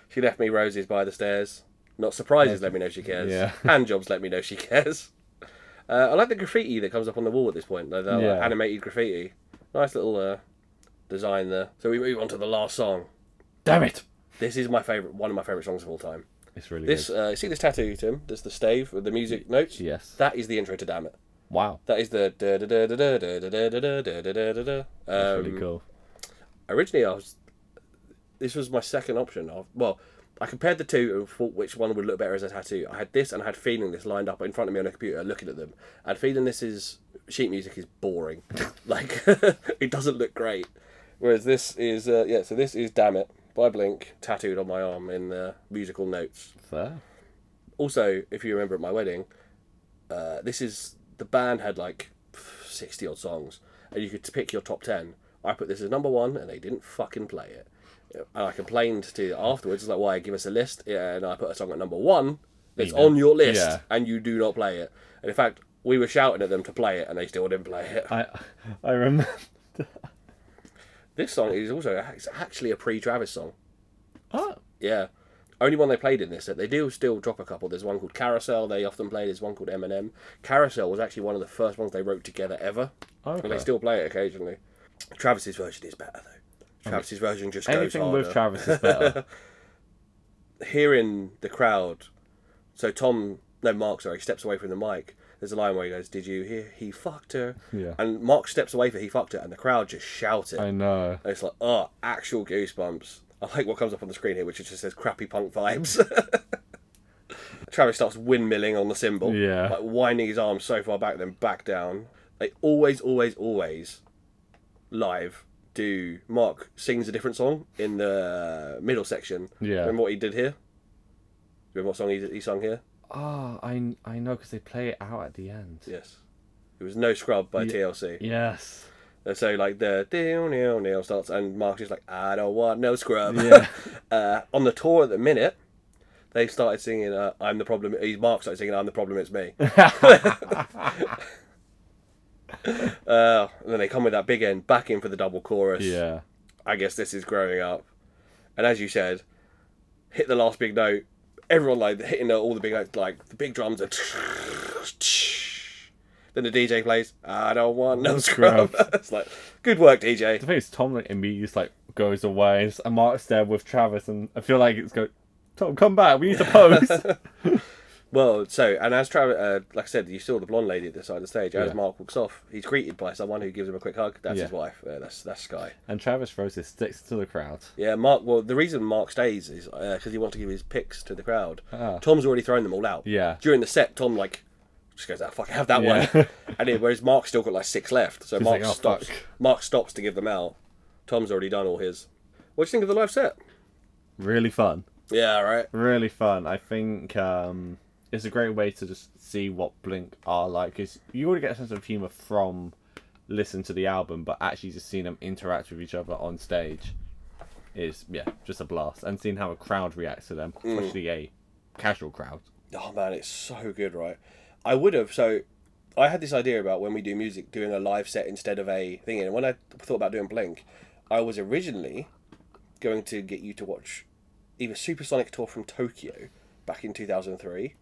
A: She left me roses by the stairs. Not surprises, let me know she cares.
B: Yeah.
A: Hand jobs, let me know she cares. Uh, I like the graffiti that comes up on the wall at this point. Like, the like,
B: Yeah.
A: animated graffiti. Nice little uh, design there. So we move on to the last song.
B: damn it,
A: This is my favorite, one of my favorite songs of all time.
B: it's really
A: This, uh, see this tattoo, Tim? This the stave with the music notes.
B: good. Yes.
A: That is the intro to Damn It.
B: Wow.
A: That is the da da da da da da da da da da da da da da.
B: That's
A: Um,
B: really cool.
A: originally I was this was my second option of well I compared the two and thought which one would look better as a tattoo. I had this and I had feeling this lined up in front of me on a computer, looking at them. And feeling this is sheet music is boring, like it doesn't look great. Whereas this is uh, yeah, so this is damn it by Blink tattooed on my arm in uh, musical notes.
B: Fair.
A: Also, if you remember at my wedding, uh, this is the band had like sixty odd songs, and you could pick your top ten. I put this as number one, and they didn't fucking play it. And I complained to afterwards, like, why give us a list? Yeah, and I put a song at number one that's on your list,
B: Yeah.
A: and you do not play it. And in fact, we were shouting at them to play it, and they still didn't play it.
B: I I remember.
A: This song is also it's actually a pre-Travis song.
B: Oh,
A: Yeah. Only one they played in this set. They do still drop a couple. There's one called Carousel. They often play. There's one called Eminem. Carousel was actually one of the first ones they wrote together ever,
B: okay.
A: and they still play it occasionally. Travis's version is better though. Travis's version just goes
B: Anything
A: harder.
B: with Travis is better.
A: Hearing the crowd, so Tom, no Mark, sorry, steps away from the mic. There's a line where he goes, "Did you hear? He fucked her."
B: Yeah.
A: And Mark steps away for he fucked her, and the crowd just shout it.
B: I know.
A: And it's like, oh, actual goosebumps. I like what comes up on the screen here, which is just says crappy punk vibes. Travis starts windmilling on the cymbal.
B: Yeah.
A: Like winding his arms so far back, then back down. They always, always, always live do Mark sings a different song in the middle section.
B: Yeah.
A: Remember what he did here? Remember what song he, he sung here?
B: Ah, I I know because they play it out at the end.
A: Yes. It was No Scrub by TLC.
B: Yes.
A: And so like the deal nil nil starts and Mark's just like, I don't want no scrub.
B: Yeah.
A: uh, on the tour at the minute, they started singing uh, I'm the problem he's Mark started singing I'm the problem it's me. uh, and then they come with that big end back in for the double chorus.
B: Yeah.
A: I guess this is growing up. And as you said, hit the last big note. Everyone like hitting the, all the big notes, like the big drums are. Then the DJ plays. I don't want no scrub. it's like good work, DJ.
B: The thing is, Tom like immediately just like goes away, and, just, and Mark's there with Travis, and I feel like it's go. Tom, come back. We need to pose.
A: Well, so and as Travis, uh, like I said, you saw the blonde lady at the side of the stage. As
B: Yeah.
A: Mark walks off, he's greeted by someone who gives him a quick hug. That's his
B: Yeah.
A: wife. Yeah, that's that's Sky.
B: and Travis throws his sticks to the crowd.
A: Yeah, Mark. Well, the reason Mark stays is because he wants to give his picks to the crowd.
B: Ah.
A: Tom's already thrown them all out.
B: Yeah.
A: During the set, Tom like just goes, "Ah, fuck, I have that
B: Yeah.
A: one." and then, whereas Mark's still got like six left, so Mark
B: like, "Oh,
A: stops.
B: fuck."
A: Mark stops to give them out. Tom's already done all his. What do you think of the live set?
B: Really fun.
A: Yeah, right.
B: Really fun. I think um, it's a great way to just see what Blink are like. Because you already get a sense of humor from listening to the album, but actually just seeing them interact with each other on stage is yeah, just a blast. And seeing how a crowd reacts to them, especially a casual crowd.
A: Oh man, it's so good, right? I would have so. I had this idea about when we do music, doing a live set instead of a thing. And when I thought about doing Blink, I was originally going to get you to watch either Supersonic Tour from Tokyo back in 2003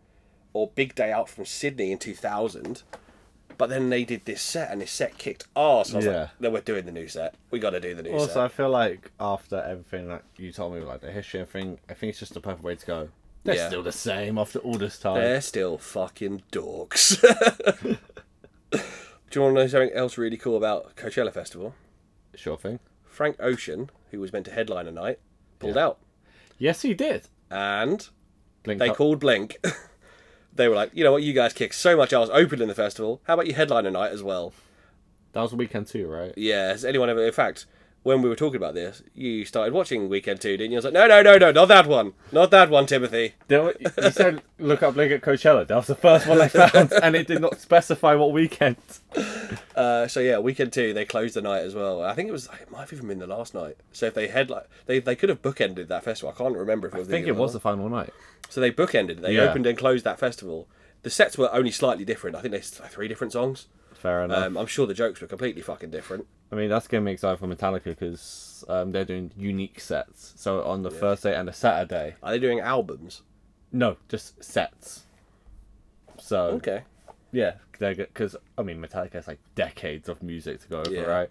A: or Big Day Out from Sydney in 2000. But then they did this set and this set kicked ass. And I was
B: Yeah.
A: like, then we're doing the new set. We got to do the new
B: Also,
A: set.
B: I feel like after everything that you told me, like the history and thing, I think it's just the perfect way to go. They're
A: Yeah.
B: still the same after all this time.
A: They're still fucking dogs. do you want to know something else really cool about Coachella Festival?
B: Sure thing.
A: Frank Ocean, who was meant to headline a night, pulled out.
B: Yes, he did.
A: And
B: Blink
A: they
B: up-
A: called Blink. they were like, you know what, you guys kick so much ass opening the festival. How about you headline a night as well?
B: That was weekend too, right?
A: Yeah, has anyone ever. In fact, when we were talking about this, you started watching Weekend 2, didn't you? I was like, no, no, no, no, not that one. Not that one, Timothy.
B: There were- you said look up Blink at Coachella. That was the first one I found, and it did not specify what weekend.
A: Uh, so yeah, Weekend 2, they closed the night as well. I think it was. It might have even been the last night. So if they headline. They, they could have bookended that festival. I can't remember if it was
B: I think
A: the
B: it was the final night.
A: So they bookended. it. They
B: Yeah.
A: opened and closed that festival. The sets were only slightly different. I think they s- three different songs.
B: Fair enough.
A: Um, I'm sure the jokes were completely fucking different.
B: I mean, that's gonna be exciting for Metallica because um, they're doing unique sets. So on the Thursday and the Saturday,
A: Are they doing albums?
B: no, just sets. So
A: Okay.
B: yeah, because I mean, Metallica has like decades of music to go over,
A: Yeah.
B: right?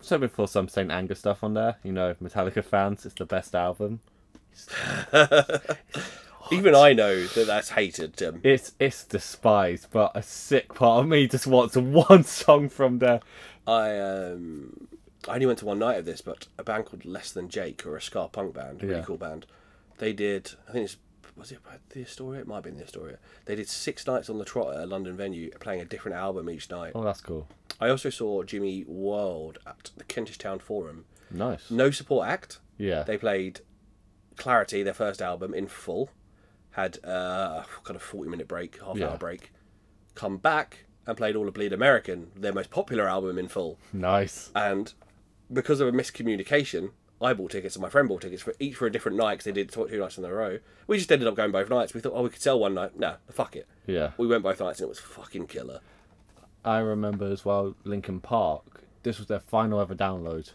B: So before some Saint Anger stuff on there, you know, Metallica fans, it's the best album.
A: Even I know that that's hated, Tim.
B: It's it's despised, but a sick part of me just wants one song from there.
A: I um, I only went to one night of this, but a band called Less Than Jake or a ska punk band, really
B: Yeah.
A: cool band. They did. I think it's was it about the Astoria? It might have been the Astoria. They did six nights on the trot at a London venue, playing a different album each night.
B: Oh, that's cool.
A: I also saw Jimmy World at the Kentish Town Forum.
B: Nice.
A: No support act.
B: Yeah.
A: They played Clarity, their first album, in full. Had uh, kind of forty minute break, half
B: Yeah.
A: hour break. Come back and played all of Bleed American, their most popular album, in full.
B: Nice.
A: And because of a miscommunication, I bought tickets and my friend bought tickets for each for a different night because they did two two nights in a row. We just ended up going both nights. We thought, oh, we could sell one night. No, fuck it.
B: Yeah.
A: We went both nights and it was fucking killer.
B: I remember as well Lincoln Park. This was their final ever download,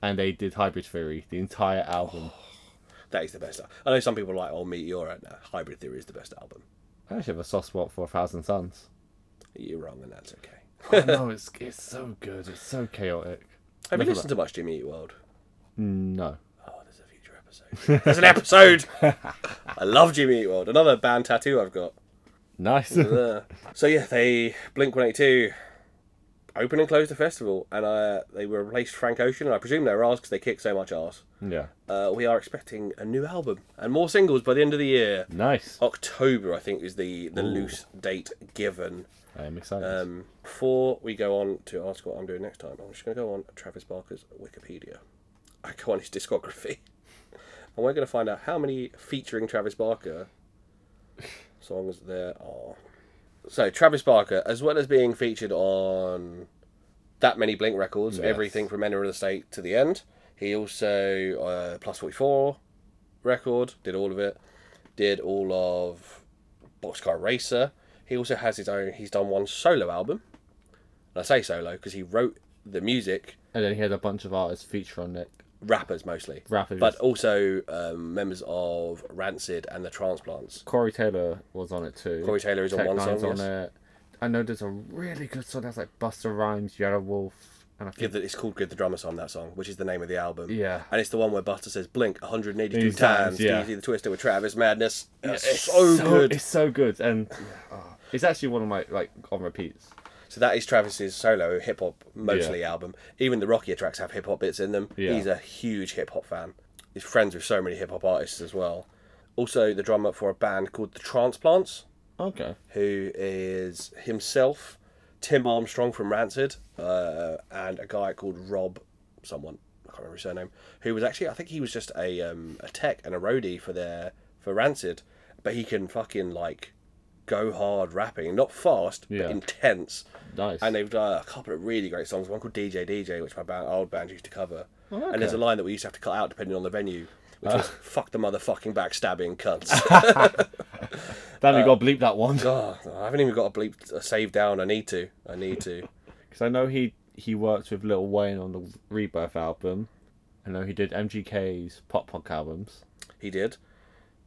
B: and they did Hybrid Theory, the entire album.
A: That is the best. al- I know some people are like, oh, Meteora. No, Hybrid Theory is the best album.
B: I actually have a soft spot for A Thousand Suns.
A: You're wrong, and that's okay.
B: oh, no, it's it's so good. It's so chaotic.
A: Have you listened to much Jimmy Eat World?
B: No.
A: Oh, there's a future episode. There's an episode. I love Jimmy Eat World. Another band tattoo I've got.
B: Nice.
A: Uh, so yeah, they Blink One Eight Two open and closed the festival, and uh, they were replaced Frank Ocean, and I presume they were ours because they kicked so much ass.
B: Yeah.
A: Uh, we are expecting a new album and more singles by the end of the year.
B: Nice.
A: October, I think, is the, the loose date given.
B: I am excited.
A: Um, before we go on to ask what I'm doing next time, I'm just going to go on Travis Barker's Wikipedia. I go on his discography. And we're going to find out how many featuring Travis Barker songs there are. So, Travis Barker, as well as being featured on that many Blink records,
B: Yes.
A: everything from Enter of the State to the end, he also, uh, Plus 44 record, did all of it, did all of Boxcar Racer. He also has his own. He's done one solo album. And I say solo because he wrote the music,
B: and then he had a bunch of artists feature on it.
A: rappers mostly,
B: Rappers.
A: but also um, members of Rancid and the Transplants.
B: Corey Taylor was on it too.
A: Corey Taylor is on
B: Tech
A: one
B: Nine's
A: song.
B: on
A: yes.
B: it. I know there's a really good song that's like Buster Rhymes, Yellow Wolf, and I think
A: Give the, it's called "Give the Drummer Some" that song, which is the name of the album.
B: Yeah.
A: and it's the one where Buster says "Blink 182
B: These
A: times."
B: times,
A: Do
B: yeah.
A: you see the twister with Travis Madness? It's,
B: It's
A: so, good.
B: It's so good, and oh, it's actually one of my like on repeats.
A: So that is Travis's solo hip hop mostly album. Even the rockier tracks have hip hop bits in them.
B: Yeah.
A: He's a huge hip hop fan. He's friends with so many hip hop artists as well. Also, the drummer for a band called the Transplants,
B: Okay.
A: who is himself Tim Armstrong from Rancid, uh, and a guy called Rob, someone I can't remember his surname, who was actually I think he was just a um, a tech and a roadie for their for Rancid, but he can fucking like go hard rapping, not fast
B: Yeah.
A: but intense.
B: Nice.
A: And they've done a couple of really great songs. One called DJ DJ, which my band, old band used to cover.
B: Oh,
A: And there's a
B: okay.
A: line that we used to have to cut out depending on the venue, which was "fuck the motherfucking backstabbing cunts."
B: Damn, you got to bleep that one
A: God, Oh, I haven't even got a bleep a save down. I need to. I need to.
B: because I know he he worked with Lil Wayne on the Rebirth album. I know he did MGK's pop punk albums.
A: He did.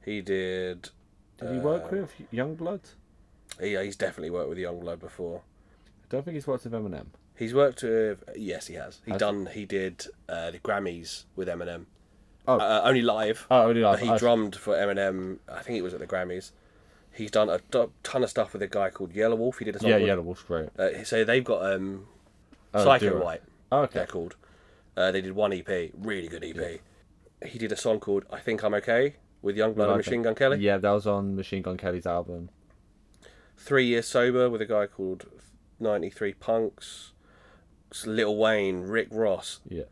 A: He did.
B: Did he
A: Uh,
B: work with Youngblood?
A: Yeah, he's definitely worked with Youngblood before.
B: I don't think he's worked with Eminem.
A: He's worked with. Yes, he has. He done. He did uh, the Grammys with Eminem.
B: Oh.
A: Uh, only live.
B: Oh, only
A: But
B: live.
A: he drummed for Eminem. I think it was at the Grammys. He's done a do- ton of stuff with a guy called Yellow Wolf. He did a song.
B: yeah,
A: with,
B: Yellow Wolf's great.
A: Uh, so they've got um,
B: Oh,
A: Psycho
B: Dura.
A: White.
B: Okay.
A: They're called. Uh, they did one EP, really good EP. He did a song called "I Think I'm Okay" with Youngblood and
B: Okay.
A: Machine Gun Kelly.
B: Yeah, that was on Machine Gun Kelly's album.
A: Three Years Sober with a guy called 93 Punks. It's Lil Wayne, Rick Ross.
B: Yeah.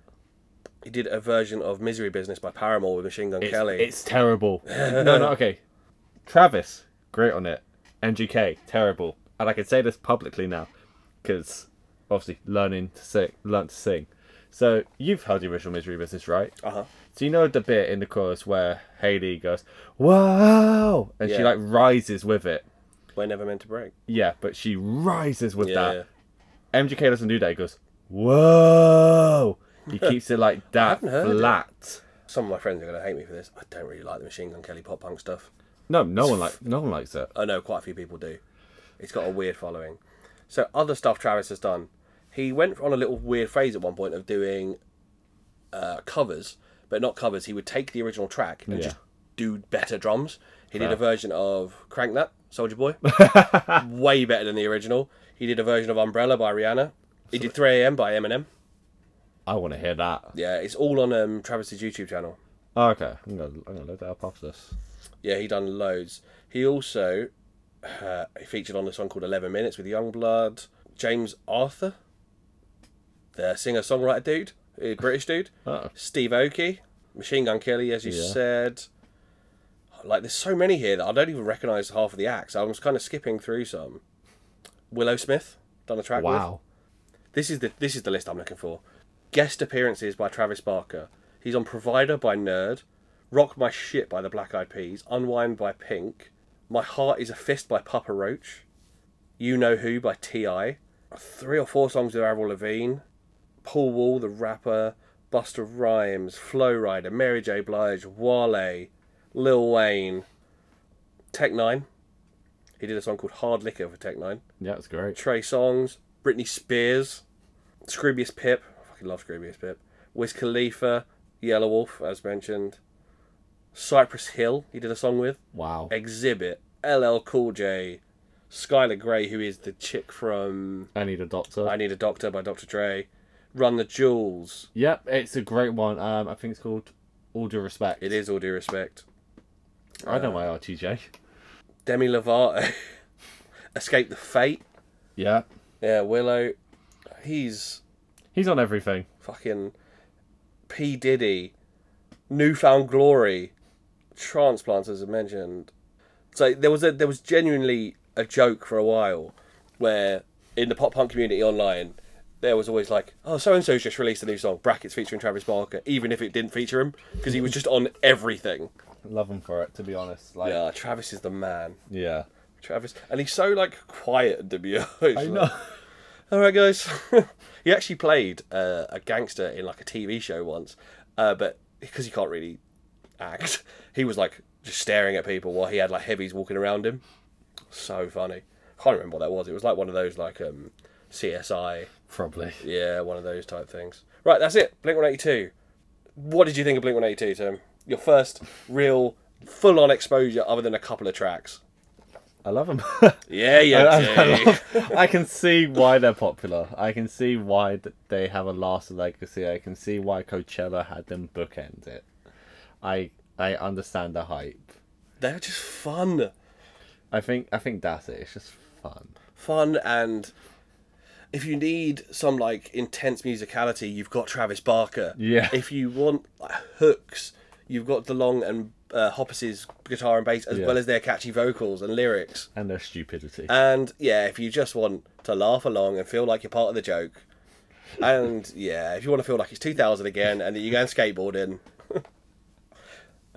A: He did a version of Misery Business by Paramore with Machine Gun Kelly.
B: It's terrible. no, no, okay. Travis, great on it. MGK, terrible. And I can say this publicly now, because obviously learning to sing, learn to sing. So you've heard the original Misery Business, right?
A: Uh huh.
B: So you know the bit in the chorus where Haley goes, "Wow," and she
A: Yeah.
B: like rises with it.
A: We're never meant to break.
B: Yeah, but she rises with
A: Yeah.
B: that. MGK doesn't do that. He goes, "Whoa." He keeps it like that
A: haven't heard it.
B: flat.
A: Some of my friends are going to hate me for this. I don't really like the Machine Gun Kelly pop punk stuff.
B: No, no one like no one likes it.
A: I know quite a few people do. It's got a weird following. So other stuff Travis has done. He went on a little weird phase at one point of doing uh, covers, but not covers. He would take the original track and
B: Yeah.
A: just do better drums. He did a version of "Crank That" Soldier Boy, way better than the original. He did a version of "Umbrella" by Rihanna. He did "3 A.M." by Eminem.
B: I want to hear that.
A: Yeah, it's all on um, Travis's YouTube channel.
B: Oh, okay, I'm gonna, I'm gonna load that up after this.
A: Yeah, he done loads. He also uh, featured on a song called Eleven Minutes with Youngblood, James Arthur, the singer songwriter dude, uh, British dude,
B: Oh,
A: Steve Oakey, Machine Gun Kelly, as you
B: Yeah.
A: said. Like, there's so many here that I don't even recognise half of the acts. I was kind of skipping through some. Willow Smith done a track with.
B: wow.
A: This is the this is the list I'm looking for. Guest appearances by Travis Barker. He's on Provider by Nerd, Rock My Shit by the Black Eyed Peas, Unwind by Pink, My Heart Is a Fist by Papa Roach, You Know Who by T.I., three or four songs with Avril Lavigne, Paul Wall the rapper, Buster Rhymes, Flow Rider, Mary J. Blige, Wale, Lil Wayne, Tech Nine. He did a song called Hard Liquor for Tech Nine.
B: Yeah, that's great.
A: Trey Songs, Britney Spears, Scroobius Pip. I fucking love Scroobius Pip. Wiz Khalifa, Yellow Wolf, as mentioned. Cypress Hill, he did a song with.
B: Wow.
A: Exhibit, LL Cool J, Skylar Grey, who is the chick from
B: I need a doctor.
A: I Need a Doctor by Dr. Dre, Run the Jewels.
B: Yep, it's a great one. Um, I think it's called All Due Respect.
A: It is uh, all due respect.
B: I know my RTJ.
A: Demi Lovato, Escape the Fate.
B: Yeah,
A: Yeah, Willow. He's
B: he's on everything.
A: fucking P Diddy, Newfound Glory, transplants as I mentioned. So there was a there was genuinely a joke for a while where in the pop punk community online there was always like, oh, so and so's just released a new song, brackets featuring Travis Barker, even if it didn't feature him, because he was just on everything.
B: Love him for it, to be honest. Like,
A: Yeah, Travis is the man.
B: yeah.
A: Travis, and he's so like quiet and demure. It's
B: I
A: like,
B: know.
A: all right, guys. he actually played uh, a gangster in like a TV show once, uh, but because he can't really act, he was like just staring at people while he had like heavies walking around him. So funny. Can't remember what that was. It was like one of those like um, CSI,
B: Probably.
A: yeah, one of those type things. Right, that's it. Blink One Eighty Two. What did you think of Blink One Eighty Two, Tim? Your first real full-on exposure, other than a couple of tracks.
B: I love him.
A: Yeah, yeah.
B: I, love- I can see why they're popular. I can see why th- they have a lasting legacy. I can see why Coachella had them bookend it. I I understand the hype.
A: They're just fun.
B: I think I think that's it. It's just fun.
A: fun and if you need some like intense musicality you've got travis barker
B: Yeah.
A: if you want like, hooks you've got DeLong and uh, hoppus's guitar and bass as
B: Yeah.
A: well as their catchy vocals and lyrics
B: And their stupidity.
A: and yeah if you just want to laugh along and feel like you're part of the joke and yeah if you want to feel like it's 2000 again and that you're going skateboarding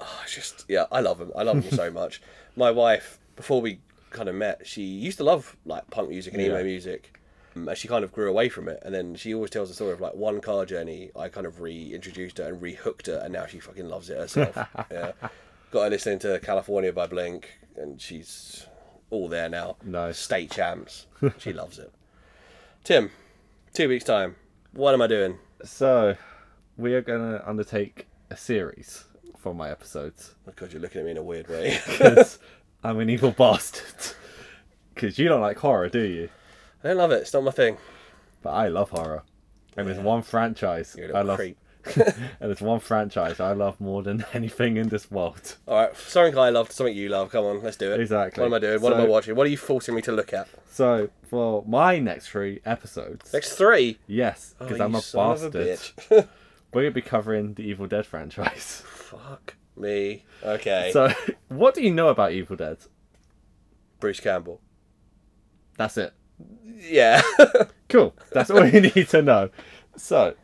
A: oh, it's just yeah i love them i love them so much my wife before we kind of met she used to love like punk music and emo
B: Yeah.
A: music um, and she kind of grew away from it and then she always tells the story of like one car journey i kind of reintroduced her and rehooked her and now she fucking loves it herself yeah got her listening to california by blink and she's all there now
B: Nice.
A: state champs she loves it tim two weeks time what am i doing
B: so we are gonna undertake a series for my episodes.
A: oh god you're looking at me in a weird way
B: Because I'm an evil bastard. Because you don't like horror, do you?
A: i don't love it it's not my thing
B: But I love horror. And there's one franchise
A: You're a
B: I
A: little
B: love.
A: creep.
B: and there's one franchise I love more than anything in this world.
A: All right, something I love, something you love. Come on, let's do it.
B: Exactly.
A: What am I doing? What am
B: So-
A: I watching? What are you forcing me to look at?
B: So for my next three episodes,
A: Next three.
B: yes, because
A: Oh,
B: I'm
A: you
B: a
A: son of
B: bastard,
A: bitch.
B: we're gonna be covering the Evil Dead franchise.
A: Fuck me. Okay.
B: So what do you know about Evil Dead?
A: Bruce Campbell.
B: That's it.
A: Yeah.
B: Cool. That's all you need to know. So,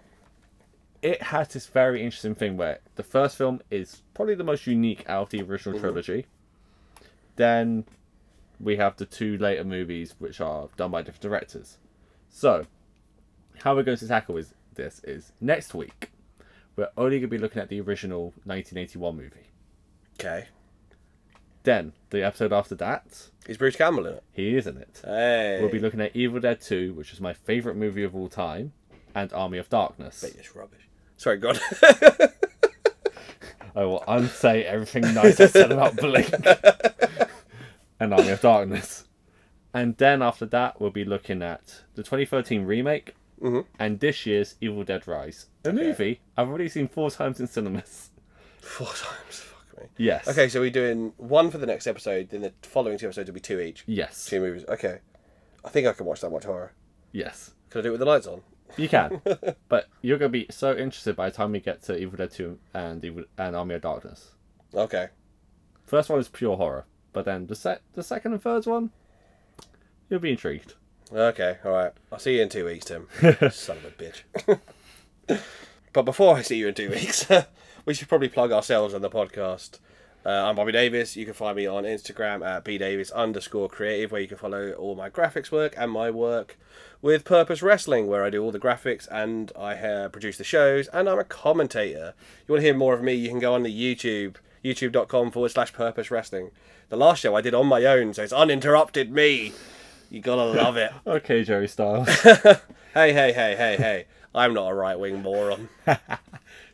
B: it has this very interesting thing where the first film is probably the most unique out of the original trilogy. Then we have the two later movies, which are done by different directors. So, how we're going to tackle is this is next week. We're only going to be looking at the original 1981 movie.
A: okay.
B: Then the episode after that,
A: Is Bruce Campbell in it?
B: he is in it.
A: Hey.
B: We'll be looking at Evil Dead 2, which is my favorite movie of all time, and Army of Darkness.
A: It's rubbish. Sorry, God.
B: I will unsay everything nice I said about Blink and Army of Darkness. And then after that, we'll be looking at the 2013 remake and this year's Evil Dead Rise, a movie I've already seen four times in cinemas.
A: Four times. Fuck me.
B: Yes.
A: Okay, so we're doing one for the next episode, then the following two episodes will be two each.
B: Yes.
A: Two movies. Okay. I think I can watch that much horror.
B: Yes.
A: Can I do it with the lights on?
B: You can, but you're gonna be so interested by the time we get to Evil Dead 2 and Evil and Army of Darkness.
A: Okay.
B: First one is pure horror, but then the set, the second and third one, you'll be intrigued.
A: Okay, all right. I'll see you in two weeks, Tim. Son of a bitch. but before I see you in two weeks, we should probably plug ourselves on the podcast. Uh, I'm Bobby Davis. You can find me on Instagram at bdavis underscore creative, where you can follow all my graphics work and my work with Purpose Wrestling, where I do all the graphics and I uh, produce the shows and I'm a commentator. You want to hear more of me? You can go on the YouTube, youtube.com forward slash Purpose Wrestling. The last show I did on my own, so it's uninterrupted me. You gotta love it.
B: Okay, Jerry Styles.
A: Hey, hey, hey, hey, hey. I'm not a right wing moron.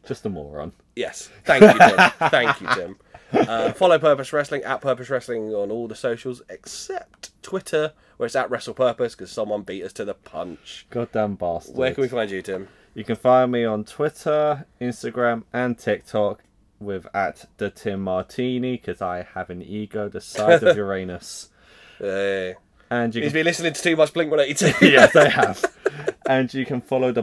B: Just a moron.
A: Yes. Thank you, Tim. Thank you, Tim. Uh, follow Purpose Wrestling at Purpose Wrestling on all the socials except Twitter, where it's at Wrestle Purpose because someone beat us to the punch.
B: Goddamn bastard.
A: Where can we find you, Tim?
B: You can find me on Twitter, Instagram, and TikTok with at the Tim Martini because I have an ego the size of Uranus.
A: Uh,
B: And you
A: he's
B: can
A: been listening to too much Blink 182.
B: yes, I have. and you can follow the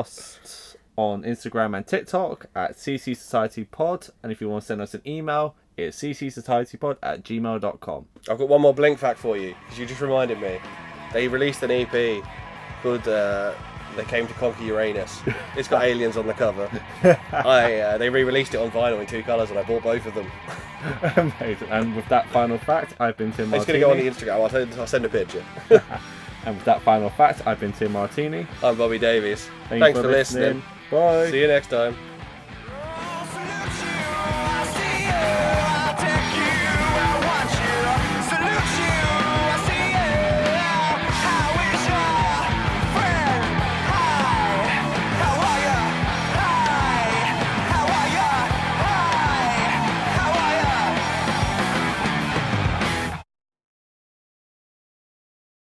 B: podcast on Instagram and TikTok at CC Society Pod. And if you want to send us an email, it's CC Society Pod at gmail.com.
A: I've got one more Blink fact for you because you just reminded me. They released an EP called uh, "They Came to Conquer Uranus." It's got aliens on the cover. I uh, they re-released it on vinyl in two colours, and I bought both of them.
B: Oh, Amazing. And with that final fact, I've been Tim
A: It's
B: Martini.
A: going to go on the Instagram. I'll send, I'll send a picture.
B: And with that final fact, I've been Tim Martini.
A: I'm Bobby Davies.
B: Thank you
A: Thanks for listening.
B: Bye.
A: See you next time.